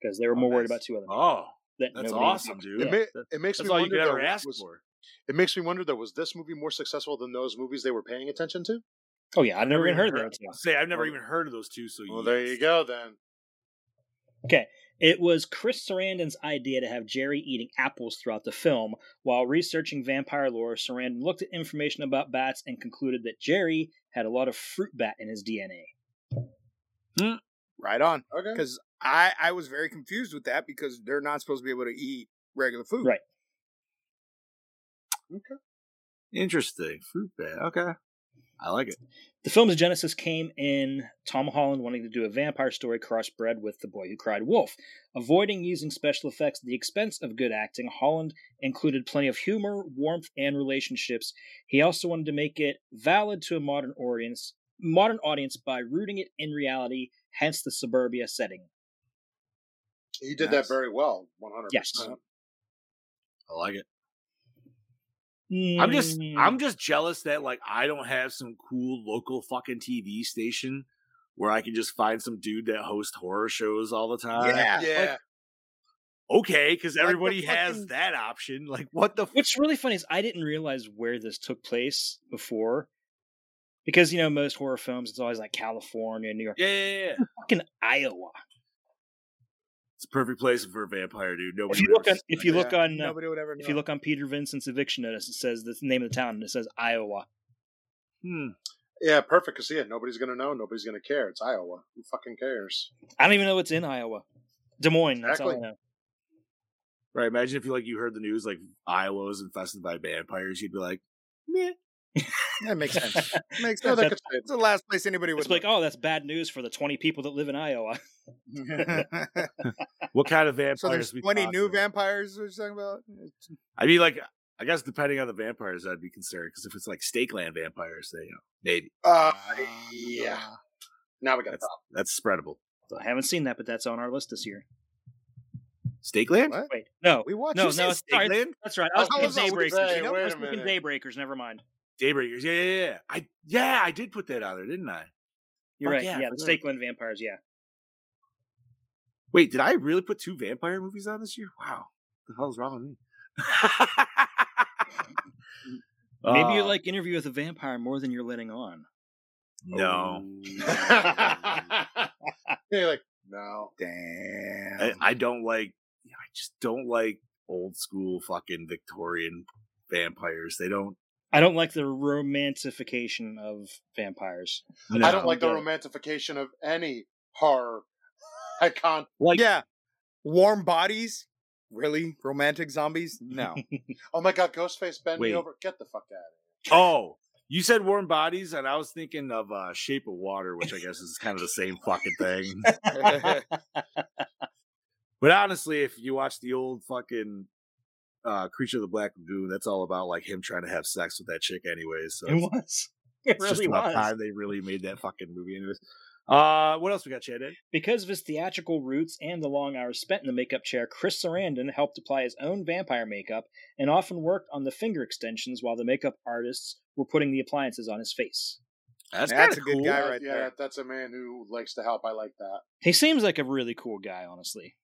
Speaker 4: because they were
Speaker 3: Oh,
Speaker 4: more worried
Speaker 3: nice.
Speaker 4: about two other.
Speaker 3: Oh,
Speaker 4: that
Speaker 3: that's
Speaker 4: nobody-
Speaker 3: awesome, dude.
Speaker 6: It, ma-
Speaker 3: That-
Speaker 6: it makes
Speaker 3: That's
Speaker 6: me
Speaker 3: all you
Speaker 6: wonder.
Speaker 3: could
Speaker 6: though,
Speaker 3: ever ask
Speaker 6: was-
Speaker 3: for.
Speaker 6: It makes me wonder though, was this movie more successful than those movies they were paying attention to?
Speaker 4: Oh yeah, I've never even heard of that. too.
Speaker 3: Say, I've never even heard of those two. So,
Speaker 6: Well, there
Speaker 3: yes.
Speaker 6: you go then.
Speaker 4: Okay. It was Chris Sarandon's idea to have Jerry eating apples throughout the film. While researching vampire lore, Sarandon looked at information about bats and concluded that Jerry had a lot of fruit bat in his DNA.
Speaker 5: right on.
Speaker 6: Okay.
Speaker 5: Because I I was very confused with that because they're not supposed to be able to eat regular food.
Speaker 4: Right.
Speaker 3: Interesting. Fruit bag. Okay. I like it.
Speaker 4: The film's genesis came in Tom Holland wanting to do a vampire story crossbred with The Boy Who Cried Wolf. Avoiding using special effects at the expense of good acting, Holland included plenty of humor, warmth, and relationships. He also wanted to make it valid to a modern audience, modern audience by rooting it in reality, hence the suburbia setting.
Speaker 6: He did that
Speaker 3: Nice.
Speaker 6: very well. One hundred
Speaker 4: Yes.
Speaker 6: percent.
Speaker 3: I like it. I'm just
Speaker 4: Mm,
Speaker 3: I'm just jealous that like I don't have some cool local fucking TV station where I can just find some dude that hosts horror shows all the time.
Speaker 5: Yeah.
Speaker 6: Yeah.
Speaker 3: Okay, because
Speaker 6: Like the
Speaker 3: everybody has
Speaker 6: fucking-
Speaker 3: that option. Like what the f-
Speaker 4: What's really funny is I didn't realize where this took place before, because you know most horror films it's always like California, New York,
Speaker 3: yeah, yeah, yeah.
Speaker 4: fucking Iowa.
Speaker 3: It's a perfect place for a vampire, dude. Nobody.
Speaker 4: if you
Speaker 3: would
Speaker 4: look
Speaker 3: ever
Speaker 4: on
Speaker 3: see
Speaker 4: if
Speaker 3: that.
Speaker 4: you look
Speaker 5: Yeah,
Speaker 4: on uh,
Speaker 5: nobody would ever know.
Speaker 4: if you look on Peter Vincent's eviction notice, it says the name of the town and it says Iowa.
Speaker 3: Hmm.
Speaker 6: Yeah. Perfect. Cause yeah, nobody's gonna know. Nobody's gonna care. It's Iowa. Who fucking cares?
Speaker 4: I don't even know what's in Iowa. Des Moines. That's all I
Speaker 6: Exactly.
Speaker 4: know.
Speaker 3: Right. Imagine if you like you heard the news like Iowa was infested by vampires, you'd be like, meh.
Speaker 6: That makes sense.
Speaker 5: Makes
Speaker 6: No,
Speaker 5: sense.
Speaker 6: they could say
Speaker 5: It's the last place anybody would
Speaker 4: It's like, oh, that's bad news for the 20 people that live in Iowa.
Speaker 5: look.
Speaker 3: What kind of oh, vampires?
Speaker 5: so there's
Speaker 3: we
Speaker 5: 20 new
Speaker 3: talking about?
Speaker 5: vampires we're talking about?
Speaker 3: I mean, like, I guess depending on the vampires, I'd be concerned because if it's like Stakeland vampires, they you know, maybe
Speaker 6: Uh, yeah. Now we got a problem.
Speaker 3: that's spreadable.
Speaker 4: I haven't seen that, but that's on our list this year.
Speaker 3: Stakeland?
Speaker 6: What?
Speaker 4: Wait, no,
Speaker 5: We watched
Speaker 4: no,
Speaker 5: no,
Speaker 3: You said
Speaker 4: no. Sorry,
Speaker 3: Stakeland?
Speaker 4: that's right. I was
Speaker 6: I was
Speaker 4: thinking
Speaker 6: about to
Speaker 4: Daybreakers.
Speaker 6: say,
Speaker 4: You know,
Speaker 6: wait
Speaker 4: I was
Speaker 6: a
Speaker 4: thinking
Speaker 6: minute.
Speaker 4: Daybreakers. Never mind.
Speaker 3: Daybreakers. Yeah, yeah, yeah. I yeah, I did put that out there, didn't I?
Speaker 4: You're
Speaker 3: Fuck
Speaker 4: right.
Speaker 3: yeah,
Speaker 4: Yeah,
Speaker 3: I
Speaker 4: the
Speaker 3: forgot.
Speaker 4: Stakeland vampires. Yeah,
Speaker 3: Wait, did I really put two vampire movies on this year? Wow, the hell's wrong with me?
Speaker 4: maybe you
Speaker 3: Uh,
Speaker 4: like Interview with a Vampire more than you're letting on.
Speaker 3: no.
Speaker 6: You're like, no. um
Speaker 5: Damn.
Speaker 3: I, I don't like. I just don't like old school fucking Victorian vampires. They don't.
Speaker 4: I don't like the romancification of vampires.
Speaker 6: I don't
Speaker 3: no.
Speaker 6: like the
Speaker 4: Okay.
Speaker 6: romantification of any horror icon.
Speaker 3: like.
Speaker 5: yeah. Warm bodies? Really? Romantic zombies? No.
Speaker 6: Oh my god, Ghostface, bend
Speaker 3: Wait.
Speaker 6: me over. Get the fuck out of
Speaker 3: Oh, you said warm bodies, and I was thinking of uh, Shape of Water, which I guess is kind of the same fucking thing. But honestly, if you watch the old fucking uh, Creature of the Black Lagoon, that's all about like him trying to have sex with that chick, anyway. So
Speaker 4: It
Speaker 3: it's,
Speaker 4: was. It
Speaker 3: it's just
Speaker 4: really
Speaker 3: about
Speaker 4: was.
Speaker 3: time they really made that fucking movie. Anyways, uh, what else we got, Chad? Ed?
Speaker 4: Because of his theatrical roots and the long hours spent in the makeup chair, Chris Sarandon helped apply his own vampire makeup and often worked on the finger extensions while the makeup artists were putting the appliances on his face.
Speaker 3: That's,
Speaker 5: That's
Speaker 3: kinda
Speaker 5: a good
Speaker 3: cool.
Speaker 5: guy
Speaker 6: here.
Speaker 5: right
Speaker 6: yeah,
Speaker 5: there.
Speaker 6: that's a man who likes to help. I like that.
Speaker 4: He seems like a really cool guy, honestly.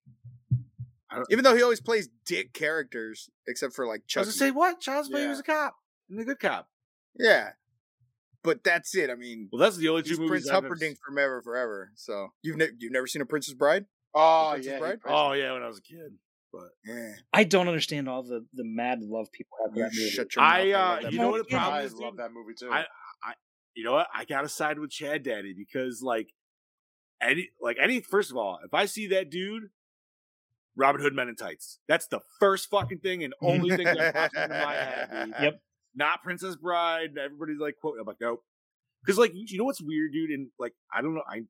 Speaker 3: I don't-
Speaker 5: Even though he always plays dick characters, except for like
Speaker 3: I was
Speaker 5: Chucky.
Speaker 3: gonna say what? Child's Play he
Speaker 6: Yeah.
Speaker 3: was a cop and a good cop.
Speaker 5: yeah. But that's it. I mean,
Speaker 3: Well, that's the only two
Speaker 5: he's
Speaker 3: movies.
Speaker 5: Prince
Speaker 3: I've ever
Speaker 5: Humperdinck
Speaker 3: seen.
Speaker 5: from Ever Forever. So you've ne- you've never seen a Princess Bride?
Speaker 6: Oh,
Speaker 5: Princess
Speaker 6: yeah. he
Speaker 5: Bride?
Speaker 6: praised
Speaker 3: Oh yeah, when I was a kid.
Speaker 5: Yeah.
Speaker 4: I don't understand all the, the mad love people have for
Speaker 5: You
Speaker 4: that movie.
Speaker 5: shut your mouth.
Speaker 3: I,
Speaker 5: love
Speaker 3: uh,
Speaker 5: that
Speaker 3: you know
Speaker 5: movie.
Speaker 3: what the
Speaker 6: it.
Speaker 3: problem
Speaker 6: I
Speaker 3: is,
Speaker 6: love
Speaker 3: dude?
Speaker 6: that movie too.
Speaker 3: I- you know what? I gotta side with Chad Daddy because like any like any first of all, if I see that dude, Robin Hood Men in Tights. That's the first fucking thing and only thing that pops into my head. dude.
Speaker 4: Yep.
Speaker 3: Not Princess Bride. Everybody's like quote I'm like, nope. Cause like you know what's weird, dude, and like I don't know, I'm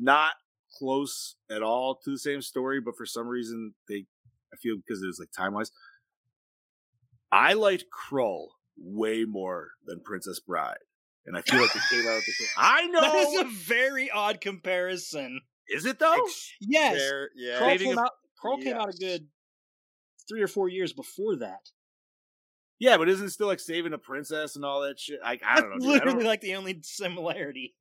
Speaker 3: not close at all to the same story, but for some reason they I feel because it was like time wise. I liked Krull way more than Princess Bride. And I feel like it came out at the same I
Speaker 4: That is
Speaker 3: know
Speaker 4: a very odd comparison.
Speaker 3: Is it though?
Speaker 4: Yes.
Speaker 5: There- yeah.
Speaker 4: Carl,
Speaker 3: Leading
Speaker 4: came
Speaker 3: a-
Speaker 4: out, Carl came out a
Speaker 6: Yes.
Speaker 4: good three or four years before that.
Speaker 3: Yeah, but isn't it still like saving a princess and all that shit? Like
Speaker 4: That's
Speaker 3: I don't know. dude. I
Speaker 4: literally
Speaker 3: don't-
Speaker 4: like the only similarity.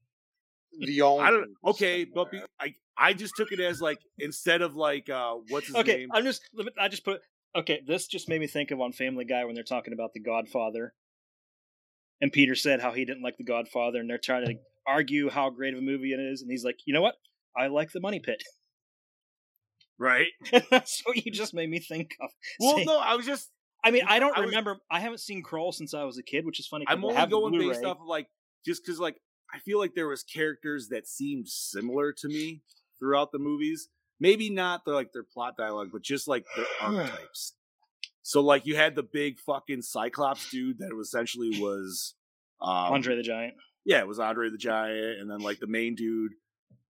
Speaker 6: the only.
Speaker 3: I don't
Speaker 4: oh,
Speaker 3: okay, but be, I I just took it as like instead of like uh what's his
Speaker 4: Okay,
Speaker 3: name?
Speaker 4: I'm just. let me- I just put. Okay, this just made me think of on Family Guy when they're talking about the Godfather, and Peter said how he didn't like the Godfather, and they're trying to argue how great of a movie it is, and he's like, you know what? I like the Money Pit.
Speaker 3: right?
Speaker 4: And That's what you just made me think of.
Speaker 3: Well,
Speaker 4: See,
Speaker 3: no, I was just
Speaker 4: I mean, I don't
Speaker 3: I was-
Speaker 4: remember. I haven't seen Crawl since I was a kid, which is funny. 'cause
Speaker 3: I'm
Speaker 4: I
Speaker 3: only
Speaker 4: have the
Speaker 3: going based
Speaker 4: Blu-ray.
Speaker 3: off of like just because like I feel like there was characters that seemed similar to me throughout the movies. Maybe not their like their plot dialogue, but just like their archetypes. So like you had the big fucking Cyclops dude that essentially was um,
Speaker 4: Andre the Giant.
Speaker 3: Yeah, it was Andre the Giant, and then like the main dude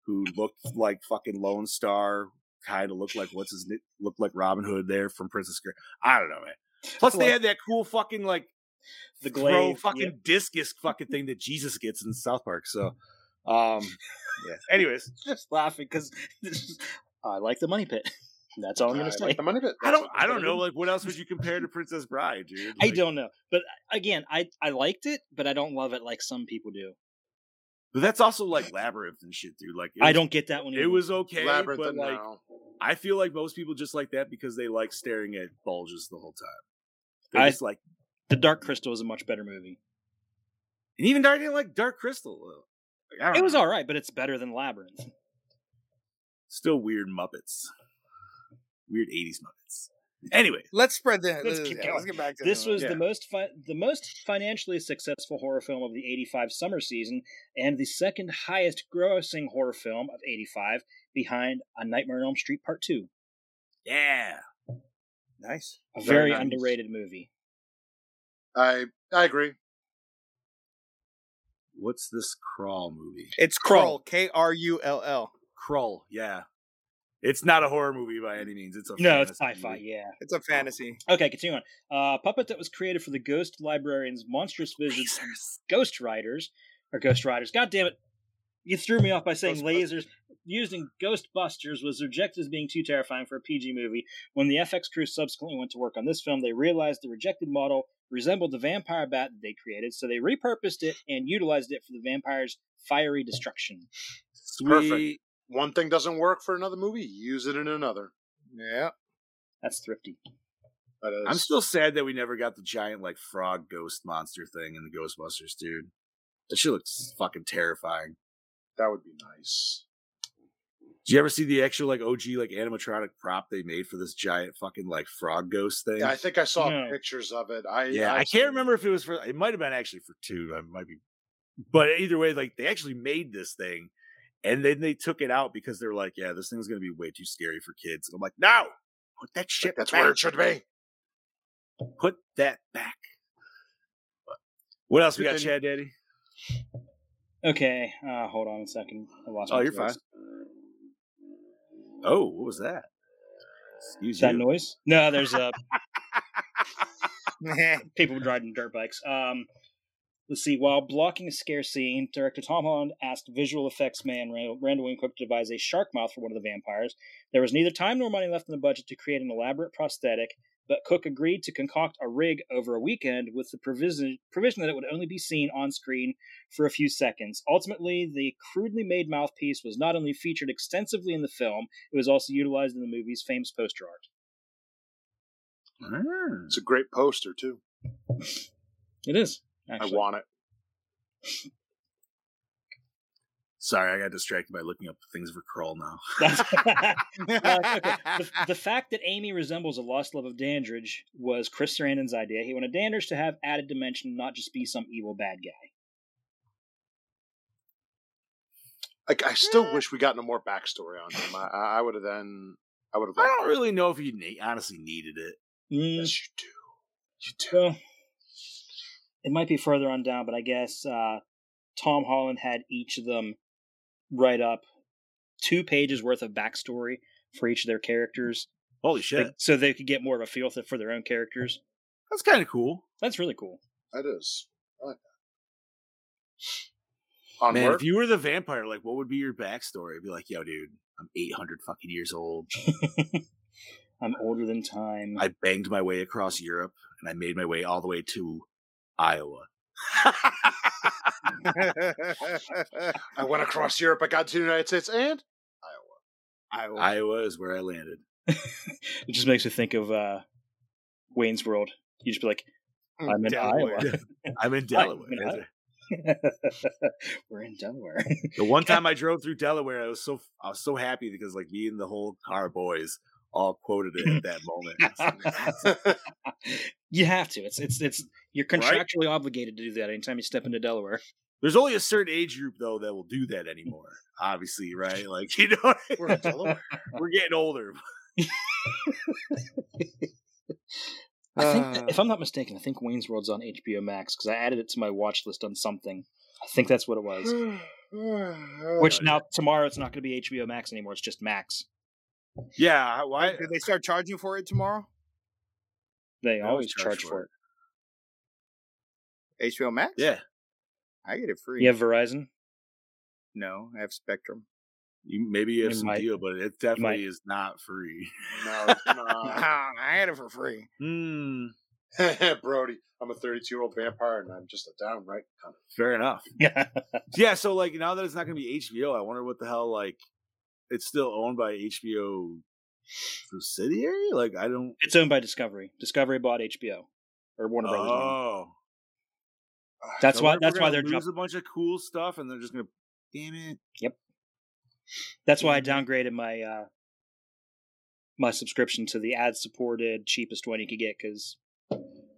Speaker 3: who looked like fucking Lone Star, kind of looked like what's his ni- looked like Robin Hood there from Princess Girl. I don't know, man. Plus, they
Speaker 4: Like-
Speaker 3: had that cool fucking like
Speaker 4: The
Speaker 3: throw
Speaker 4: glaive,
Speaker 3: fucking
Speaker 4: yep.
Speaker 3: discus fucking thing that Jesus gets in South Park. So, um, yeah. Anyways,
Speaker 4: Just laughing because I like the Money Pit. That's all I'm going to say.
Speaker 6: The money pit.
Speaker 3: I
Speaker 6: That's
Speaker 3: don't,
Speaker 6: what-
Speaker 3: I don't know. Like, what else would you compare to Princess Bride, dude?
Speaker 4: I
Speaker 3: Like,
Speaker 4: don't know, but again, I I liked it, but I don't love it like some people do.
Speaker 3: But that's also like labyrinth and shit, dude. Like, it
Speaker 4: I
Speaker 3: was-
Speaker 4: don't get that one.
Speaker 3: It was okay,
Speaker 6: Labyrinth
Speaker 3: but
Speaker 6: and
Speaker 3: like,
Speaker 6: now.
Speaker 3: I feel like most people just like that because they like staring at bulges the whole time. They're
Speaker 4: I-
Speaker 3: just like,
Speaker 4: The Dark Crystal is a much better movie.
Speaker 3: and even Dark didn't like Dark Crystal. though. Like, I don't
Speaker 4: It was
Speaker 3: know.
Speaker 4: all right, but it's better than Labyrinth.
Speaker 3: still weird Muppets, weird '80s Muppets. Anyway,
Speaker 5: Let's spread the.
Speaker 4: Let's
Speaker 5: Let's,
Speaker 4: keep
Speaker 5: yeah, let's
Speaker 4: going.
Speaker 5: get back to
Speaker 4: This was
Speaker 3: Yeah.
Speaker 4: the most fi- the most financially successful horror film of the 85 summer season and the second highest grossing horror film of 85 behind A Nightmare on Elm Street Part 2.
Speaker 3: yeah,
Speaker 5: nice.
Speaker 4: A
Speaker 6: Very
Speaker 4: very
Speaker 6: nice.
Speaker 4: underrated movie.
Speaker 6: I I agree.
Speaker 3: What's this Crawl movie?
Speaker 5: It's Krull. K R U L L.
Speaker 3: Krull, yeah. It's not a horror movie by any means. It's a
Speaker 4: No, it's
Speaker 3: fantasy
Speaker 4: sci-fi.
Speaker 3: movie.
Speaker 4: Yeah.
Speaker 5: It's a fantasy.
Speaker 4: Okay, continue on. Uh, puppet that was created for the ghost librarian's monstrous visions. Ghost Riders or Ghost Riders. God damn it! You threw me off by saying lasers. Used in Ghostbusters was rejected as being too terrifying for a PG movie. When the FX crew subsequently went to work on this film, they realized the rejected model resembled the vampire bat that they created, so they repurposed it and utilized it for the vampire's fiery destruction.
Speaker 3: Sweet.
Speaker 6: One thing doesn't work for another movie, use it in another.
Speaker 5: Yeah.
Speaker 4: That's thrifty.
Speaker 6: That is,
Speaker 3: I'm still sad that we never got the giant like frog ghost monster thing in the Ghostbusters, dude. That shit looks fucking terrifying.
Speaker 6: that would be nice.
Speaker 3: Did you ever see the actual like OG like animatronic prop they made for this giant fucking like frog ghost thing?
Speaker 6: Yeah, I think I saw
Speaker 4: No.
Speaker 6: pictures of it. I
Speaker 3: yeah, I can't remember if it was for. It might have been actually for two. I might be, but either way, like they actually made this thing, and then they took it out because they were like, "Yeah, this thing's gonna be way too scary for kids." I'm like, "No, put that shit.
Speaker 6: That's
Speaker 3: back.
Speaker 6: where it should be.
Speaker 3: Put that back." But- What else we got,
Speaker 6: And-
Speaker 3: Chad Daddy?
Speaker 4: Okay, uh, hold on a second. I lost
Speaker 3: Oh,
Speaker 4: my
Speaker 3: you're
Speaker 4: thoughts.
Speaker 3: Oh, what was that? Excuse
Speaker 4: Is that
Speaker 3: you.
Speaker 4: noise? No, there's a people riding dirt bikes. Um, let's see. While blocking a scare scene, director Tom Holland asked visual effects man Randall, Randall Wingcook to devise a shark mouth for one of the vampires. There was neither time nor money left in the budget to create an elaborate prosthetic, but Cook agreed to concoct a rig over a weekend with the provision, provision that it would only be seen on screen for a few seconds. Ultimately, the crudely made mouthpiece was not only featured extensively in the film, it was also utilized in the movie's famous poster art.
Speaker 3: Mm.
Speaker 6: It's a great poster too.
Speaker 4: It is. Actually.
Speaker 6: I want it.
Speaker 3: Sorry, I got distracted by looking up things for Crawl now.
Speaker 4: That's- Uh, okay. the, the fact that Amy resembles a lost love of Dandridge was Chris Sarandon's idea. He wanted Dandridge to have added dimension, not just be some evil bad guy.
Speaker 6: Like I still wish we gotten a more backstory on him. I, I I would have then. I would have.
Speaker 3: I don't really know if you ne- honestly needed it.
Speaker 4: Mm,
Speaker 6: Yes, you do. You do.
Speaker 4: well, it might be further on down, but I guess uh, Tom Holland had each of them write up two pages worth of backstory for each of their characters,
Speaker 3: Holy shit,
Speaker 4: like, so they could get more of a feel for for their own characters.
Speaker 3: that's kind of cool.
Speaker 4: That's really cool.
Speaker 6: That is. I like that. On
Speaker 3: Man,
Speaker 6: work?
Speaker 3: if you were the vampire, like, what would be your backstory? I'd be like, yo, dude, I'm 800 fucking years old.
Speaker 4: I'm older than time.
Speaker 3: I banged my way across Europe, and I made my way all the way to Iowa. Oh.
Speaker 6: I went across Europe. I got to the United States and
Speaker 5: Iowa.
Speaker 3: Iowa is where I landed.
Speaker 4: It just makes me think of uh, Wayne's World. You just be like, I'm in
Speaker 5: Delaware.
Speaker 4: Iowa.
Speaker 3: I'm in Delaware.
Speaker 4: in Iowa. We're in Delaware.
Speaker 3: The one time I drove through Delaware, I was so I was so happy because like me and the whole car boys all quoted it at that moment. I was like,
Speaker 4: you have to. It's it's it's you're contractually obligated to do that anytime you step into Delaware.
Speaker 3: There's only a certain age group though that will do that anymore. Obviously, right? Like you know, what I mean?
Speaker 6: we're in Delaware.
Speaker 3: we're getting older.
Speaker 4: I think
Speaker 5: Uh,
Speaker 4: that- if I'm not mistaken, I think Wayne's World's on HBO Max because I added it to my watch list on something. I think that's what it was. Which now tomorrow it's not going to be HBO Max anymore. It's just Max.
Speaker 3: Yeah, why?
Speaker 5: Did they start charging for it tomorrow?
Speaker 4: They always
Speaker 3: always
Speaker 4: charge, for it.
Speaker 5: HBO Max?
Speaker 3: Yeah,
Speaker 5: I get it free.
Speaker 4: You have Verizon.
Speaker 5: No, I have Spectrum.
Speaker 3: you, maybe you have
Speaker 4: You
Speaker 3: some
Speaker 4: might-
Speaker 3: deal, but it
Speaker 4: might.
Speaker 3: definitely is not free.
Speaker 6: No, it's not.
Speaker 5: Ah, I had it for free.
Speaker 3: Hmm,
Speaker 6: Brody, I'm a 32 year old vampire and I'm just a downright cunt.
Speaker 3: fair enough.
Speaker 4: Yeah.
Speaker 3: Yeah, so like now that it's not going to be HBO, I wonder what the hell like it's still owned by HBO subsidiary. Like I don't.
Speaker 4: it's owned by Discovery. Discovery bought HBO or Warner Brothers. owned it.
Speaker 3: Oh,
Speaker 4: That's
Speaker 3: So
Speaker 4: why.
Speaker 3: we're-
Speaker 4: That's
Speaker 3: we're
Speaker 4: why
Speaker 3: gonna
Speaker 4: they're
Speaker 3: lose
Speaker 4: jumping.
Speaker 3: a bunch of cool stuff, and they're just gonna. Damn it!
Speaker 4: That's why I downgraded my uh my subscription to the ad supported cheapest one you could get because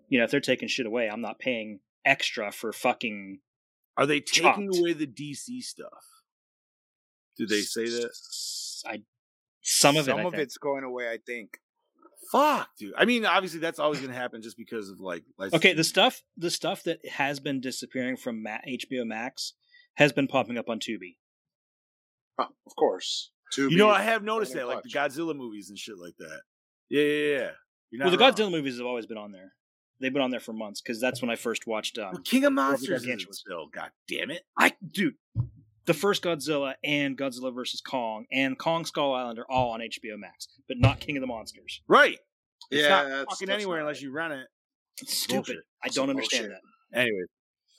Speaker 4: you know if they're taking shit away, I'm not paying extra for fucking.
Speaker 3: Are they taking
Speaker 4: Chopped.
Speaker 3: away the DC stuff? Did they say that?
Speaker 4: s- I some of it.
Speaker 5: Some
Speaker 4: I
Speaker 5: of
Speaker 4: think.
Speaker 5: it's going away, I think.
Speaker 3: Fuck, dude. I mean, obviously that's always gonna happen just because of like like
Speaker 4: Okay, the stuff the stuff that has been disappearing from Ma- HBO Max has been popping up on Tubi.
Speaker 6: Huh, of course. Tubi.
Speaker 3: You know, I have noticed that,
Speaker 6: Fucking
Speaker 3: like the Godzilla movies and shit like that. Yeah, yeah, yeah. You're
Speaker 4: Well, the
Speaker 3: wrong.
Speaker 4: Godzilla movies have always been on there. They've been on there for months because that's when I first watched um,
Speaker 3: Well, King of
Speaker 4: Robert
Speaker 3: Monsters is
Speaker 4: Gargantuan.
Speaker 3: still. God damn it!
Speaker 4: I dude, the first Godzilla and Godzilla versus Kong and Kong Skull Island are all on HBO Max, but not King of the Monsters.
Speaker 3: Right. It's
Speaker 6: Yeah,
Speaker 3: not
Speaker 6: that's-
Speaker 3: fucking
Speaker 6: that's
Speaker 3: anywhere
Speaker 6: not
Speaker 3: unless you rent it.
Speaker 4: It's stupid.
Speaker 3: Bullshit.
Speaker 4: I don't
Speaker 6: Some
Speaker 4: understand
Speaker 6: bullshit.
Speaker 3: Anyway,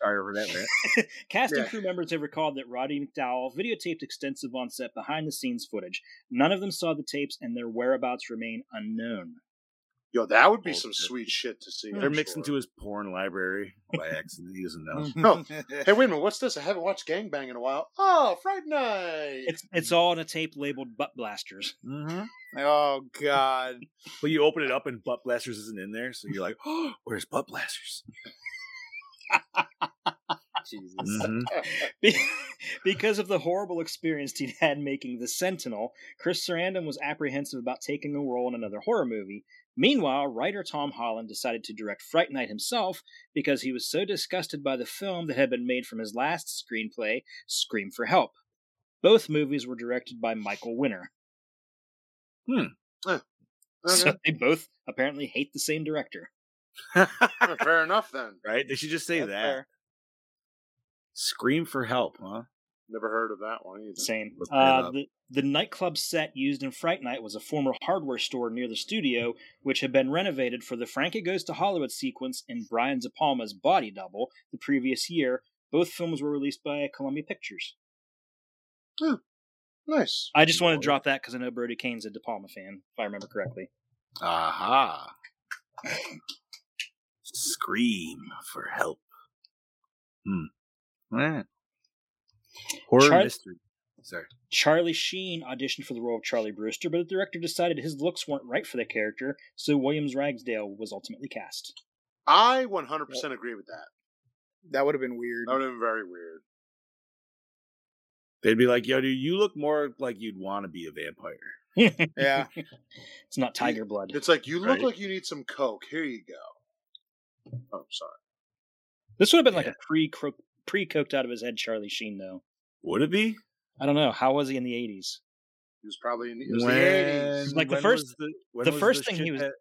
Speaker 3: sorry for that. rant.
Speaker 4: that. Cast and
Speaker 6: Yeah.
Speaker 4: crew members have recalled that Roddy McDowell videotaped extensive on-set behind-the-scenes footage. None of them saw the tapes, and their whereabouts remain unknown.
Speaker 6: Yo, that would be some
Speaker 3: Bullshit.
Speaker 6: sweet shit to see.
Speaker 3: They're
Speaker 6: I'm
Speaker 3: mixed
Speaker 6: sure.
Speaker 3: into his porn library by accident. He doesn't know.
Speaker 5: Oh,
Speaker 6: No. Hey, wait a minute. What's this? I haven't watched Gangbang in a while. Oh, Fright Night.
Speaker 4: It's it's all on a tape labeled "Butt Blasters."
Speaker 3: Mhm.
Speaker 5: Oh God.
Speaker 3: But you open it up and Butt Blasters isn't in there, so you're like, oh, "Where's Butt Blasters?"
Speaker 5: Jesus.
Speaker 3: Mhm.
Speaker 4: Be- because of the horrible experience he'd had making The Sentinel, Chris Sarandon was apprehensive about taking a role in another horror movie. Meanwhile, writer Tom Holland decided to direct Fright Night himself because he was so disgusted by the film that had been made from his last screenplay, Scream for Help. Both movies were directed by Michael Winner,
Speaker 6: Okay.
Speaker 4: so they both apparently hate the same director.
Speaker 6: Fair enough then.
Speaker 3: right? They should just say
Speaker 5: That's
Speaker 3: that.
Speaker 5: fair.
Speaker 3: Scream for help, huh?
Speaker 6: Never heard of that one either.
Speaker 4: Same.
Speaker 3: Look that
Speaker 4: Uh,
Speaker 3: up.
Speaker 4: the, the nightclub set used in Fright Night was a former hardware store near the studio, which had been renovated for the Frankie Goes to Hollywood sequence in Brian De Palma's Body Double the previous year. Both films were released by Columbia Pictures.
Speaker 6: Nice.
Speaker 4: I just wanted to drop that because I know Brody Kane's a De Palma fan, if I remember correctly.
Speaker 3: Aha. Scream for help. Hmm. Alright. Horror
Speaker 4: Char-
Speaker 3: mystery. Sorry.
Speaker 4: Charlie Sheen auditioned for the role of Charlie Brewster, but the director decided his looks weren't right for the character, so Williams Ragsdale was ultimately cast.
Speaker 6: I 100% agree with that.
Speaker 5: That would have been weird.
Speaker 6: That
Speaker 3: Oh.
Speaker 6: would have been very weird.
Speaker 3: They'd be like, yo, dude, you look more like you'd want to be a vampire.
Speaker 5: Yeah.
Speaker 4: It's not tiger blood.
Speaker 6: It's like, you look
Speaker 3: Right.
Speaker 6: like you need some Coke. Here you go. Oh, sorry.
Speaker 4: This would have been like
Speaker 3: Yeah.
Speaker 4: a pre pre coked out of his head Charlie Sheen though.
Speaker 3: Would it be?
Speaker 4: I don't know. How was he in the eighties?
Speaker 6: He was probably in the, it was
Speaker 3: When-
Speaker 6: the 80s.
Speaker 4: Like the
Speaker 3: when
Speaker 4: first-
Speaker 3: was the, when
Speaker 4: the
Speaker 3: was
Speaker 4: first thing he
Speaker 3: shit
Speaker 4: was-
Speaker 3: that-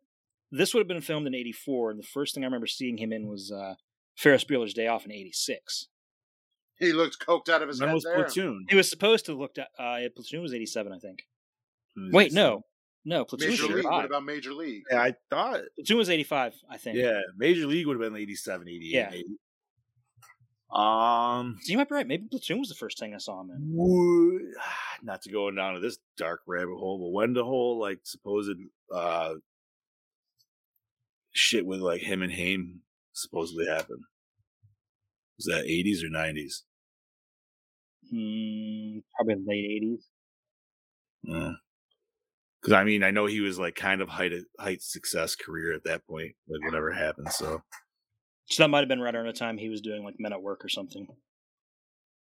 Speaker 4: This would have been filmed in eighty four, and the first thing I remember seeing him in was uh, Ferris Bueller's Day Off in eighty six.
Speaker 6: He looked coked out of his
Speaker 3: when
Speaker 6: head
Speaker 3: was
Speaker 6: there.
Speaker 3: Platoon?
Speaker 4: He was supposed to have looked at uh, Platoon was eighty seven, I think. Wait, no, no, Platoon was
Speaker 6: Major
Speaker 4: eighty
Speaker 6: League. What
Speaker 4: five.
Speaker 6: about Major League?
Speaker 3: Yeah, I thought.
Speaker 4: Platoon was eighty five, I think.
Speaker 3: Yeah, Major League would have been 87, 88.
Speaker 4: Yeah.
Speaker 3: maybe. Um,
Speaker 4: So you might be right. Maybe Platoon was the first thing I saw him in.
Speaker 3: would- not to go down to this dark rabbit hole, but when the whole like supposed uh shit with like him and Haim supposedly happened. Was that eighties or nineties?
Speaker 4: Hmm, probably in the late eighties.
Speaker 3: Because I mean, I know he was like kind of height height success career at that point, like whatever happened. So
Speaker 4: So that might have been right around the time he was doing like Men at Work or something.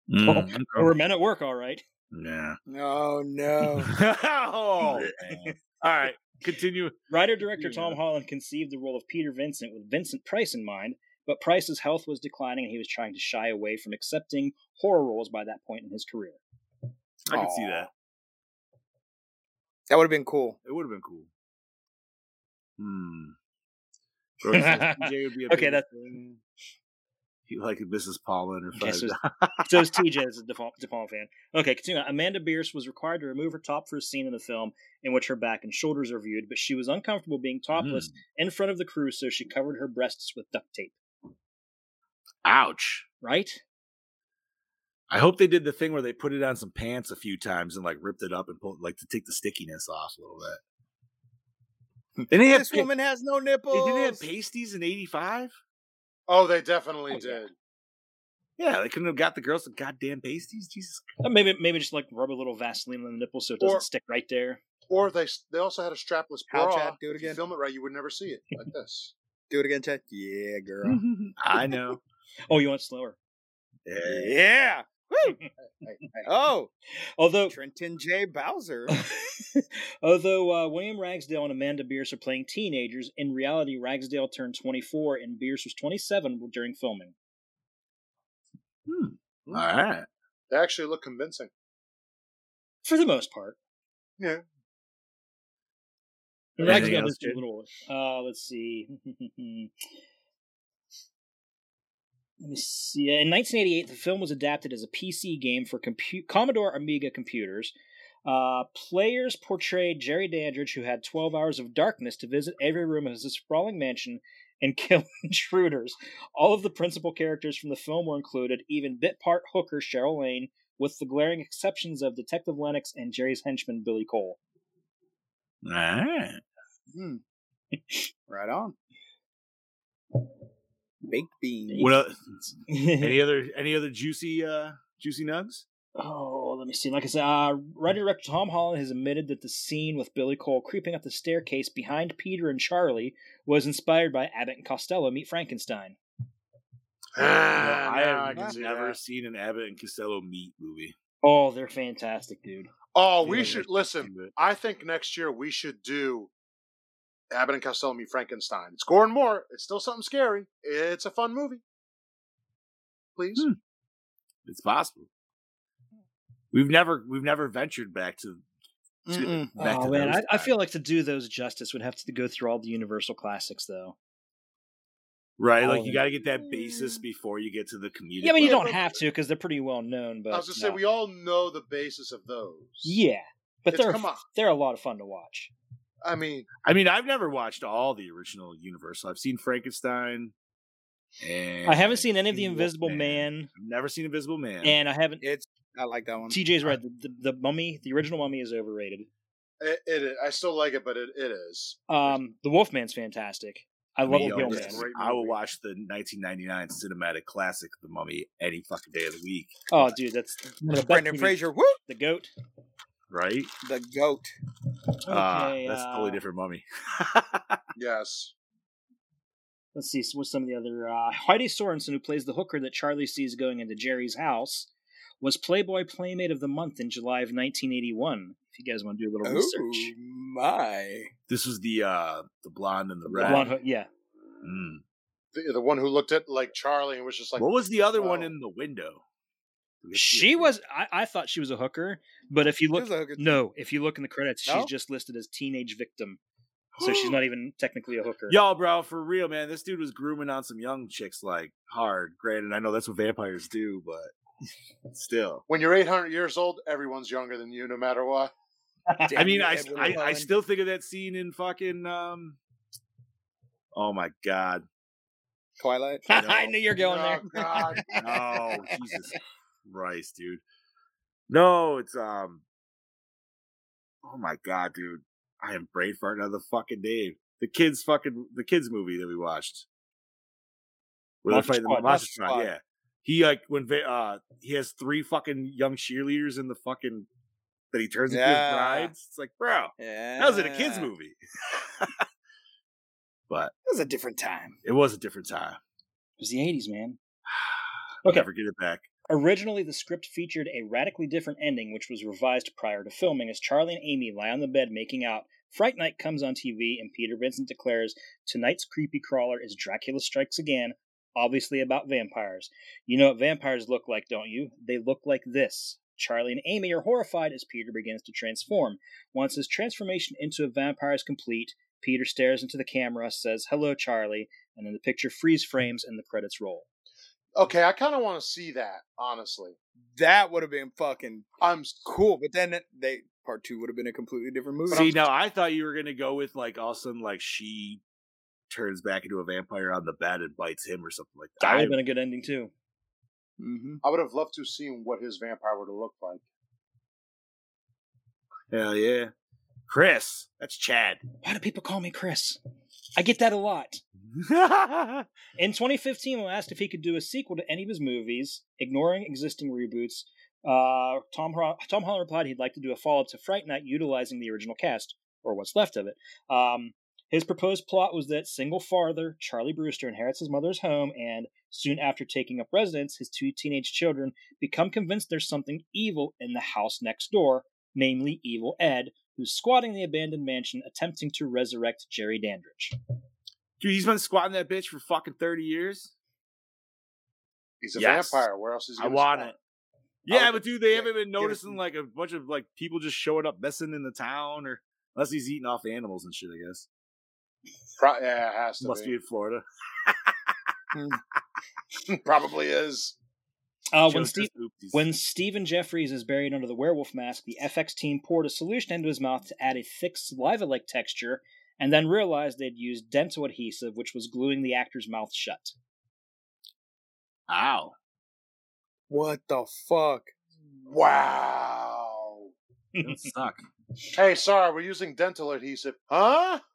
Speaker 3: Mm,
Speaker 4: Or were Men at Work, all right.
Speaker 3: yeah.
Speaker 5: Oh no.
Speaker 3: oh, man. all right, continue.
Speaker 4: Writer director Tom Holland conceived the role of Peter Vincent with Vincent Price in mind, but Price's health was declining and he was trying to shy away from accepting horror roles by that point in his career.
Speaker 3: I can see
Speaker 5: Aw.
Speaker 3: that.
Speaker 5: That would have been cool.
Speaker 3: It would have been cool. Hmm. Brody says TJ would be a
Speaker 4: Okay,
Speaker 3: bigger
Speaker 4: that's-
Speaker 3: fan. He liked Mrs. Paula and her
Speaker 4: Okay,
Speaker 3: five
Speaker 4: so-
Speaker 3: dollars.
Speaker 4: So is TJ as a De Palma- De Palma fan. Okay, continue. Amanda Bierce was required to remove her top for a scene in the film in which her back and shoulders are viewed, but she was uncomfortable being
Speaker 3: Mm.
Speaker 4: topless
Speaker 3: Hmm.
Speaker 4: in front of the crew, so she covered her breasts with duct tape.
Speaker 3: Ouch.
Speaker 4: Right?
Speaker 3: I hope they did the thing where they put it on some pants a few times and like ripped it up and pulled like to take the stickiness off a little bit. They didn't have,
Speaker 5: This
Speaker 3: pa-
Speaker 5: woman has no
Speaker 3: they
Speaker 5: nipples.
Speaker 3: didn't have pasties in '85.
Speaker 6: Oh, they definitely
Speaker 4: Oh, yeah.
Speaker 6: did.
Speaker 3: Yeah, they couldn't have got the girls some goddamn pasties. Jesus.
Speaker 4: Uh, Maybe maybe just like rub a little Vaseline on the nipple so it doesn't
Speaker 6: Or-
Speaker 4: stick right there.
Speaker 6: Or they s- they also had a strapless
Speaker 5: How,
Speaker 6: bra.
Speaker 5: Chad? Do it
Speaker 6: If you
Speaker 5: again.
Speaker 6: film it right, you would never see it like this.
Speaker 5: Do it again, Chad.
Speaker 4: Hmm.
Speaker 5: Yeah, girl.
Speaker 3: Christ. I know. Eh,
Speaker 4: Oh, you want it slower.
Speaker 3: Yeah.
Speaker 5: Yeah. Woo! Oh,
Speaker 4: Although
Speaker 5: Trenton J. Bowser.
Speaker 4: Oh. Although uh, William Ragsdale and Amanda Bierce are playing teenagers, in reality, Ragsdale turned 24 and Bierce was 27 during filming.
Speaker 3: All right.
Speaker 6: They actually look convincing.
Speaker 4: For the most part.
Speaker 6: Yeah.
Speaker 4: And
Speaker 3: Anything
Speaker 4: Ragsdale
Speaker 3: else,
Speaker 4: is a
Speaker 3: Jay?
Speaker 4: little. Uh, let's see. Let me see. In 1988, the film was adapted as a PC game for compu- Commodore Amiga computers. Uh, players portrayed Jerry Dandridge, who had 12 hours of darkness to visit every room of his sprawling mansion and kill intruders. All of the principal characters from the film were included, even bit part hooker Cheryl Lane, with the glaring exceptions of Detective Lennox and Jerry's henchman Billy Cole.
Speaker 3: All right.
Speaker 5: Hmm. Right on. Baked beans.
Speaker 3: What else? Any other any other juicy uh juicy nugs?
Speaker 4: Oh, let me see. Like I said, uh, writer director Tom Holland has admitted that the scene with Billy Cole creeping up the staircase behind Peter and Charlie was inspired by Abbott and Costello Meet Frankenstein.
Speaker 6: Ah,
Speaker 3: I
Speaker 6: now
Speaker 3: have
Speaker 6: I can see
Speaker 3: never
Speaker 6: that.
Speaker 3: seen an Abbott and Costello meet movie.
Speaker 4: Oh, they're fantastic, dude.
Speaker 6: Oh,
Speaker 3: Yeah,
Speaker 6: we
Speaker 3: they're
Speaker 6: should
Speaker 3: fucking
Speaker 6: listen.
Speaker 3: good.
Speaker 6: I think next year we should do Abbott and Costello meet Frankenstein. It's Gore and Moore. It's still something scary. It's a fun movie. Please.
Speaker 3: Hmm. It's possible. We've never we've never ventured back to, to
Speaker 5: Mm-mm.
Speaker 3: back
Speaker 4: oh
Speaker 3: to
Speaker 4: man,
Speaker 3: those
Speaker 4: I, I
Speaker 3: times.
Speaker 4: feel like to do those justice would have to go through all the Universal classics, though.
Speaker 3: right.
Speaker 4: all
Speaker 3: Like
Speaker 4: of
Speaker 3: you
Speaker 4: them.
Speaker 3: got to get that basis before you get to the comedic.
Speaker 4: Oh, Yeah, I mean you
Speaker 3: level.
Speaker 4: don't have to because they're pretty well known. But
Speaker 6: I was gonna say
Speaker 4: no.
Speaker 6: we all know the basis of those.
Speaker 4: yeah, but
Speaker 6: It's-
Speaker 4: they're
Speaker 6: come on.
Speaker 4: they're a lot of fun to watch.
Speaker 6: I mean,
Speaker 3: I mean, I've never watched all the original Universal. I've seen Frankenstein. And
Speaker 4: I haven't seen any of the
Speaker 3: Wolfman.
Speaker 4: Invisible Man,
Speaker 3: I've never seen Invisible Man.
Speaker 4: and I haven't.
Speaker 5: It's. I like that one.
Speaker 4: TJ's right. The, the, the Mummy, the original Mummy, is overrated.
Speaker 6: it, it. I still like it, but it, it is.
Speaker 4: Um, the Wolfman's fantastic. I
Speaker 3: I
Speaker 4: love
Speaker 3: mean,
Speaker 4: the
Speaker 3: yo,
Speaker 6: Wolfman's
Speaker 4: Wolfman.
Speaker 3: listen,
Speaker 6: great
Speaker 3: I will
Speaker 6: movie.
Speaker 3: watch the 1999 cinematic classic, The Mummy, any fucking day of the week.
Speaker 4: Oh, dude, that's one of the best.
Speaker 5: Brendan
Speaker 4: movies.
Speaker 5: Fraser. Woo!
Speaker 4: the goat.
Speaker 3: Right?
Speaker 5: The goat.
Speaker 3: Ah,
Speaker 4: Okay,
Speaker 3: that's a totally
Speaker 4: uh,
Speaker 3: different Mummy.
Speaker 6: Yes.
Speaker 4: Let's see what's some of the other. Uh, Heidi Sorensen, who plays the hooker that Charlie sees going into Jerry's house, was Playboy Playmate of the Month in July of 1981. If you guys want to do a little research,
Speaker 5: Oh my!
Speaker 3: This was the uh the blonde and the,
Speaker 4: The
Speaker 3: red.
Speaker 4: blonde hook- yeah.
Speaker 3: Mm.
Speaker 6: The, the one who looked at like Charlie and was just like,
Speaker 3: what was the other one
Speaker 6: wow.
Speaker 3: in the window?
Speaker 4: She was. I, I thought she was a hooker, but if you
Speaker 5: She
Speaker 4: look,
Speaker 5: was a hooker.
Speaker 4: no, if you look in the credits,
Speaker 5: No?
Speaker 4: she's just listed as teenage victim, so she's not even technically a hooker.
Speaker 3: Y'all, bro, for real, man. This dude was grooming on some young chicks like hard. Granted, I know that's what vampires do, but still.
Speaker 6: when you're 800 years old, everyone's younger than you, no matter what.
Speaker 5: Damn
Speaker 3: I mean,
Speaker 5: you,
Speaker 3: I,
Speaker 5: Edward
Speaker 3: I, I
Speaker 5: Cullen.
Speaker 3: still think of that scene in fucking. um Oh my god!
Speaker 5: Twilight.
Speaker 4: I knew you were going
Speaker 6: oh,
Speaker 4: there.
Speaker 6: God.
Speaker 3: No, Jesus Christ, dude. No, it's um. Oh my god, dude! I am brain for another fucking day. The kids, fucking the kids movie that we watched. Where they're
Speaker 4: Monster
Speaker 3: fighting the
Speaker 4: Squad,
Speaker 3: monster
Speaker 5: Monster
Speaker 3: squad,
Speaker 5: Squad.
Speaker 3: yeah. He like when va- uh he has three fucking young cheerleaders in the fucking that he turns into his
Speaker 5: Yeah.
Speaker 3: brides. It's like, bro,
Speaker 5: Yeah.
Speaker 3: that was in a kids movie. but
Speaker 5: That was a different time.
Speaker 3: It was a different time.
Speaker 4: It was the 80s, man.
Speaker 3: I'll
Speaker 4: Okay.
Speaker 3: Never get it back.
Speaker 4: Originally, the script featured a radically different ending, which was revised prior to filming as Charlie and Amy lie on the bed making out. Fright Night comes on TV, and Peter Vincent declares, Tonight's creepy crawler is Dracula Strikes Again, obviously about vampires. You know what vampires look like, don't you? They look like this. Charlie and Amy are horrified as Peter begins to transform. Once his transformation into a vampire is complete, Peter stares into the camera, says, Hello, Charlie, and then the picture freeze frames and the credits roll.
Speaker 6: Okay, I kind of want to see that, honestly.
Speaker 5: That would have been fucking
Speaker 6: I'm s-
Speaker 5: cool. But then it- they part two would have been a completely different movie.
Speaker 3: See, now I thought you were gonna go with like all of a sudden like she turns back into a vampire on the bed and bites him or something like that.
Speaker 4: That would have been a good ending, too.
Speaker 5: Mm-hmm.
Speaker 6: I would have loved to see what his vampire would have looked like.
Speaker 3: Hell yeah, Chris, that's Chad.
Speaker 4: Why do people call me Chris? I get that a lot. In 2015, when asked if he could do a sequel to any of his movies, ignoring existing reboots, uh, Tom, Ho- Tom Holland replied he'd like to do a follow up to Fright Night utilizing the original cast, or what's left of it. Um, His proposed plot was that single father, Charlie Brewster, inherits his mother's home, and soon after taking up residence, his two teenage children become convinced there's something evil in the house next door, namely Evil Ed, who's squatting the abandoned mansion attempting to resurrect Jerry Dandridge.
Speaker 3: Dude, he's been squatting that bitch for fucking 30 years.
Speaker 6: He's a
Speaker 3: Yes.
Speaker 6: vampire. Where else is he?
Speaker 3: I
Speaker 6: gonna
Speaker 3: want
Speaker 6: spawn?
Speaker 3: it. Yeah,
Speaker 6: would-
Speaker 3: but dude, they
Speaker 6: yeah,
Speaker 3: haven't been
Speaker 6: get it
Speaker 3: noticing
Speaker 6: from-
Speaker 3: like a bunch of like people just showing up messing in the town or unless he's eating off animals and shit, I guess.
Speaker 6: Pro- yeah, it has to
Speaker 3: Must be
Speaker 6: be.
Speaker 3: in Florida.
Speaker 6: Probably is. Oh,
Speaker 4: Uh, when
Speaker 3: Joe's
Speaker 4: Steve,
Speaker 3: just oopsies.
Speaker 4: When Stephen Jeffries is buried under the werewolf mask, the FX team poured a solution into his mouth to add a thick saliva like texture and then realized they'd used dental adhesive, which was gluing the actor's mouth shut.
Speaker 3: Ow.
Speaker 5: What the fuck?
Speaker 6: Wow.
Speaker 3: That suck.
Speaker 6: Hey, sorry, we're using dental adhesive. Huh?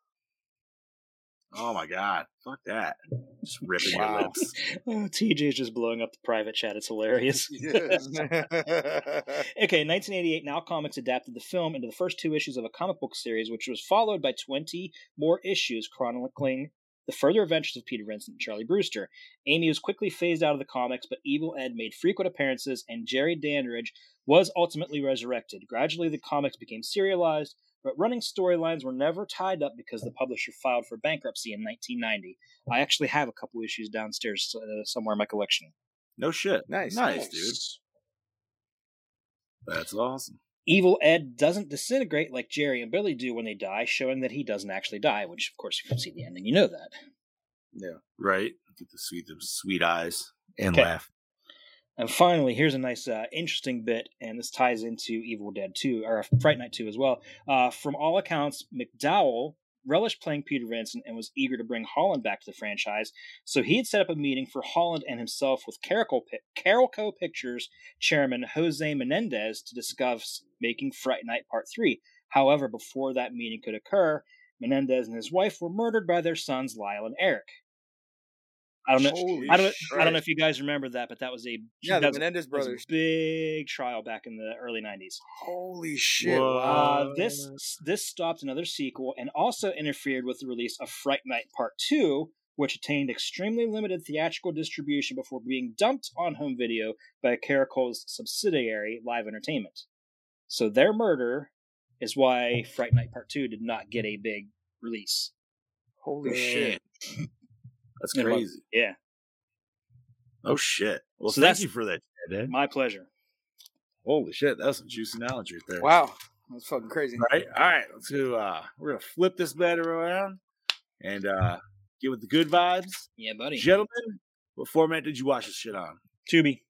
Speaker 3: Oh my god. Fuck that. Just ripping
Speaker 6: Wow.
Speaker 3: your lips.
Speaker 4: oh, TJ's just blowing up the private chat. It's hilarious.
Speaker 6: Yes.
Speaker 4: Okay, in 1988, Now Comics adapted the film into the first two issues of a comic book series, which was followed by 20 more issues chronicling the further adventures of Peter Vincent and Charlie Brewster. Amy was quickly phased out of the comics, but Evil Ed made frequent appearances, and Jerry Dandridge was ultimately resurrected. Gradually, the comics became serialized, but running storylines were never tied up because the publisher filed for bankruptcy in 1990. I actually have a couple issues downstairs uh, somewhere in my collection.
Speaker 3: No shit.
Speaker 5: Nice.
Speaker 3: Nice, dude. That's awesome.
Speaker 4: Evil Ed doesn't disintegrate like Jerry and Billy do when they die, showing that he doesn't actually die, which, of course, if you've seen the ending, you know that.
Speaker 3: Right? Get the sweet the sweet eyes and
Speaker 4: Okay.
Speaker 3: laugh.
Speaker 4: And finally, here's a nice, uh, interesting bit, and this ties into Evil Dead 2, or Fright Night 2 as well. Uh, from all accounts, McDowell relished playing Peter Vincent and was eager to bring Holland back to the franchise, so he had set up a meeting for Holland and himself with Carolco, Pi- Carolco Pictures chairman Jose Menendez to discuss making Fright Night Part 3. However, before that meeting could occur, Menendez and his wife were murdered by their sons Lyle and Eric. I don't know.
Speaker 5: Holy
Speaker 4: I don't. I
Speaker 5: shit.
Speaker 4: don't know if you guys remember that, but that was a
Speaker 5: Yeah, the
Speaker 4: that was a-
Speaker 5: Menendez
Speaker 4: that was a
Speaker 5: brothers.
Speaker 4: big trial back in the early '90s.
Speaker 5: Holy shit.
Speaker 3: Whoa.
Speaker 4: Uh,
Speaker 5: wow.
Speaker 4: this this stopped another sequel and also interfered with the release of Fright Night Part Two, which attained extremely limited theatrical distribution before being dumped on home video by Caracol's subsidiary Live Entertainment. So their murder is why Fright Night Part Two did not get a big release.
Speaker 5: Holy shit.
Speaker 3: That's
Speaker 4: Yeah, my-
Speaker 3: crazy.
Speaker 4: Yeah,
Speaker 3: Oh shit. Well,
Speaker 4: So
Speaker 3: thank
Speaker 4: that's-
Speaker 3: you for that, Ted.
Speaker 4: my pleasure.
Speaker 3: Holy shit, that was some juicy knowledge right there.
Speaker 5: Wow. That's fucking crazy.
Speaker 3: All right, all right. Let's do. Uh, we're gonna flip this batter around and uh, get with the good vibes,
Speaker 4: Yeah, buddy.
Speaker 3: gentlemen. What format did you watch this shit on?
Speaker 4: Tubi.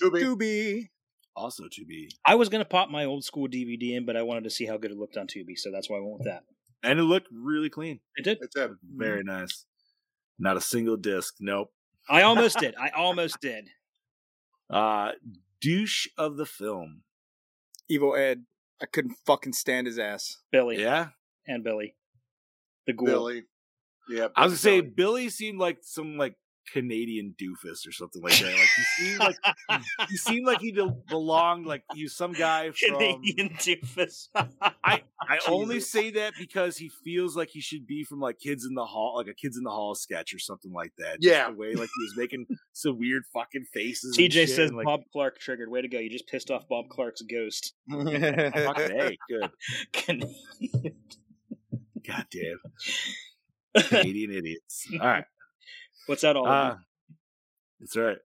Speaker 6: Doobie.
Speaker 5: Doobie.
Speaker 3: Also to be,
Speaker 4: I was gonna pop my old school DVD in, but I wanted to see how good it looked on Tubi, so that's why I went with that.
Speaker 3: and it looked really clean.
Speaker 4: I did.
Speaker 6: It's him.
Speaker 4: Hmm.
Speaker 3: Very nice. Not a single disc. Nope.
Speaker 4: I almost did. I almost did.
Speaker 3: Uh, douche of the film.
Speaker 5: Evil Ed. I couldn't fucking stand his ass.
Speaker 4: Billy
Speaker 3: Yeah,
Speaker 4: and Billy, the ghoul.
Speaker 6: Billy. Yeah.
Speaker 3: I was gonna say
Speaker 6: Billy.
Speaker 3: Billy seemed like some like Canadian doofus or something like that. Like he seemed like he seemed like he del- belonged. Like he was some guy from
Speaker 4: Canadian doofus.
Speaker 3: I I only say that because he feels like he should be from like Kids in the Hall, like a Kids in the Hall sketch or something like that. Just
Speaker 6: Yeah.
Speaker 3: the way like he was making some weird fucking faces. and
Speaker 4: TJ
Speaker 3: shit,
Speaker 4: says
Speaker 3: and, like,
Speaker 4: Bob Clark triggered. Way to go! You just pissed off Bob Clark's ghost.
Speaker 3: fuck, hey, good
Speaker 4: Canadian.
Speaker 3: goddamn Canadian idiots. All right,
Speaker 4: What's that all
Speaker 3: uh,
Speaker 4: about?
Speaker 3: that's all right.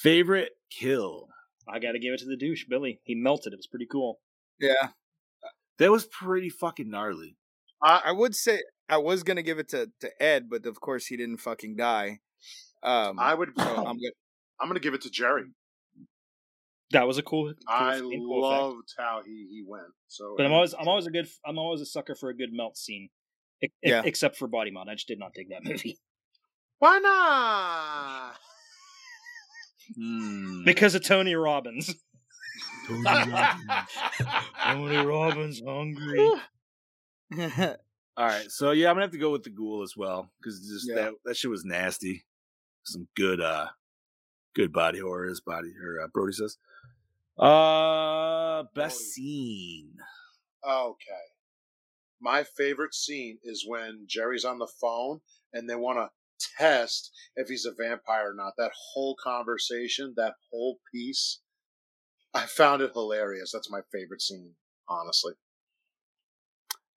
Speaker 3: Favorite kill.
Speaker 4: I got to give it to the douche, Billy. He melted. It was pretty cool.
Speaker 5: yeah.
Speaker 3: That was pretty fucking gnarly.
Speaker 5: I would say I was gonna give it to, to Ed, but of course he didn't fucking die. Um
Speaker 6: I would.
Speaker 5: so I'm
Speaker 6: I'm
Speaker 5: good.
Speaker 6: gonna give it to Jerry.
Speaker 4: That was a cool. cool
Speaker 6: I
Speaker 4: scene, cool effect.
Speaker 6: loved how he he went. So.
Speaker 4: But I'm always, I'm always a good, I'm always a sucker for a good melt scene, E- e-
Speaker 5: Yeah.
Speaker 4: except for Body Mod. I just did not dig that movie
Speaker 6: Why not?
Speaker 4: because of Tony Robbins. hungry.
Speaker 3: All right, so yeah, I'm gonna have to go with the ghoul as well because just
Speaker 5: Yeah.
Speaker 3: that that shit was nasty. Some good, uh, good body horror, as body or uh, Brody says. Uh, best
Speaker 6: Brody.
Speaker 3: scene.
Speaker 6: okay. my favorite scene is when Jerry's on the phone and they want to test if he's a vampire or not. That whole conversation, that whole piece, I found it hilarious. That's my favorite scene, honestly.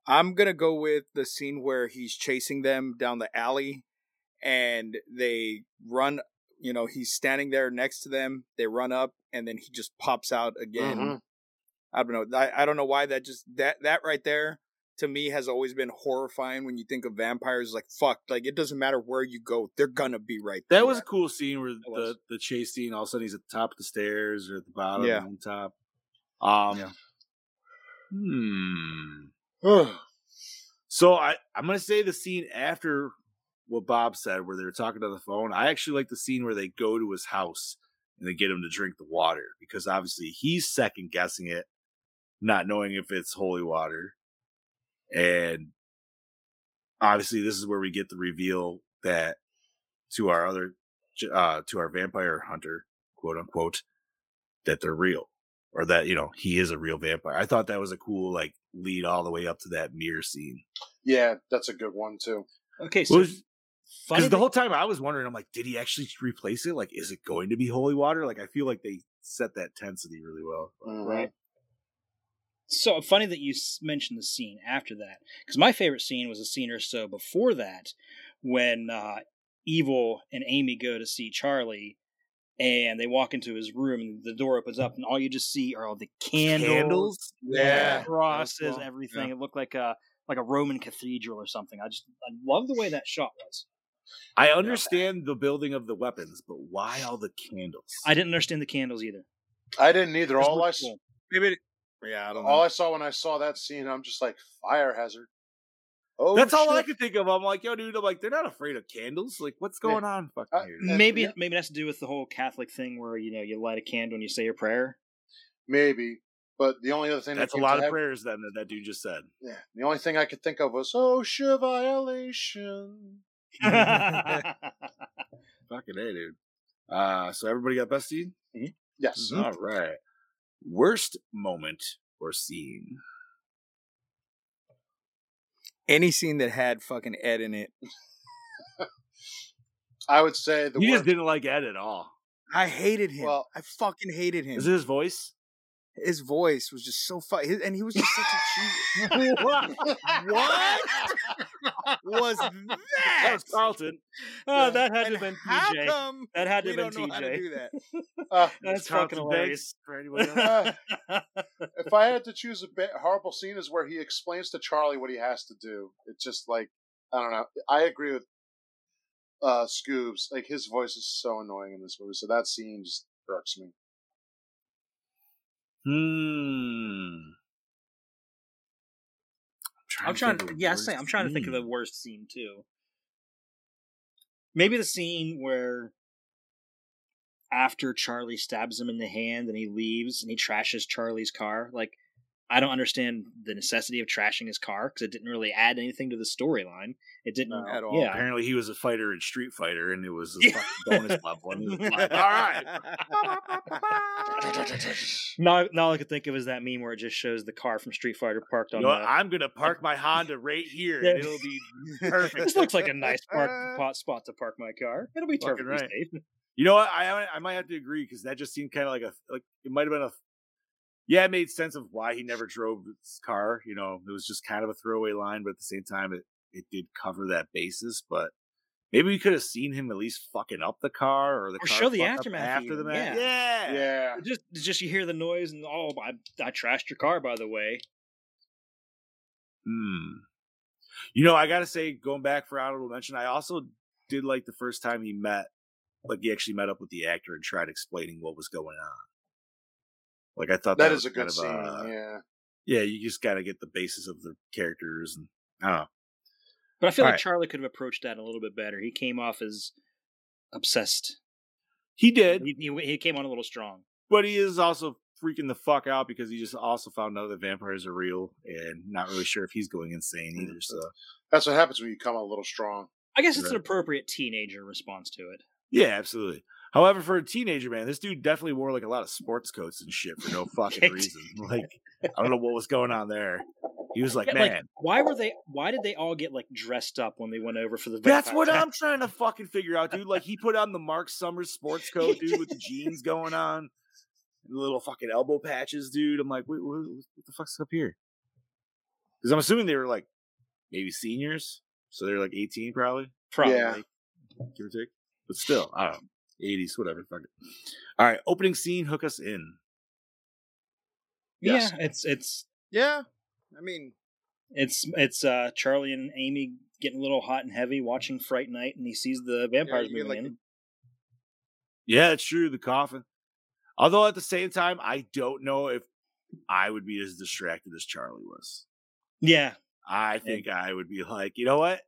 Speaker 5: I'm gonna go with the scene where he's chasing them down the alley, and they run. You know, he's standing there next to them. They run up, and then he just pops out again.
Speaker 6: Mhm.
Speaker 5: I don't know. I, I don't know why that just that that right there to me has always been horrifying when you think of vampires. Like fuck, like it doesn't matter where you go, they're gonna be right there.
Speaker 3: That was a cool scene where the,
Speaker 5: was.
Speaker 3: the chase scene. All of a sudden, he's at the top of the stairs or at the bottom,
Speaker 5: Yeah.
Speaker 3: on top. Um,
Speaker 5: Yeah.
Speaker 3: Hmm. So I, I'm gonna say the scene after what Bob said, where they were talking on the phone. I actually like the scene where they go to his house and they get him to drink the water because obviously he's second guessing it, not knowing if it's holy water, and obviously this is where we get the reveal that to our other uh, to our vampire hunter, quote unquote, that they're real or that you know he is a real vampire. I thought that was a cool like lead all the way up to that mirror scene.
Speaker 6: Yeah, that's a good one too.
Speaker 4: Okay, so
Speaker 3: Because
Speaker 4: funny
Speaker 3: the
Speaker 4: that-
Speaker 3: whole time I was wondering, I'm like, did he actually replace it? Like, is it going to be holy water? Like, I feel like they set that tensity really well.
Speaker 6: Right.
Speaker 4: So funny that you s- mentioned the scene after that, because my favorite scene was a scene or so before that, when uh, Evil and Amy go to see Charlie, and they walk into his room, and the door opens up, and all you just see are all the candles,
Speaker 5: Yeah,
Speaker 4: crosses,
Speaker 5: cool.
Speaker 4: everything. It looked like a like a Roman cathedral or something. I just I love the way that shot was.
Speaker 3: I understand the building of the weapons, but why all the candles?
Speaker 4: I didn't understand the candles either.
Speaker 6: Mm-hmm. I didn't either.
Speaker 4: Just
Speaker 6: All I
Speaker 4: looked
Speaker 6: s-
Speaker 4: cool.
Speaker 5: maybe. it- Yeah, I don't know.
Speaker 6: all I saw when I saw that scene, I'm just like fire hazard. Oh,
Speaker 3: That's all I
Speaker 6: shit.
Speaker 3: could think of. I'm like, yo, dude, I'm like, they're not afraid of candles. Like, what's
Speaker 6: Yeah.
Speaker 3: going on? Fucking
Speaker 6: I-
Speaker 3: here?
Speaker 6: And-
Speaker 4: maybe
Speaker 6: yeah.
Speaker 4: maybe it has to do with the whole Catholic thing where you know you light a candle and you say your prayer.
Speaker 6: Maybe, but the only other thing
Speaker 3: That's
Speaker 6: that
Speaker 3: a
Speaker 6: came
Speaker 3: lot
Speaker 6: to
Speaker 3: of
Speaker 6: head-
Speaker 3: prayers then that that dude just said.
Speaker 6: Yeah, the only thing I could think of was oh, shit violation.
Speaker 3: Fucking hey, dude. Uh, so everybody got best scene.
Speaker 6: Yes.
Speaker 3: All right. Worst moment or scene?
Speaker 5: Any scene that had fucking Ed in it,
Speaker 6: I would say the
Speaker 3: you
Speaker 6: worst.
Speaker 3: just didn't like Ed at all.
Speaker 5: I hated him.
Speaker 6: Well-
Speaker 5: I fucking hated him.
Speaker 3: Is it his voice?
Speaker 5: his voice was just so fu- his, and he was just such a cheesy.
Speaker 3: what?
Speaker 5: What was
Speaker 3: That
Speaker 5: that?
Speaker 3: was Carlton.
Speaker 4: oh, that had to
Speaker 5: And
Speaker 4: have been
Speaker 5: how
Speaker 4: TJ.
Speaker 5: come
Speaker 4: that had to
Speaker 5: we
Speaker 4: have been
Speaker 5: don't know how to
Speaker 4: TJ.
Speaker 5: do that?
Speaker 6: Uh,
Speaker 4: That's
Speaker 3: It's
Speaker 4: fucking
Speaker 3: Carlton
Speaker 4: hilarious.
Speaker 3: Banks, for anyone else.
Speaker 6: uh, if I had to choose a ba- horrible scene, is where he explains to Charlie what he has to do. It's just like I don't know. I agree with uh Scoobs. Like his voice is so annoying in this movie. So that scene just irks me.
Speaker 3: Hmm.
Speaker 4: I'm trying. To,
Speaker 3: think of a
Speaker 4: yeah, I say
Speaker 3: worst
Speaker 4: I'm trying to think of the
Speaker 3: scene.
Speaker 4: worst scene too. Maybe the scene where after Charlie stabs him in the hand and he leaves and he trashes Charlie's car. Like, I don't understand the necessity of trashing his car because it didn't really add anything to the storyline. It didn't
Speaker 5: No, at all.
Speaker 4: Yeah,
Speaker 3: Apparently, he was a fighter in Street Fighter, and it was a
Speaker 4: Yeah.
Speaker 3: fucking bonus level. And he was like, All right,
Speaker 4: now, now all I could think of is that meme where it just shows the car from Street Fighter parked
Speaker 3: you
Speaker 4: on.
Speaker 3: know what?
Speaker 4: the,
Speaker 3: I'm gonna park my Honda right here, and
Speaker 4: Yeah.
Speaker 3: it'll be perfect.
Speaker 4: this looks like a nice park pot spot to park my car. It'll be
Speaker 3: Fucking
Speaker 4: perfectly
Speaker 3: right.
Speaker 4: safe.
Speaker 3: You know what? I I might have to agree because that just seemed kind of like a like it might have been a yeah it made sense of why he never drove his car. You know, it was just kind of a throwaway line, but at the same time, it it did cover that basis. But maybe we could have seen him at least fucking up the car or the
Speaker 4: Or
Speaker 3: car
Speaker 4: show the
Speaker 3: fuck up
Speaker 4: aftermath
Speaker 3: after the
Speaker 4: even,
Speaker 3: match.
Speaker 6: Yeah.
Speaker 3: Yeah.
Speaker 4: It Just, it's just you hear the noise and oh, I, I trashed your car by the way.
Speaker 3: Hmm. You know, I gotta say, going back for honorable mention, I also did like the first time he met, like he actually met up with the actor and tried explaining what was going on. Like I thought that,
Speaker 6: that is a
Speaker 3: was kind
Speaker 6: good
Speaker 3: of uh,
Speaker 6: scene.
Speaker 3: a-
Speaker 6: yeah.
Speaker 3: yeah, you just got to get the basis of the characters, and I don't know.
Speaker 4: But I feel like
Speaker 3: Alright.
Speaker 4: Charlie could have approached that a little bit better. He came off as obsessed.
Speaker 3: He did,
Speaker 4: He, he, he came on a little strong.
Speaker 3: but he is also freaking the fuck out because he just also found out that vampires are real, and not really sure if he's going insane either. So
Speaker 6: That's what happens when you come a little strong.
Speaker 4: I guess it's an
Speaker 3: Right.
Speaker 4: appropriate teenager response to it.
Speaker 3: yeah, absolutely. However, for a teenager man, this dude definitely wore like a lot of sports coats and shit for no fucking reason. Like I don't know what was going on there. He was like,
Speaker 4: Yeah,
Speaker 3: man,
Speaker 4: like, why were they? Why did they all get like dressed up when they went over for the?
Speaker 3: that's
Speaker 4: vampire
Speaker 3: what
Speaker 4: attack?
Speaker 3: I'm trying to fucking figure out, dude. Like he put on the Mark Summers sports coat, dude, with the jeans going on, and the little fucking elbow patches, dude. I'm like, wait, what, what the fuck's up here? Because I'm assuming they were like maybe seniors, so they're like 18 probably,
Speaker 4: Probably.
Speaker 6: Yeah.
Speaker 3: give or take. But still, I don't know. 80s, whatever. Fuck it. All right, opening scene, hook us in.
Speaker 6: Yes.
Speaker 4: Yeah, it's it's
Speaker 5: Yeah. I mean,
Speaker 4: it's it's uh Charlie and Amy getting a little hot and heavy watching Fright Night, and he sees the vampires
Speaker 5: you get,
Speaker 4: moving
Speaker 5: like,
Speaker 4: in.
Speaker 3: Yeah, it's true. The coffin. Although at the same time, I don't know if I would be as distracted as Charlie was.
Speaker 4: Yeah,
Speaker 3: I think I would be like, you know what?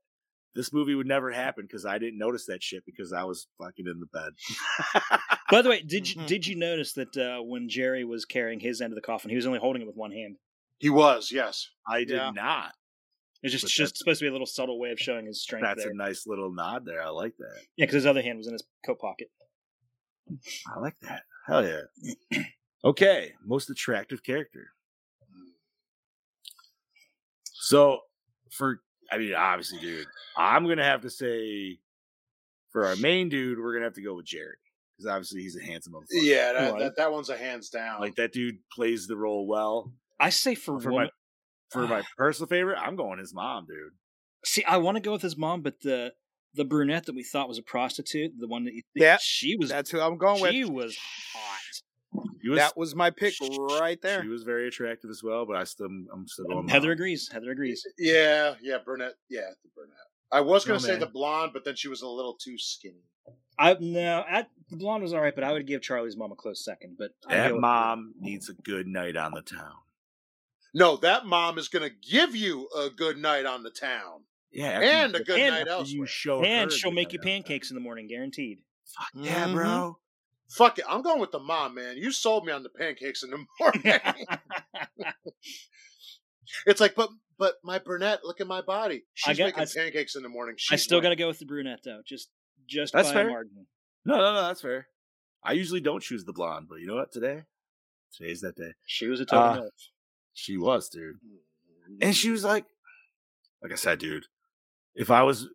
Speaker 3: This movie would never happen because I didn't notice that shit because I was fucking in the bed.
Speaker 4: By the way, did
Speaker 3: Mm-hmm.
Speaker 4: you,
Speaker 5: Mhm.
Speaker 4: did you notice that uh, when Jerry was carrying his end of the coffin, he was only holding it with one hand?
Speaker 6: He was, yes.
Speaker 3: I did
Speaker 5: Yeah.
Speaker 3: not.
Speaker 4: It's just
Speaker 3: But eh,
Speaker 4: it's just supposed to be a little subtle way of showing his strength
Speaker 3: That's
Speaker 4: there.
Speaker 3: a nice little nod there. I like that.
Speaker 4: Yeah, because his other hand was in his coat pocket.
Speaker 3: I like that. Hell yeah. okay, most attractive character. So for I mean, obviously, dude, I'm gonna have to say for our main dude, we're gonna have to go with Jared because obviously he's a handsome motherfucker.
Speaker 6: Yeah, that,
Speaker 4: Right.
Speaker 6: that, that one's a hands down.
Speaker 3: Like that dude plays the role well.
Speaker 4: I say for,
Speaker 3: For
Speaker 4: woman,
Speaker 3: my for my personal favorite, I'm going his mom, dude.
Speaker 4: see, I want to go with his mom, but the the brunette that we thought was a prostitute, the one that you
Speaker 5: Yeah,
Speaker 4: she was
Speaker 5: that's who I'm going
Speaker 4: she
Speaker 5: with.
Speaker 4: was hot.
Speaker 3: He was,
Speaker 5: that was my pick right there.
Speaker 3: She was very attractive as well, but I still I'm still going.
Speaker 4: Heather
Speaker 3: mom.
Speaker 4: agrees. Heather agrees.
Speaker 6: yeah, yeah, brunette. Yeah, the brunette. I was going
Speaker 3: Oh,
Speaker 6: to say
Speaker 3: man.
Speaker 6: the blonde, but then she was a little too skinny.
Speaker 4: I no, I, the blonde was all right, but I would give Charlie's mom a close second. But I'd
Speaker 3: That
Speaker 4: go with-
Speaker 3: mom needs a good night on the town.
Speaker 6: No, that mom is going to give you a good night on the town
Speaker 3: Yeah, after you
Speaker 6: and a good
Speaker 4: and
Speaker 6: night
Speaker 3: after
Speaker 6: elsewhere.
Speaker 3: you show
Speaker 4: and
Speaker 3: her
Speaker 4: she'll
Speaker 3: the
Speaker 4: make you
Speaker 3: night out.
Speaker 4: pancakes in the morning, guaranteed.
Speaker 3: Yeah,
Speaker 5: Mhm.
Speaker 3: bro.
Speaker 6: Fuck it, I'm going with the mom, man. You sold me on the pancakes in the morning. it's like, but but my brunette, look at my body.
Speaker 4: I
Speaker 6: She's
Speaker 4: got-
Speaker 6: making
Speaker 4: I s-
Speaker 6: pancakes in the morning. She's
Speaker 4: I still got
Speaker 6: right.
Speaker 4: to go with the brunette though. Just just
Speaker 3: That's
Speaker 4: by
Speaker 3: fair.
Speaker 4: a margin.
Speaker 3: No, no, no, that's fair. I usually don't choose the blonde, but you know what? Today, today's that day.
Speaker 4: She was a total
Speaker 3: Uh,
Speaker 4: milf.
Speaker 3: She was, dude, and she was like, like I said, dude. If I was,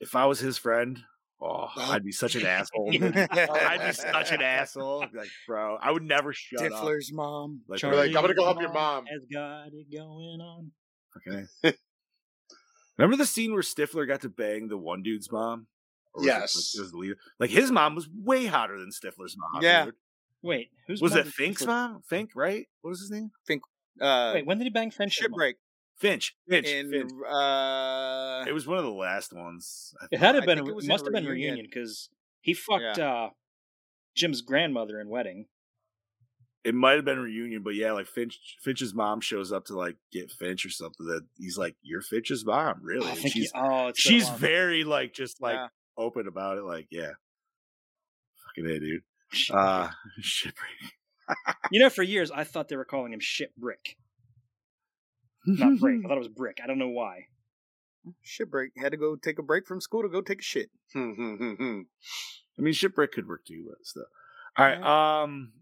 Speaker 3: if I was his friend, oh, I'd be such an asshole. dude. I'd be Oh, such an asshole. Like, bro, I would never shut up.
Speaker 5: Stifler's mom.
Speaker 3: Like,
Speaker 6: Charlie.
Speaker 3: like,
Speaker 6: I'm gonna go help
Speaker 4: Charlie's
Speaker 6: your mom.
Speaker 4: Has got it going on.
Speaker 3: okay. Remember the scene where Stifler got to bang the one dude's mom? Or was it-
Speaker 6: Yes.
Speaker 3: it was the leader. Like his mom was way hotter than Stifler's mom.
Speaker 5: Yeah.
Speaker 3: dude.
Speaker 4: Wait, who's
Speaker 3: was
Speaker 4: mom
Speaker 3: it
Speaker 4: did
Speaker 3: Fink's
Speaker 4: Stifler-
Speaker 3: mom? Fink, right? What was his name?
Speaker 5: Uh,
Speaker 4: Wait, when did he bang Finch?
Speaker 5: shipwreck
Speaker 3: Finch. Finch.
Speaker 5: in
Speaker 3: Finch.
Speaker 5: uh,
Speaker 3: It was one of the last ones. I
Speaker 4: It
Speaker 3: think.
Speaker 4: had to
Speaker 5: I
Speaker 4: have been.
Speaker 5: think
Speaker 4: a-
Speaker 5: it was in
Speaker 4: must have been
Speaker 5: Reunion.
Speaker 4: reunion because he fucked uh, Jim's grandmother in wedding.
Speaker 3: It might have been reunion, but yeah, like Finch. Finch's mom shows up to like get Finch or something. That he's like, "You're Finch's mom, really?"
Speaker 4: I
Speaker 3: And
Speaker 4: think he-
Speaker 3: she's
Speaker 4: oh, it's been a
Speaker 3: she's
Speaker 4: while.
Speaker 3: very like just like
Speaker 5: Yeah.
Speaker 3: open about it. Like, yeah, fucking hey, dude.
Speaker 4: Shit.
Speaker 3: Uh, shipwreck.
Speaker 4: you know, for years I thought they were calling him Shipbrick, not Brick. I thought it was Brick. I don't know why.
Speaker 5: shipwreck had to go take a break from school to go take a shit.
Speaker 6: Hmm,
Speaker 3: I mean, shipwreck could work too, but still. All right. Um.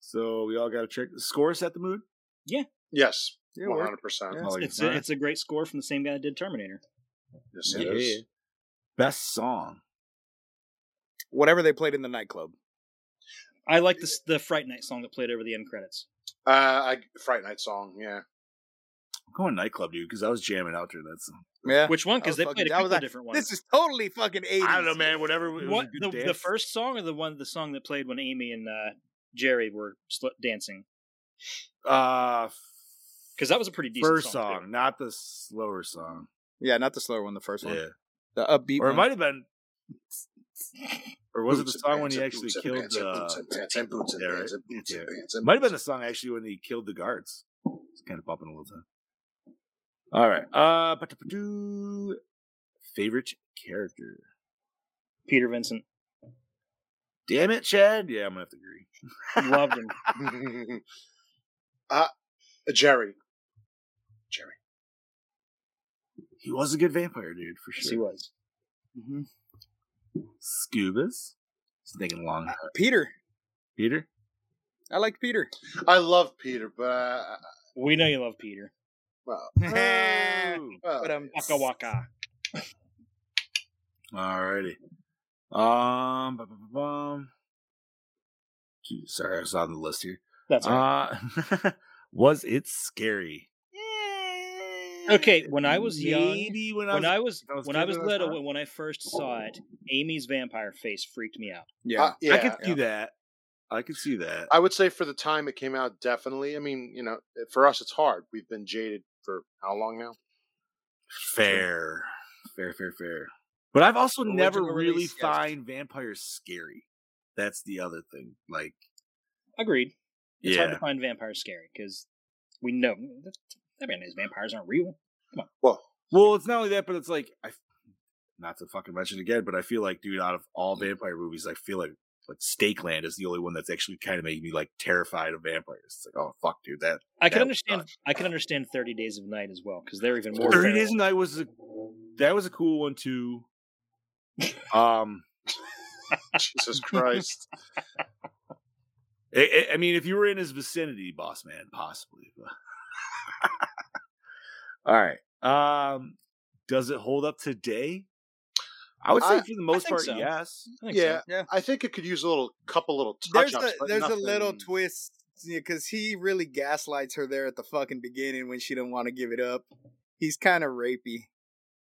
Speaker 3: So we all got a trick. Score set the mood.
Speaker 6: yes,
Speaker 5: Yeah,
Speaker 6: one
Speaker 5: work.
Speaker 6: hundred percent.
Speaker 5: Yeah.
Speaker 3: All
Speaker 4: It's
Speaker 3: right.
Speaker 4: a, it's a great score from the same guy that did Terminator.
Speaker 6: Yes, it
Speaker 3: Yeah.
Speaker 6: is.
Speaker 3: Best song.
Speaker 5: Whatever they played in the nightclub.
Speaker 4: I like this the Fright Night song that played over the end credits.
Speaker 6: Uh, I Fright Night song. Yeah,
Speaker 3: I'm going nightclub, dude, because I was jamming out during that song.
Speaker 5: Yeah.
Speaker 4: Which one?
Speaker 5: I
Speaker 4: Because
Speaker 5: was
Speaker 4: they
Speaker 5: fucking-
Speaker 4: played a
Speaker 5: I was
Speaker 4: couple
Speaker 5: like,
Speaker 4: different ones.
Speaker 5: This is totally fucking 80s.
Speaker 3: I don't know, man. Whatever. It was
Speaker 4: what
Speaker 3: a good
Speaker 4: the, the
Speaker 3: dance.
Speaker 4: first song or the one the song that played when Amy and uh, Jerry were sl- dancing
Speaker 3: uh f-
Speaker 4: because that was a pretty decent
Speaker 3: first
Speaker 4: song.
Speaker 3: song,
Speaker 4: too.
Speaker 3: not the slower song.
Speaker 5: Yeah, not the slower one, the first
Speaker 3: Yeah,
Speaker 5: one. The upbeat
Speaker 3: or it
Speaker 5: one.
Speaker 3: might have been. Or was it the
Speaker 6: Boots and
Speaker 3: song when
Speaker 6: pants
Speaker 3: he
Speaker 6: and
Speaker 3: actually
Speaker 6: boots and
Speaker 3: killed
Speaker 6: pants and boots
Speaker 3: the?
Speaker 6: and pants and boots and
Speaker 3: Yeah, right.
Speaker 6: pants and boots and
Speaker 3: Yeah.
Speaker 6: pants and
Speaker 3: Might have been
Speaker 6: boots
Speaker 3: the song actually when he killed the guards. It's kind of bumping a little time. All right. Uh, ba-da-ba-doo. favorite character.
Speaker 4: Peter Vincent
Speaker 3: Damn it, Chad. Yeah, I'm gonna have to agree.
Speaker 4: loved him.
Speaker 6: and- uh, Jerry. Jerry.
Speaker 3: He was a good vampire, dude, for
Speaker 4: yes, he
Speaker 3: sure.
Speaker 4: was.
Speaker 5: Mhm.
Speaker 3: Scubas. He's thinking long.
Speaker 5: Uh, Peter.
Speaker 3: Peter.
Speaker 5: I like Peter.
Speaker 6: I love Peter, but uh,
Speaker 4: We know you love Peter.
Speaker 6: Well, well, Uh,
Speaker 5: but um, I'm
Speaker 4: Waka waka.
Speaker 3: Alrighty. Um, bum, bum, bum. Gee, sorry, I was on the list here.
Speaker 4: That's all right.
Speaker 3: Uh, was it scary? Eh,
Speaker 4: Okay, when I was young-
Speaker 3: maybe when I was,
Speaker 4: when I was
Speaker 3: if I was
Speaker 4: when I
Speaker 3: kid,
Speaker 4: was
Speaker 3: I was
Speaker 4: little,
Speaker 3: not.
Speaker 4: when- when I first saw it, Amy's vampire face freaked me out.
Speaker 5: yeah.
Speaker 6: uh, yeah,
Speaker 3: I could
Speaker 6: yeah.
Speaker 3: see that. I could see that.
Speaker 6: I would say for the time it came out, definitely. I mean, you know, for us, it's hard. We've been jaded for how long now?
Speaker 3: fair, fair, fair, fair. But I've also
Speaker 5: Original
Speaker 3: never really
Speaker 5: release, yes.
Speaker 3: find vampires scary. That's the other thing. Like,
Speaker 4: Agreed. It's
Speaker 3: yeah,
Speaker 4: hard to find vampires scary because we know that everyone knows vampires aren't real.
Speaker 6: Well,
Speaker 3: Well, it's not only that, but it's like I, not to fucking mention again, but I feel like, dude, out of all vampire movies, I feel like like Stakeland is the only one that's actually kind of made me like terrified of vampires. It's like, oh fuck, dude, that
Speaker 4: I can
Speaker 3: That would
Speaker 4: understand. I can understand Thirty Days of Night as well because they're even more.
Speaker 3: Thirty Days a
Speaker 4: feral.
Speaker 3: Night was a that was a cool one too. Um,
Speaker 6: Jesus Christ.
Speaker 3: I, I- I mean, if you were in his vicinity, boss man, possibly. all right. Um, does it hold up today? I would say
Speaker 6: I- Mm-hmm.
Speaker 3: for the most
Speaker 4: think
Speaker 3: part,
Speaker 4: so.
Speaker 3: yes.
Speaker 4: I think so.
Speaker 6: yeah,
Speaker 5: Yeah.
Speaker 6: I think it could use a little couple little touch
Speaker 5: there's
Speaker 6: ups.
Speaker 5: a there's a little
Speaker 6: twist.
Speaker 5: twist because he really gaslights her there at the fucking beginning when she didn't want to give it up. He's kind of rapey.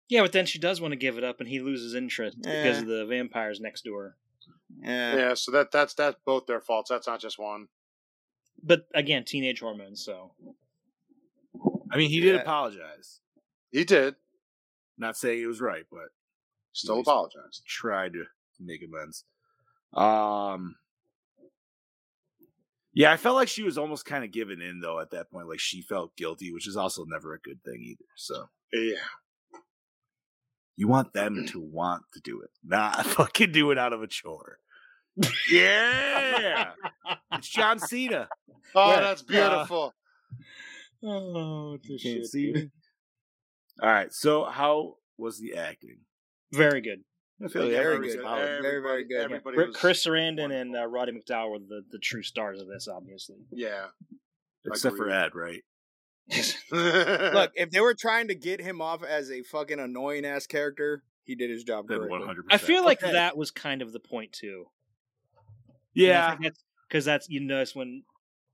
Speaker 4: Yeah, but then she does want to give it up, and he loses interest because
Speaker 5: Yeah.
Speaker 4: of the vampires next door.
Speaker 5: Yeah.
Speaker 6: Yeah, so that that's that's both their faults. That's not just one.
Speaker 4: But again, teenage hormones. So
Speaker 3: I mean, he did
Speaker 5: Yeah.
Speaker 3: apologize.
Speaker 6: He did
Speaker 3: Not saying it was right, but
Speaker 6: still
Speaker 3: Nice.
Speaker 6: apologize.
Speaker 3: tried to make amends. Um, yeah, I felt like she was almost kind of giving in though at that point. Like she felt guilty, which is also never a good thing either. So
Speaker 6: Yeah,
Speaker 3: you want them to want to do it, not fucking do it out of a chore. Yeah, it's John Cena.
Speaker 6: Oh,
Speaker 3: Yeah.
Speaker 6: that's beautiful.
Speaker 4: oh,
Speaker 3: You can't see me. All right. So how was the acting?
Speaker 4: very good.
Speaker 3: I feel like
Speaker 5: Very
Speaker 3: everyone was
Speaker 5: good.
Speaker 3: solid.
Speaker 6: eh,
Speaker 5: Very, very
Speaker 6: Everybody-
Speaker 5: good. Yeah.
Speaker 4: Yeah.
Speaker 6: Everybody
Speaker 4: Ri-
Speaker 6: was-
Speaker 4: Chris Sarandon and uh, Roddy McDowell were the, the true stars of this, obviously.
Speaker 6: Yeah.
Speaker 3: except for
Speaker 6: Agreed.
Speaker 3: Ed, right?
Speaker 5: Look, if they were trying to get him off as a fucking annoying ass character, he did his job
Speaker 3: Then
Speaker 5: correctly.
Speaker 3: one hundred.
Speaker 4: I feel like that was kind of the point too.
Speaker 3: Yeah,
Speaker 4: because that's you notice when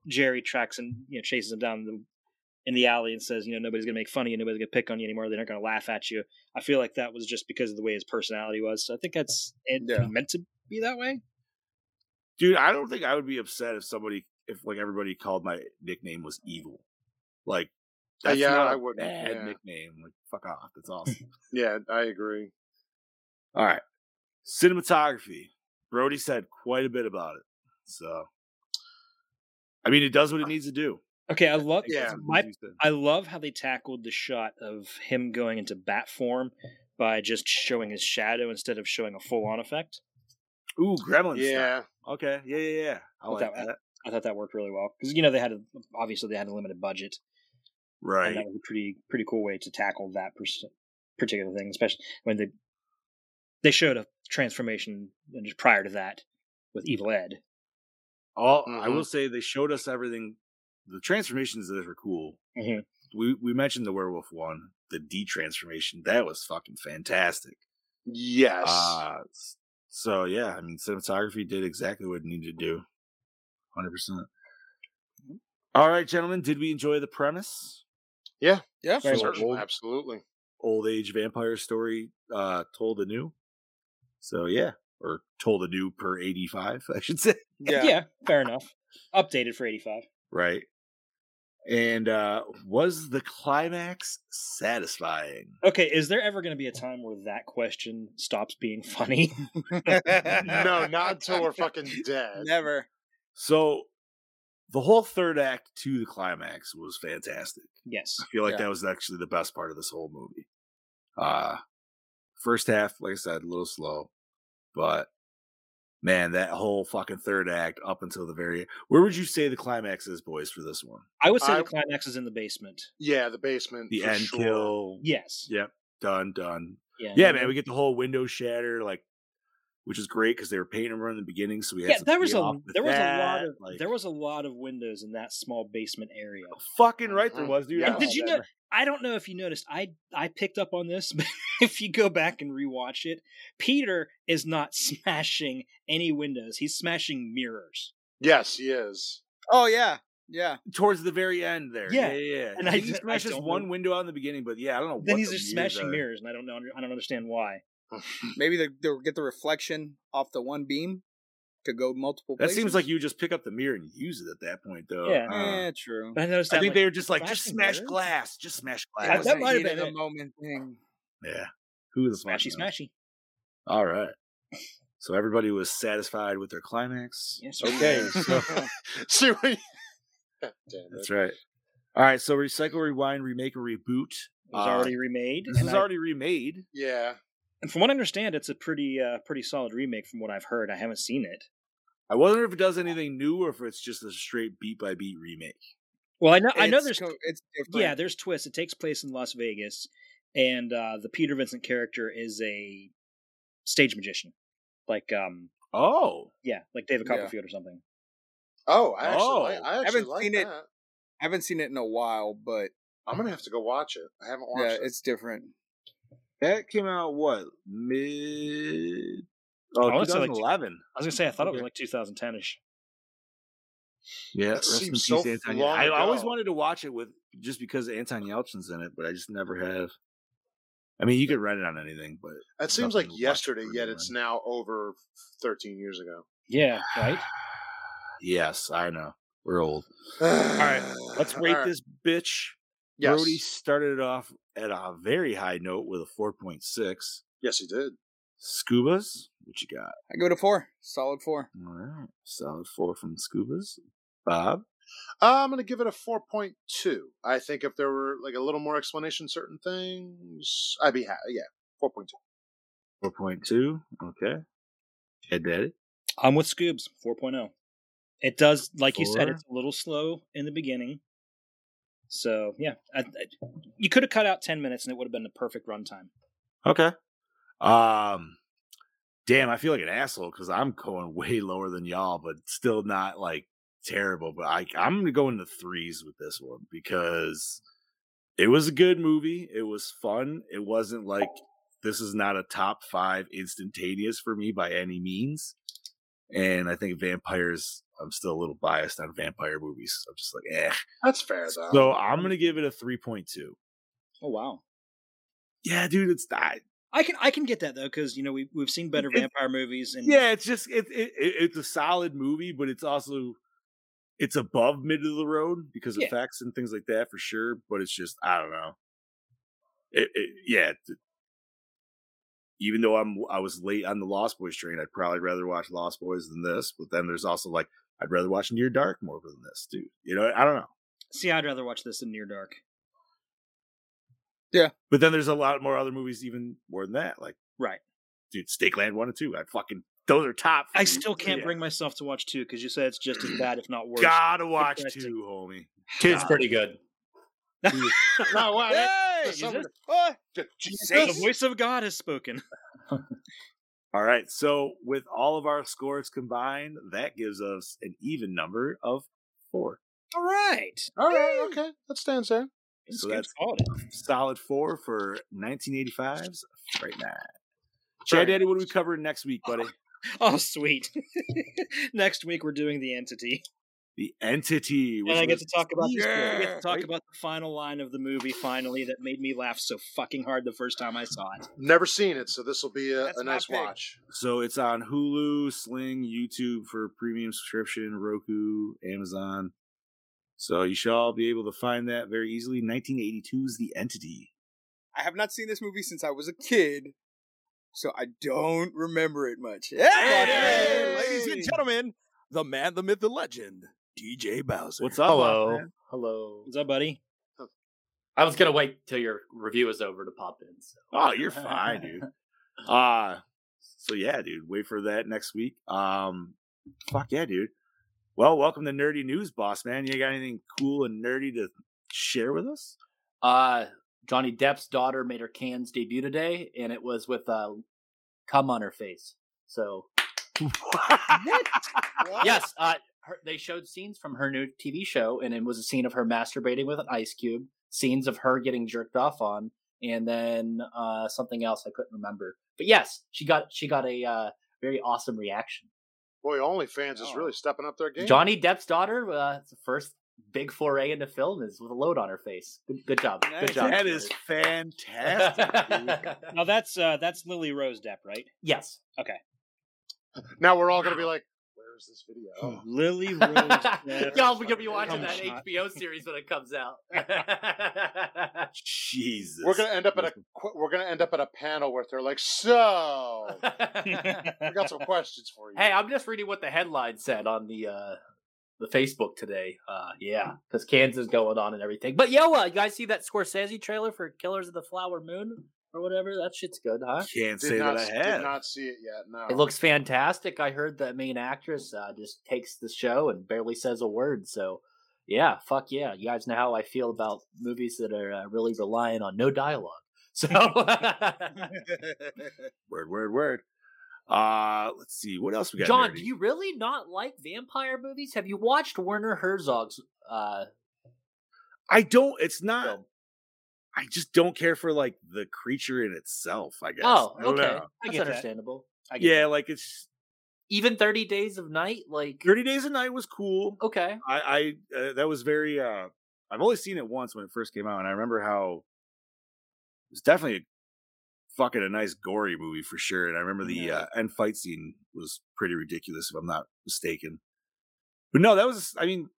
Speaker 4: Jerry tracks and you know chases him down the, in the alley and says, you know, nobody's gonna make fun of you, nobody's gonna pick on you anymore, they're not gonna laugh at you. I feel like that was just because of the way his personality was. So I think that's it
Speaker 5: Yeah.
Speaker 4: meant to be that way.
Speaker 3: dude i don't think i would be upset if somebody if like everybody called my nickname was evil like
Speaker 6: Uh,
Speaker 3: that's
Speaker 6: yeah,
Speaker 3: not a
Speaker 6: I wouldn't,
Speaker 3: bad
Speaker 6: yeah.
Speaker 3: nickname like fuck off that's awesome
Speaker 6: yeah, I agree.
Speaker 3: all right cinematography brody said quite a bit about it so i mean it does what it needs to do
Speaker 4: Okay, I love
Speaker 6: Uh, Yeah.
Speaker 4: my
Speaker 3: mm-hmm.
Speaker 4: I love how they tackled the shot of him going into bat form by just showing his shadow instead of showing a full on effect.
Speaker 3: ooh gremlin
Speaker 6: Yeah,
Speaker 3: okay yeah yeah yeah i
Speaker 4: With
Speaker 3: like
Speaker 4: that-
Speaker 3: that,
Speaker 4: I thought that worked really well because you know they had a, obviously they had a limited budget, and
Speaker 3: right
Speaker 4: that was a pretty pretty cool way to tackle that pers- particular thing. Especially when they they showed a transformation just prior to that with Evil Ed.
Speaker 3: all i
Speaker 6: Mhm.
Speaker 3: will say they showed us everything the transformations that were cool
Speaker 6: Mm-hmm.
Speaker 4: Mhm.
Speaker 3: we we mentioned the werewolf one the d transformation that was fucking fantastic
Speaker 6: yes.
Speaker 3: Uh, s- so yeah, I mean, cinematography did exactly what it needed to do. Hundred percent. All right, gentlemen, did we enjoy the premise?
Speaker 5: Yeah.
Speaker 3: Very
Speaker 6: Certainly,
Speaker 3: old,
Speaker 6: absolutely.
Speaker 3: old age vampire story uh, told anew. So yeah, or told anew per eighty five, I should say.
Speaker 5: Yeah.
Speaker 4: fair enough. Updated for eighty five.
Speaker 3: Right. And uh, was the climax satisfying?
Speaker 4: Okay, is there ever going to be a time where that question stops being funny?
Speaker 6: No, not until we're fucking dead.
Speaker 5: Never.
Speaker 3: So the whole third act to the climax was fantastic.
Speaker 4: yes.
Speaker 3: I feel like
Speaker 5: Yeah.
Speaker 3: that was actually the best part of this whole movie. Uh first half, like I said, a little slow, but man, that whole fucking third act up until the very where would you say the climax is, boys, for this one?
Speaker 4: I would say
Speaker 6: I-
Speaker 4: the climax is in the basement.
Speaker 6: Yeah, the basement.
Speaker 3: The
Speaker 6: for
Speaker 3: end
Speaker 6: sure.
Speaker 3: kill.
Speaker 4: Yes.
Speaker 3: Yep. Done, done.
Speaker 4: Yeah.
Speaker 3: Yeah, man, we get the whole window shatter, like which is great because they were painting her in the beginning, so we had
Speaker 4: yeah,
Speaker 3: some
Speaker 4: there was a
Speaker 3: payoff with
Speaker 4: there was a lot
Speaker 3: that,
Speaker 4: of
Speaker 3: like,
Speaker 4: there was a lot of windows in that small basement area.
Speaker 3: fucking right there
Speaker 6: Mhm.
Speaker 3: was, dude. I
Speaker 6: Yeah.
Speaker 4: Mm-hmm. And did
Speaker 3: don't
Speaker 4: you
Speaker 3: remember.
Speaker 4: know? I don't know if you noticed. I I picked up on this, but if you go back and rewatch it, Peter is not smashing any windows. He's smashing mirrors.
Speaker 6: Yes, he is.
Speaker 5: Oh yeah, yeah.
Speaker 3: towards the very end there.
Speaker 4: Yeah.
Speaker 3: Yeah, yeah. yeah.
Speaker 4: And
Speaker 3: And
Speaker 4: I
Speaker 3: I
Speaker 4: d- I
Speaker 3: just smashes
Speaker 4: don't
Speaker 3: one
Speaker 4: know.
Speaker 3: window out in the beginning, but yeah, I don't know.
Speaker 4: then
Speaker 3: what
Speaker 4: he's
Speaker 3: the
Speaker 4: just smashing
Speaker 3: are.
Speaker 4: mirrors, and I don't know. I don't understand why.
Speaker 5: Maybe they they'll get the reflection off the one beam to go multiple.
Speaker 3: That
Speaker 5: places.
Speaker 3: seems like you just pick up the mirror and use it at that point, though.
Speaker 4: Yeah.
Speaker 3: Uh,
Speaker 5: Yeah, true.
Speaker 4: But I noticed
Speaker 3: I
Speaker 4: that.
Speaker 3: think
Speaker 4: like,
Speaker 3: they were just like, just
Speaker 4: smashing
Speaker 3: smash
Speaker 4: mirrors?
Speaker 3: glass, just smash
Speaker 4: Yeah,
Speaker 3: glass.
Speaker 4: that might have been
Speaker 5: a
Speaker 4: it.
Speaker 5: moment thing.
Speaker 3: Yeah. Who is
Speaker 4: smashy, smashy.
Speaker 3: All right. So everybody was satisfied with their climax.
Speaker 4: Yes.
Speaker 3: Okay. So
Speaker 6: See what? you- Damn it.
Speaker 3: that's right. All right. So recycle, rewind, remake, or reboot.
Speaker 4: It was
Speaker 3: Uh,
Speaker 4: already remade.
Speaker 3: This
Speaker 4: Mm-hmm. and
Speaker 3: is
Speaker 4: I-
Speaker 3: already remade.
Speaker 6: Yeah.
Speaker 4: and from what I understand, it's a pretty uh, pretty solid remake. From what I've heard, I haven't seen it.
Speaker 3: I wonder if it does anything new or if it's just a straight beat by beat remake.
Speaker 4: Well, I know I know
Speaker 5: It's
Speaker 4: there's
Speaker 5: co- it's different.
Speaker 4: yeah there's twists. It takes place in Las Vegas, and uh, the Peter Vincent character is a stage magician, like um
Speaker 3: Oh,
Speaker 4: yeah like David
Speaker 5: Yeah.
Speaker 4: Copperfield or something.
Speaker 6: Oh, I actually, like,
Speaker 3: Oh.
Speaker 6: I actually
Speaker 5: Haven't
Speaker 6: like
Speaker 5: seen it.
Speaker 6: that.
Speaker 5: I haven't seen it in a while, but
Speaker 6: I'm gonna have to go watch it. I haven't
Speaker 5: yeah,
Speaker 6: watched it.
Speaker 5: it's different.
Speaker 3: that came out what mid? Oh,
Speaker 4: I wanna say like
Speaker 3: 2011.
Speaker 4: I was gonna say I thought it was
Speaker 3: Okay.
Speaker 4: like 2010ish.
Speaker 3: yeah,
Speaker 6: That
Speaker 3: rest in
Speaker 6: seems
Speaker 3: peace,
Speaker 6: so
Speaker 3: Anton.
Speaker 6: long
Speaker 3: I always
Speaker 6: ago.
Speaker 3: wanted to watch it with just because Anton Yelchin's in it, but I just never have. I mean, you could rent it on anything, but
Speaker 6: It seems
Speaker 3: nothing
Speaker 6: like
Speaker 3: to watch
Speaker 6: yesterday,
Speaker 3: for
Speaker 6: yet
Speaker 3: anyone.
Speaker 6: it's now over 13 years ago.
Speaker 4: Yeah, right.
Speaker 3: yes, I know we're old.
Speaker 6: All
Speaker 3: right, Let's rate this bitch.
Speaker 6: Yes.
Speaker 3: Brody started it off at a very high note with a 4.6.
Speaker 6: Yes, he did.
Speaker 3: Scubas, what you got?
Speaker 5: I give it a four, solid four.
Speaker 3: All right, solid four from Scubas. Bob,
Speaker 6: Uh, I'm going to give it a 4.2. I think if there were like a little more explanation, certain things, I'd be happy. Yeah, 4.2.
Speaker 3: 4.2. Okay. Ted Daddy.
Speaker 4: I'm with Scoobs 4.0. It does, like you said,
Speaker 3: Four.
Speaker 4: it's a little slow in the beginning. So yeah, I, I, you could have cut out 10 minutes and it would have been the perfect runtime.
Speaker 3: Okay. Um, damn, I feel like an asshole because I'm going way lower than y'all, but still not like terrible. But I, I'm gonna go into threes with this one because it was a good movie. It was fun. It wasn't like this is not a top five instantaneous for me by any means. And I think vampires. I'm still a little biased on vampire movies. I'm just like, eh.
Speaker 6: That's fair, though.
Speaker 3: So I'm gonna give it a three point two.
Speaker 4: Oh wow,
Speaker 3: Yeah, dude, it's I,
Speaker 4: I can I can get that though because you know we we've seen better
Speaker 3: It-
Speaker 4: vampire movies and
Speaker 3: yeah it's just it, it, it it's a solid movie but it's also it's above mid of the road because
Speaker 4: Yeah.
Speaker 3: effects and things like that for sure but it's just i don't know it, it yeah it- even though i'm i was late on the lost boys train i'd probably rather watch lost boys than this but then there's also like i'd rather watch near dark more than this dude you know i don't know
Speaker 4: see I'd rather watch this than Near Dark.
Speaker 3: but then there's a lot more other movies even more than that like
Speaker 4: Right.
Speaker 3: dude stakeland one and two i fucking those are top for
Speaker 4: I
Speaker 3: me.
Speaker 4: still can't
Speaker 3: Mm, Yeah.
Speaker 4: bring myself to watch two because you said it's just as bad if not worse.
Speaker 3: gotta watch
Speaker 4: Depressing.
Speaker 3: two homie
Speaker 8: Two's pretty good.
Speaker 6: no, wow, that-
Speaker 4: Hey,
Speaker 6: that's something-
Speaker 4: Jesus.
Speaker 6: Oh,
Speaker 4: the
Speaker 6: Jesus.
Speaker 4: voice of God has spoken.
Speaker 3: All right. So with all of our scores combined, that gives us an even number of four.
Speaker 4: All right,
Speaker 6: All right, okay. That stands there.
Speaker 3: So
Speaker 4: Scoobs
Speaker 3: that's-
Speaker 4: called it.
Speaker 3: Solid four for 1985's Fright Night. Chad Daddy, what do we cover next week, buddy?
Speaker 4: Oh sweet. Next week we're doing the entity.
Speaker 3: The Entity. which
Speaker 4: and I get
Speaker 3: was-
Speaker 4: to talk about this. I get
Speaker 3: Yeah.
Speaker 4: to talk
Speaker 3: Right?
Speaker 4: about the final line of the movie. Finally, that made me laugh so fucking hard the first time I saw it.
Speaker 6: Never seen it, so this will be a,
Speaker 5: That's
Speaker 6: a
Speaker 5: my
Speaker 6: nice
Speaker 5: pick.
Speaker 6: watch.
Speaker 3: So it's on Hulu, Sling, YouTube for premium subscription, Roku, Amazon. So you shall all be able to find that very easily. 1982's The Entity.
Speaker 5: I have not seen this movie since I was a kid, so I don't remember it much.
Speaker 6: Hey!
Speaker 9: Ladies and gentlemen, the man, the myth, the legend, DJ Bowser.
Speaker 3: What's up?
Speaker 8: Hello.
Speaker 3: Mothman?
Speaker 8: Hello.
Speaker 4: What's up, buddy?
Speaker 3: Oh.
Speaker 8: I was gonna wait till your review is over to pop in. So.
Speaker 3: Oh, you're fine, dude. Uh so yeah, dude. Wait for that next week. Um fuck yeah, dude. Well, welcome to Nerdy News, boss man. You got anything cool and nerdy to share with us?
Speaker 8: Uh, Johnny Depp's daughter made her Cannes debut today, and it was with uh, cum on her face. So yes, uh, her, they showed scenes from her new TV show, and it was a scene of her masturbating with an ice cube, scenes of her getting jerked off on, and then uh, something else I couldn't remember. But yes, she got she got a uh, very awesome reaction.
Speaker 6: Boy, OnlyFans is really stepping up their game.
Speaker 8: Johnny Depp's daughter, uh, it's the first big foray into film, is with a load on her face. Good, good job.
Speaker 3: Nice.
Speaker 8: Good job.
Speaker 3: That is fantastic. dude.
Speaker 4: now that's uh, that's Lily Rose Depp, right?
Speaker 8: yes.
Speaker 4: Okay.
Speaker 6: Now we're all gonna be like, "Where's this
Speaker 3: Hmm. Oh.
Speaker 6: video?"
Speaker 4: Lily Rose Depp.
Speaker 8: Y'all, we're gonna be watching
Speaker 4: Come
Speaker 8: that
Speaker 4: shot.
Speaker 8: HBO series when it comes out.
Speaker 3: Jesus.
Speaker 6: We're gonna end up at a qu- we're gonna end up at a panel where they're like, "So, we got some questions for you."
Speaker 8: Hey, I'm just reading what the headline said on the uh the Facebook today. Uh yeah, because Kansas going on and everything. But yo, uh, you guys see that Scorsese trailer for Killers of the Flower Moon or whatever? That shit's good, huh?
Speaker 3: Can't
Speaker 6: did
Speaker 3: say
Speaker 6: not s-
Speaker 3: that I
Speaker 6: did
Speaker 3: have.
Speaker 6: not see it yet. No,
Speaker 8: It looks fantastic. I heard the main actress uh, just takes the show and barely says a word. So, yeah, fuck yeah. You guys know how I feel about movies that are uh, really relying on no dialogue. So,
Speaker 3: Word, word, word. Uh let's see. What else we got?
Speaker 8: John,
Speaker 3: nerdy?
Speaker 8: do you really not like vampire movies? Have you watched Werner Herzog's? Uh,
Speaker 3: I don't it's not
Speaker 8: Film.
Speaker 3: I just don't care for like the creature in itself, I guess.
Speaker 8: oh,
Speaker 3: I don't
Speaker 8: okay,
Speaker 3: know.
Speaker 8: that's
Speaker 4: get that.
Speaker 8: understandable. I get
Speaker 3: Yeah,
Speaker 8: that.
Speaker 3: like it's
Speaker 8: even Thirty Days of Night, like
Speaker 3: 30 Days a Night was
Speaker 6: Oh.
Speaker 3: cool.
Speaker 8: okay,
Speaker 3: I, I uh, that was very uh I've only seen it once when it first came out, and I remember how it was definitely fucking a nice gory movie for sure. And I remember the
Speaker 4: Yeah.
Speaker 3: uh, end fight scene was pretty ridiculous, if I'm not mistaken. But no, that was I mean,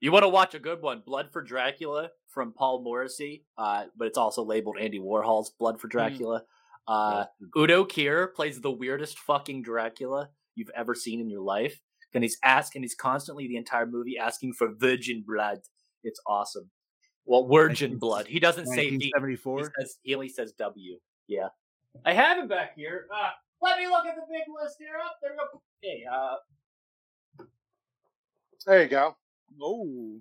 Speaker 8: you want to watch a good one, Blood for Dracula from Paul Morrissey, uh, but it's also labeled Andy Warhol's Blood for Dracula. Uh, Udo Kier plays the weirdest fucking Dracula you've ever seen in your life, and he's asking, he's constantly the entire movie asking for virgin blood. It's awesome. Well, virgin blood. He doesn't say he. He,
Speaker 3: 1974.
Speaker 8: says, he only says W. Yeah. I have it back here. Uh, let me look at the big list here. Up there. we go. Okay. Uh,
Speaker 6: there you go.
Speaker 3: Oh.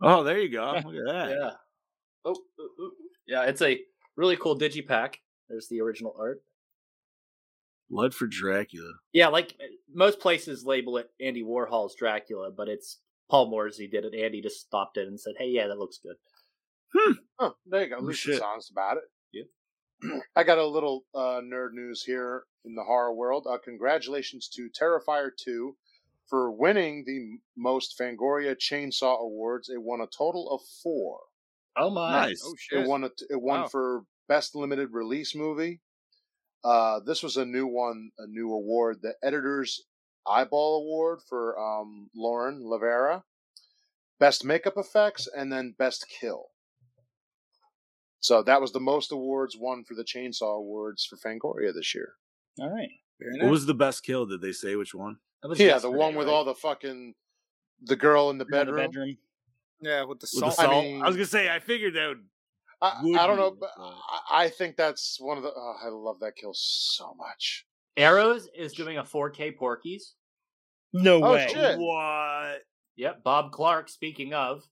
Speaker 3: Oh, there you go. Look at that.
Speaker 8: yeah. Oh, oh, oh. Yeah, it's a really cool digipack. There's the original art.
Speaker 3: Blood for Dracula.
Speaker 8: Yeah, like uh, most places label it Andy Warhol's Dracula, but it's Paul Morrissey did it. Andy just stopped it and said, "Hey, yeah, that looks good."
Speaker 6: Huh, there you go.
Speaker 3: Oh,
Speaker 6: Lucid
Speaker 3: shit.
Speaker 6: songs about it. Yeah. I got a little uh, nerd news here in the horror world. Uh, congratulations to Terrifier 2 for winning the m- most Fangoria Chainsaw Awards. It won a total of four.
Speaker 8: Oh my!
Speaker 3: Nice.
Speaker 9: Oh
Speaker 6: It
Speaker 9: shit.
Speaker 6: won, a, it won
Speaker 9: Wow.
Speaker 6: for Best Limited Release Movie. Uh, this was a new one, a new award, the Editor's Eyeball Award for um, Lauren Lavera, Best Makeup Effects, and then Best Kill. So that was the most awards won for the Chainsaw Awards for Fangoria this year.
Speaker 4: All right.
Speaker 3: What was the best kill? Did they say which one?
Speaker 8: That was
Speaker 6: yeah, the
Speaker 8: yesterday,
Speaker 6: one with
Speaker 8: right?
Speaker 6: all the fucking the girl in the
Speaker 4: You're in the
Speaker 6: bedroom.
Speaker 4: bedroom.
Speaker 5: Yeah, with the
Speaker 3: With the
Speaker 5: salt.
Speaker 6: I
Speaker 3: salt? I,
Speaker 6: mean-
Speaker 3: was gonna say I figured that would
Speaker 6: I,
Speaker 3: Would
Speaker 6: I don't know,
Speaker 3: you,
Speaker 6: but
Speaker 3: but-
Speaker 6: I, I think that's one of the. Oh, I love that kill so much.
Speaker 8: Arrows is doing a 4K Porkies.
Speaker 4: No
Speaker 6: Oh,
Speaker 4: way.
Speaker 6: shit.
Speaker 3: what
Speaker 8: Yep, Bob Clark. Speaking of,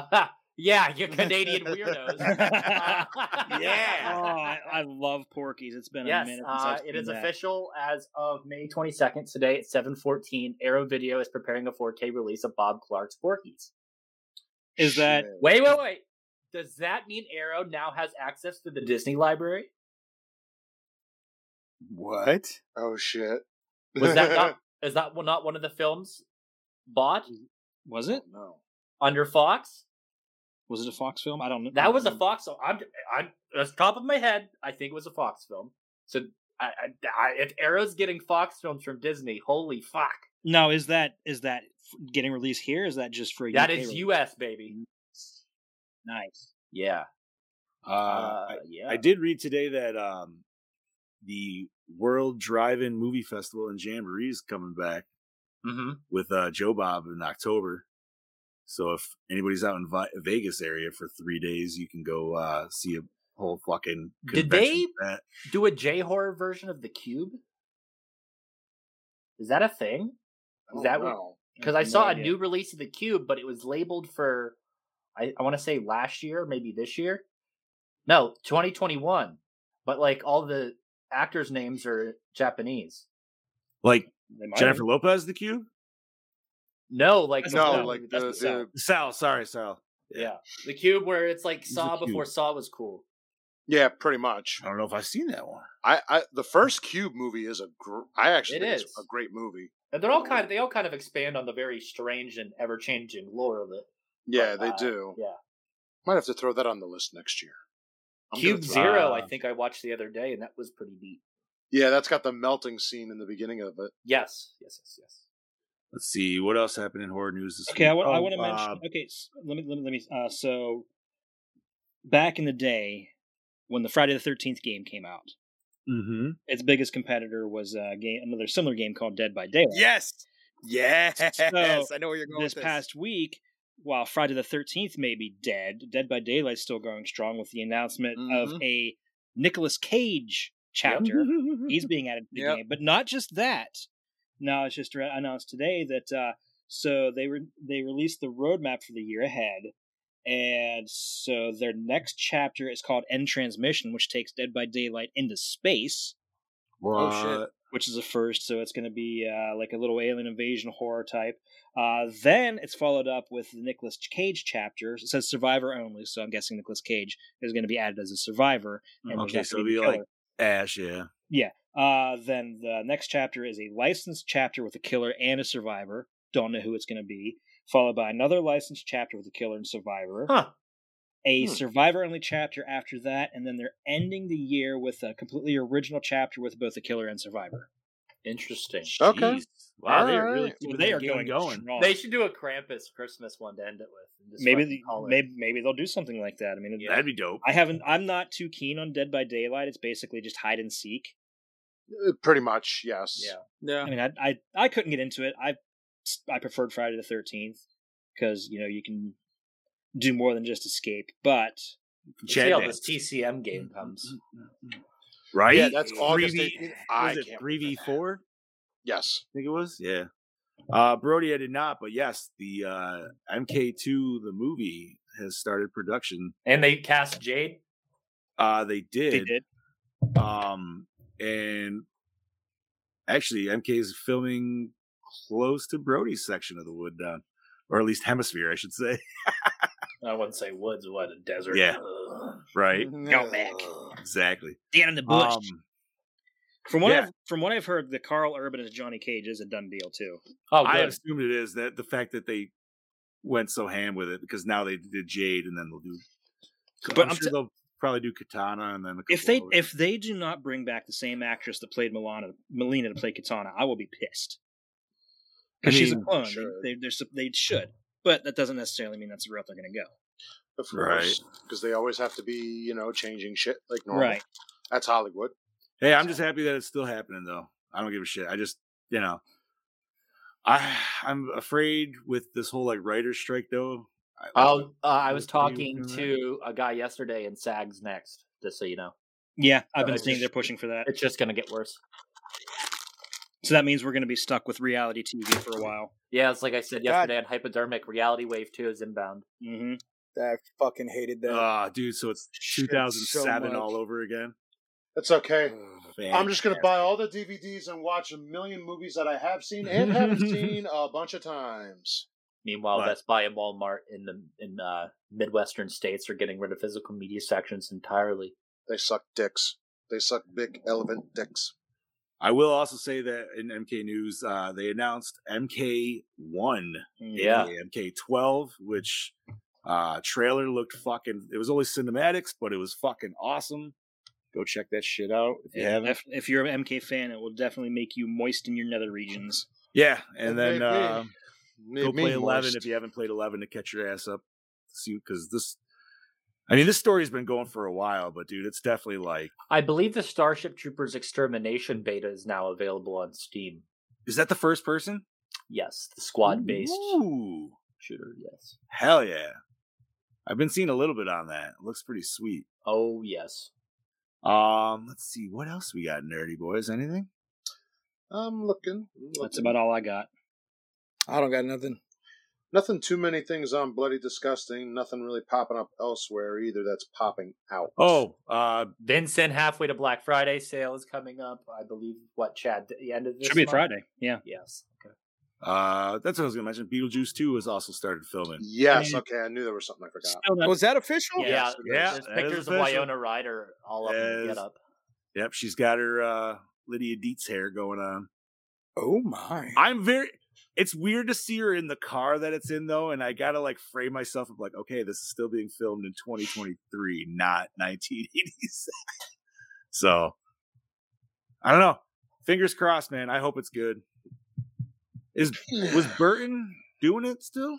Speaker 8: yeah, you Canadian weirdos.
Speaker 4: yeah.
Speaker 8: yeah.
Speaker 4: Oh, I, I love Porky's. It's been a
Speaker 8: yes,
Speaker 4: minute. Since
Speaker 8: uh,
Speaker 4: I've
Speaker 8: it
Speaker 4: seen
Speaker 8: is
Speaker 4: that.
Speaker 8: official as of May 22nd today at 7:14. Arrow Video is preparing a 4K release of Bob Clark's Porkies.
Speaker 4: Is that
Speaker 6: Shit.
Speaker 8: Wait, wait, wait. Does that mean Arrow now has access to the Disney library?
Speaker 3: What?
Speaker 6: Oh shit!
Speaker 8: Was that not is that one- not one of the films bought
Speaker 4: was it?
Speaker 6: no.
Speaker 8: under Fox?
Speaker 4: Was it a Fox film? I don't know.
Speaker 8: That was a Fox. So I'm I'm off the top of my head. I think it was a Fox film. So I, I, I, if Arrow's getting Fox films from Disney, holy fuck,
Speaker 4: No, is that is that f- getting released here? Is that just for UK
Speaker 8: that is
Speaker 4: release?
Speaker 8: U.S. baby.
Speaker 4: Nice.
Speaker 8: Yeah.
Speaker 3: Uh,
Speaker 8: Uh,
Speaker 3: I,
Speaker 8: yeah.
Speaker 3: I did read today that um the World Drive-In Movie Festival and Jamboree is coming back
Speaker 8: Mm-hmm.
Speaker 3: with uh, Joe Bob in October. So if anybody's out in Vi- Vegas area for three days, you can go uh, see a whole fucking.
Speaker 8: Did
Speaker 3: convention
Speaker 8: they-
Speaker 3: for that.
Speaker 8: do a J horror version of the cube? Is that a thing?
Speaker 5: Oh,
Speaker 8: Is that what?
Speaker 6: Oh, no?
Speaker 8: Because I saw
Speaker 4: No
Speaker 8: a
Speaker 4: idea.
Speaker 8: new release of the cube, but it was labeled for, I, I want to say last year, maybe this year. No, 2021. But like all the actors' names are Japanese.
Speaker 3: Like
Speaker 4: They might
Speaker 3: Jennifer Lopez, the cube.
Speaker 8: No, like the
Speaker 6: No,
Speaker 8: one-
Speaker 6: like
Speaker 8: that's
Speaker 6: the-
Speaker 8: the cell.
Speaker 3: Sal, sorry, Sal.
Speaker 8: yeah, the cube where it's like
Speaker 3: a
Speaker 8: Saw
Speaker 3: cube.
Speaker 8: before Saw was cool.
Speaker 6: Yeah, pretty much.
Speaker 3: I don't know if I've seen that one.
Speaker 6: I, I the first Cube movie is a gr- I actually
Speaker 8: It
Speaker 6: think it's
Speaker 8: is.
Speaker 6: a great movie.
Speaker 8: And they're all kind. they all kind of expand on the very strange and ever changing lore of it.
Speaker 6: Yeah, they
Speaker 8: uh,
Speaker 6: do.
Speaker 8: yeah.
Speaker 6: Might have to throw that on the list next year. I'm gonna
Speaker 8: Cube
Speaker 6: throw-
Speaker 8: Zero, I think I watched the other day, and that was pretty neat.
Speaker 6: Yeah, that's got the melting scene in the beginning of it.
Speaker 8: Yes, yes, yes, yes.
Speaker 3: Let's see what else happened in horror news this
Speaker 4: Okay,
Speaker 3: week.
Speaker 4: I want, I
Speaker 3: Oh,
Speaker 4: want to
Speaker 3: uh,
Speaker 4: mention. Okay, s let me let me let me. Uh, so, back in the day, when the Friday the Thirteenth game came out,
Speaker 3: mhm.
Speaker 4: its biggest competitor was a game, another similar game called Dead by Daylight.
Speaker 5: Yes. Yes.
Speaker 4: Oh,
Speaker 5: I know where you're going
Speaker 4: This
Speaker 5: with this.
Speaker 4: past week, while Friday the Thirteenth may be dead, Dead by Daylight's still going strong with the announcement of
Speaker 5: Mm-hmm.
Speaker 4: a Nicolas Cage chapter. He's being added to the
Speaker 5: Yep.
Speaker 4: game, but not just that. Now it's just re- announced today that uh, so they were they released the roadmap for the year ahead, and so their next chapter is called End Transmission, which takes Dead by Daylight into space
Speaker 3: What?
Speaker 4: which is a first. So it's going to be uh, like a little alien invasion horror type. Uh, then it's followed up with the Nicolas Cage chapter. It says survivor only, so I'm guessing Nicolas Cage is going to be added as a survivor. And there's
Speaker 3: Mm, Okay,
Speaker 4: not
Speaker 3: so
Speaker 4: gonna
Speaker 3: it'll be
Speaker 4: a
Speaker 3: like
Speaker 4: killer.
Speaker 3: Ash, yeah.
Speaker 4: yeah. Uh, then the next chapter is a licensed chapter with a killer and a survivor. Don't know who it's going to be. Followed by another licensed chapter with a killer and survivor
Speaker 8: Huh.
Speaker 4: a
Speaker 3: Hmm.
Speaker 4: survivor only chapter after that, and then they're ending the year with a completely original chapter with both a killer and survivor.
Speaker 8: Interesting.
Speaker 6: Okay.
Speaker 3: Jeez. Wow, they are
Speaker 6: Alright.
Speaker 3: really
Speaker 6: Well,
Speaker 3: keeping
Speaker 4: they
Speaker 3: that
Speaker 4: are
Speaker 3: game
Speaker 4: going,
Speaker 3: going.
Speaker 4: strong.
Speaker 8: They should do a Krampus Christmas one to end it with. and just
Speaker 4: maybe
Speaker 8: fucking
Speaker 4: the-
Speaker 8: call it.
Speaker 4: maybe maybe they'll do something like that. I mean,
Speaker 8: Yeah.
Speaker 3: That'd be dope.
Speaker 4: I haven't. I'm not too keen on Dead by Daylight. It's basically just hide and seek.
Speaker 6: Uh, Pretty much, yes.
Speaker 8: Yeah.
Speaker 5: Yeah.
Speaker 4: I mean, I I, I couldn't get into it. I I preferred Friday the Thirteenth because you know you can do more than just escape. But
Speaker 8: Let's
Speaker 3: Chad
Speaker 8: see how
Speaker 3: Dance.
Speaker 8: this TCM game comes.
Speaker 3: Right?
Speaker 6: Yeah, that's August
Speaker 3: 3v
Speaker 6: 18th. I
Speaker 3: Was
Speaker 6: can't
Speaker 3: it three v
Speaker 6: wait for that.
Speaker 3: four?
Speaker 6: Yes.
Speaker 3: I think it was. Yeah. Uh, Brody, I did not, but yes, the uh, MK2, the movie, has started production.
Speaker 8: And they cast Jade.
Speaker 3: Uh, they did.
Speaker 4: they did.
Speaker 3: Um, and actually, MK is filming close to Brody's section of the wood down, or at least hemisphere, I should say.
Speaker 8: I wouldn't say woods, what a desert.
Speaker 3: Yeah.
Speaker 8: Ugh.
Speaker 3: Right.
Speaker 4: Go
Speaker 6: mm-hmm.
Speaker 4: back
Speaker 3: Exactly.
Speaker 4: down in the bush.
Speaker 3: Um,
Speaker 4: from what
Speaker 3: yeah.
Speaker 4: I've, from what I've heard, the Carl Urban as Johnny Cage is a done deal too.
Speaker 8: Oh,
Speaker 3: I
Speaker 8: good.
Speaker 3: assumed it is that the fact that they went so ham with it because now they did Jade and then they'll do.
Speaker 4: But
Speaker 3: I'm,
Speaker 4: I'm t-
Speaker 3: sure they'll probably do Katana and then a
Speaker 4: If
Speaker 3: couple
Speaker 4: they
Speaker 3: others.
Speaker 4: if they do not bring back the same actress that played Milana Melina to play Katana, I will be pissed. Because she's a
Speaker 3: mean,
Speaker 4: clone.
Speaker 6: sure.
Speaker 4: They, they they're sup- they should, but that doesn't necessarily mean that's the route they're going to go.
Speaker 6: Of
Speaker 3: Right.
Speaker 6: course. Because they always have to be, you know, changing shit like normal.
Speaker 4: Right.
Speaker 6: That's Hollywood.
Speaker 3: Hey, I'm just happy that it's still happening though. I don't give a shit. I just, you know, I I'm afraid with this whole like writer's strike though. I,
Speaker 8: I'll, uh, I
Speaker 3: What
Speaker 8: was
Speaker 3: do you
Speaker 8: talking
Speaker 3: recommend?
Speaker 8: to a guy yesterday in SAGs next, just so you know.
Speaker 4: Yeah, I've been
Speaker 8: Right.
Speaker 4: seeing they're pushing for that.
Speaker 8: It's just going to get worse.
Speaker 4: So that means we're going to be stuck with reality TV for a while.
Speaker 8: Yeah, it's like I said
Speaker 5: God.
Speaker 8: yesterday on Hypodermic, Reality Wave 2 is inbound.
Speaker 4: hmm
Speaker 5: I fucking hated that.
Speaker 3: Ah, dude, so it's
Speaker 5: Shit so
Speaker 3: 2007
Speaker 5: much.
Speaker 3: all over again.
Speaker 6: That's okay.
Speaker 3: Mm.
Speaker 6: I'm just going to
Speaker 3: Fantastic.
Speaker 6: buy all the DVDs and watch a million movies that I have seen and haven't seen a bunch of times.
Speaker 8: Meanwhile,
Speaker 3: Right.
Speaker 8: Best Buy and Walmart in the in uh, Midwestern states are getting rid of physical media sections entirely.
Speaker 6: They suck dicks. They suck big elephant dicks.
Speaker 3: I will also say that in MK news, uh, they announced MK one,
Speaker 8: Yeah.
Speaker 3: MK twelve, which uh trailer looked fucking. It was only cinematics, but it was fucking awesome. Go check that shit out if you haven't.
Speaker 4: If, if you're an MK fan, it will definitely make you moist in your nether regions.
Speaker 3: Yeah, and
Speaker 6: It
Speaker 3: then
Speaker 6: made me-
Speaker 3: um,
Speaker 6: made
Speaker 3: go
Speaker 6: me
Speaker 3: play 11
Speaker 6: moist.
Speaker 3: if you haven't played 11 to catch your ass up see because this i mean this story's been going for a while but dude it's definitely like
Speaker 8: I believe the Starship Troopers Extermination beta is now available on Steam.
Speaker 3: is that the first person
Speaker 8: Yes, the
Speaker 3: Oh,
Speaker 8: squad based
Speaker 3: Ooh,
Speaker 8: shooter. Yes.
Speaker 3: hell yeah i've been seeing a little bit on that it looks pretty sweet
Speaker 8: Oh, yes.
Speaker 3: um let's see what else we got nerdy boys anything
Speaker 6: I'm looking.
Speaker 4: That's
Speaker 6: looking.
Speaker 4: about all I got.
Speaker 5: I don't got nothing.
Speaker 6: Nothing too many things on Bloody Disgusting. Nothing really popping up elsewhere either that's popping out.
Speaker 3: oh uh
Speaker 8: Vincent, halfway to Black Friday sale is coming up. I believe what Chad the end of this
Speaker 4: Should be
Speaker 8: month?
Speaker 4: Friday. Yeah.
Speaker 8: Yes. Okay.
Speaker 3: Uh, that's what I was gonna mention. Beetlejuice Two was also started filming.
Speaker 6: Mm. Yes. Okay. I knew there was something I forgot.
Speaker 5: Still not- Was that official?
Speaker 8: Yeah,
Speaker 3: Yes, it
Speaker 8: there's,
Speaker 3: is.
Speaker 8: there's
Speaker 3: That is
Speaker 8: pictures of
Speaker 3: official.
Speaker 8: Wyona Ryder all up in the
Speaker 3: Yes.
Speaker 8: get up.
Speaker 3: Yep, she's got her uh, Lydia Dietz hair going on.
Speaker 5: Oh my!
Speaker 3: I'm very. It's weird to see her in the car that it's in though, and I gotta like frame myself of like, okay, this is still being filmed in 2023, not 1980s. so I don't know. Fingers crossed, man. I hope it's good. Is was Burton doing it still?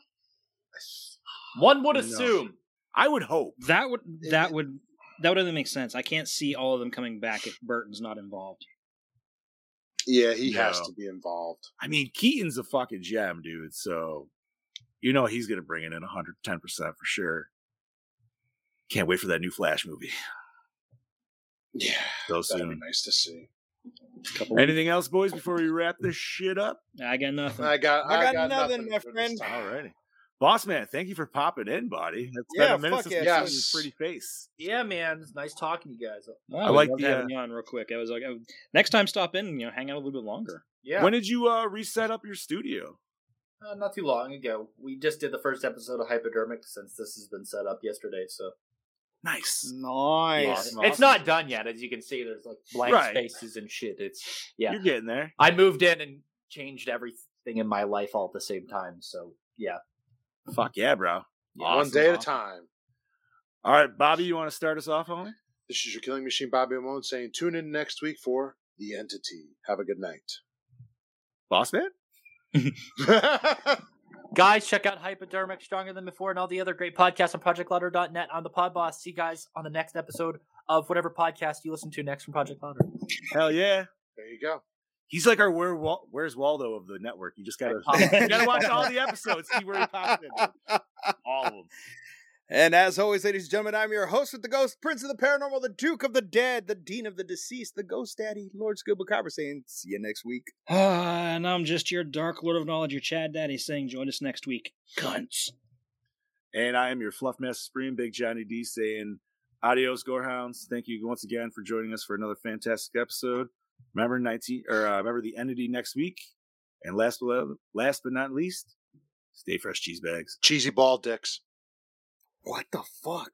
Speaker 8: One would
Speaker 3: No.
Speaker 8: assume.
Speaker 3: I would hope.
Speaker 4: That would that would that would only make sense. I can't see all of them coming back if Burton's not involved.
Speaker 6: Yeah, he has
Speaker 3: No.
Speaker 6: to be involved.
Speaker 3: I mean, Keaton's a fucking gem, dude. So you know he's gonna bring it in 110 percent for sure. Can't wait for that new Flash movie.
Speaker 6: Yeah.
Speaker 3: So
Speaker 6: That'd be
Speaker 3: soon.
Speaker 6: nice to see.
Speaker 4: Couple
Speaker 3: Anything else, boys, before we wrap this shit up?
Speaker 4: I got nothing.
Speaker 6: I got.
Speaker 5: I
Speaker 6: I,
Speaker 5: got
Speaker 6: got,
Speaker 5: nothing,
Speaker 6: nothing,
Speaker 5: my
Speaker 6: for this
Speaker 5: friend.
Speaker 6: time.
Speaker 3: Alrighty. Boss man, thank you for popping in, buddy. That's
Speaker 5: Yeah,
Speaker 3: been a minute
Speaker 5: fuck
Speaker 3: since
Speaker 5: yeah,
Speaker 3: we've seen
Speaker 6: yes.
Speaker 3: your pretty face.
Speaker 8: Yeah, man. It's nice talking to you guys.
Speaker 4: Well,
Speaker 3: I
Speaker 4: I
Speaker 3: like
Speaker 4: like uh,
Speaker 3: the,
Speaker 4: having you on real quick. I was like, I- next time stop in, and, you know, hang out a little bit longer.
Speaker 8: Yeah.
Speaker 3: When did you uh reset up your studio?
Speaker 8: Uh, not too long ago. We just did the first episode of Hypodermic since this has been set up yesterday, so
Speaker 3: Nice.
Speaker 5: Nice.
Speaker 8: it's not done yet. As you can see, there's like blank
Speaker 3: Right.
Speaker 8: spaces and shit. It's yeah.
Speaker 3: You're getting there.
Speaker 8: I moved in and changed everything in my life all at the same time. So yeah,
Speaker 3: Fuck yeah, bro.
Speaker 6: One
Speaker 3: Awesome,
Speaker 6: day at a
Speaker 3: awesome.
Speaker 6: time.
Speaker 3: All right, Bobby, you want to start us off, homie?
Speaker 6: This is your killing machine, Bobby Amon, saying tune in next week for the entity. Have a good night.
Speaker 3: Boss man?
Speaker 8: guys, check out Hypodermic Stronger Than Before and all the other great podcasts on ProjectLouder.net on the Pod Boss. See you guys on the next episode of whatever podcast you listen to next from Project Louder.
Speaker 3: Hell yeah.
Speaker 6: There you go.
Speaker 3: He's like our Where Wal- Where's Waldo of the network. You just gotta,
Speaker 8: I pop-
Speaker 3: you gotta watch all the episodes, see where he pops in. All of them.
Speaker 5: And as always, ladies and gentlemen, I'm your host with the ghost, Prince of the Paranormal, the Duke of the Dead, the Dean of the Deceased, the Ghost Daddy, Lord Scuba Copper, saying see you next week.
Speaker 4: Ah, and I'm just your dark lord of knowledge, your Chad Daddy, saying join us next week. Cunts.
Speaker 3: And I am your Fluff Master Supreme, Big Johnny D, saying adios, Gorehounds. Thank you once again for joining us for another fantastic episode. Remember 19, or uh, remember the entity next week. And last but, last but not least, stay fresh, cheese bags.
Speaker 6: Cheesy ball dicks.
Speaker 5: What the fuck?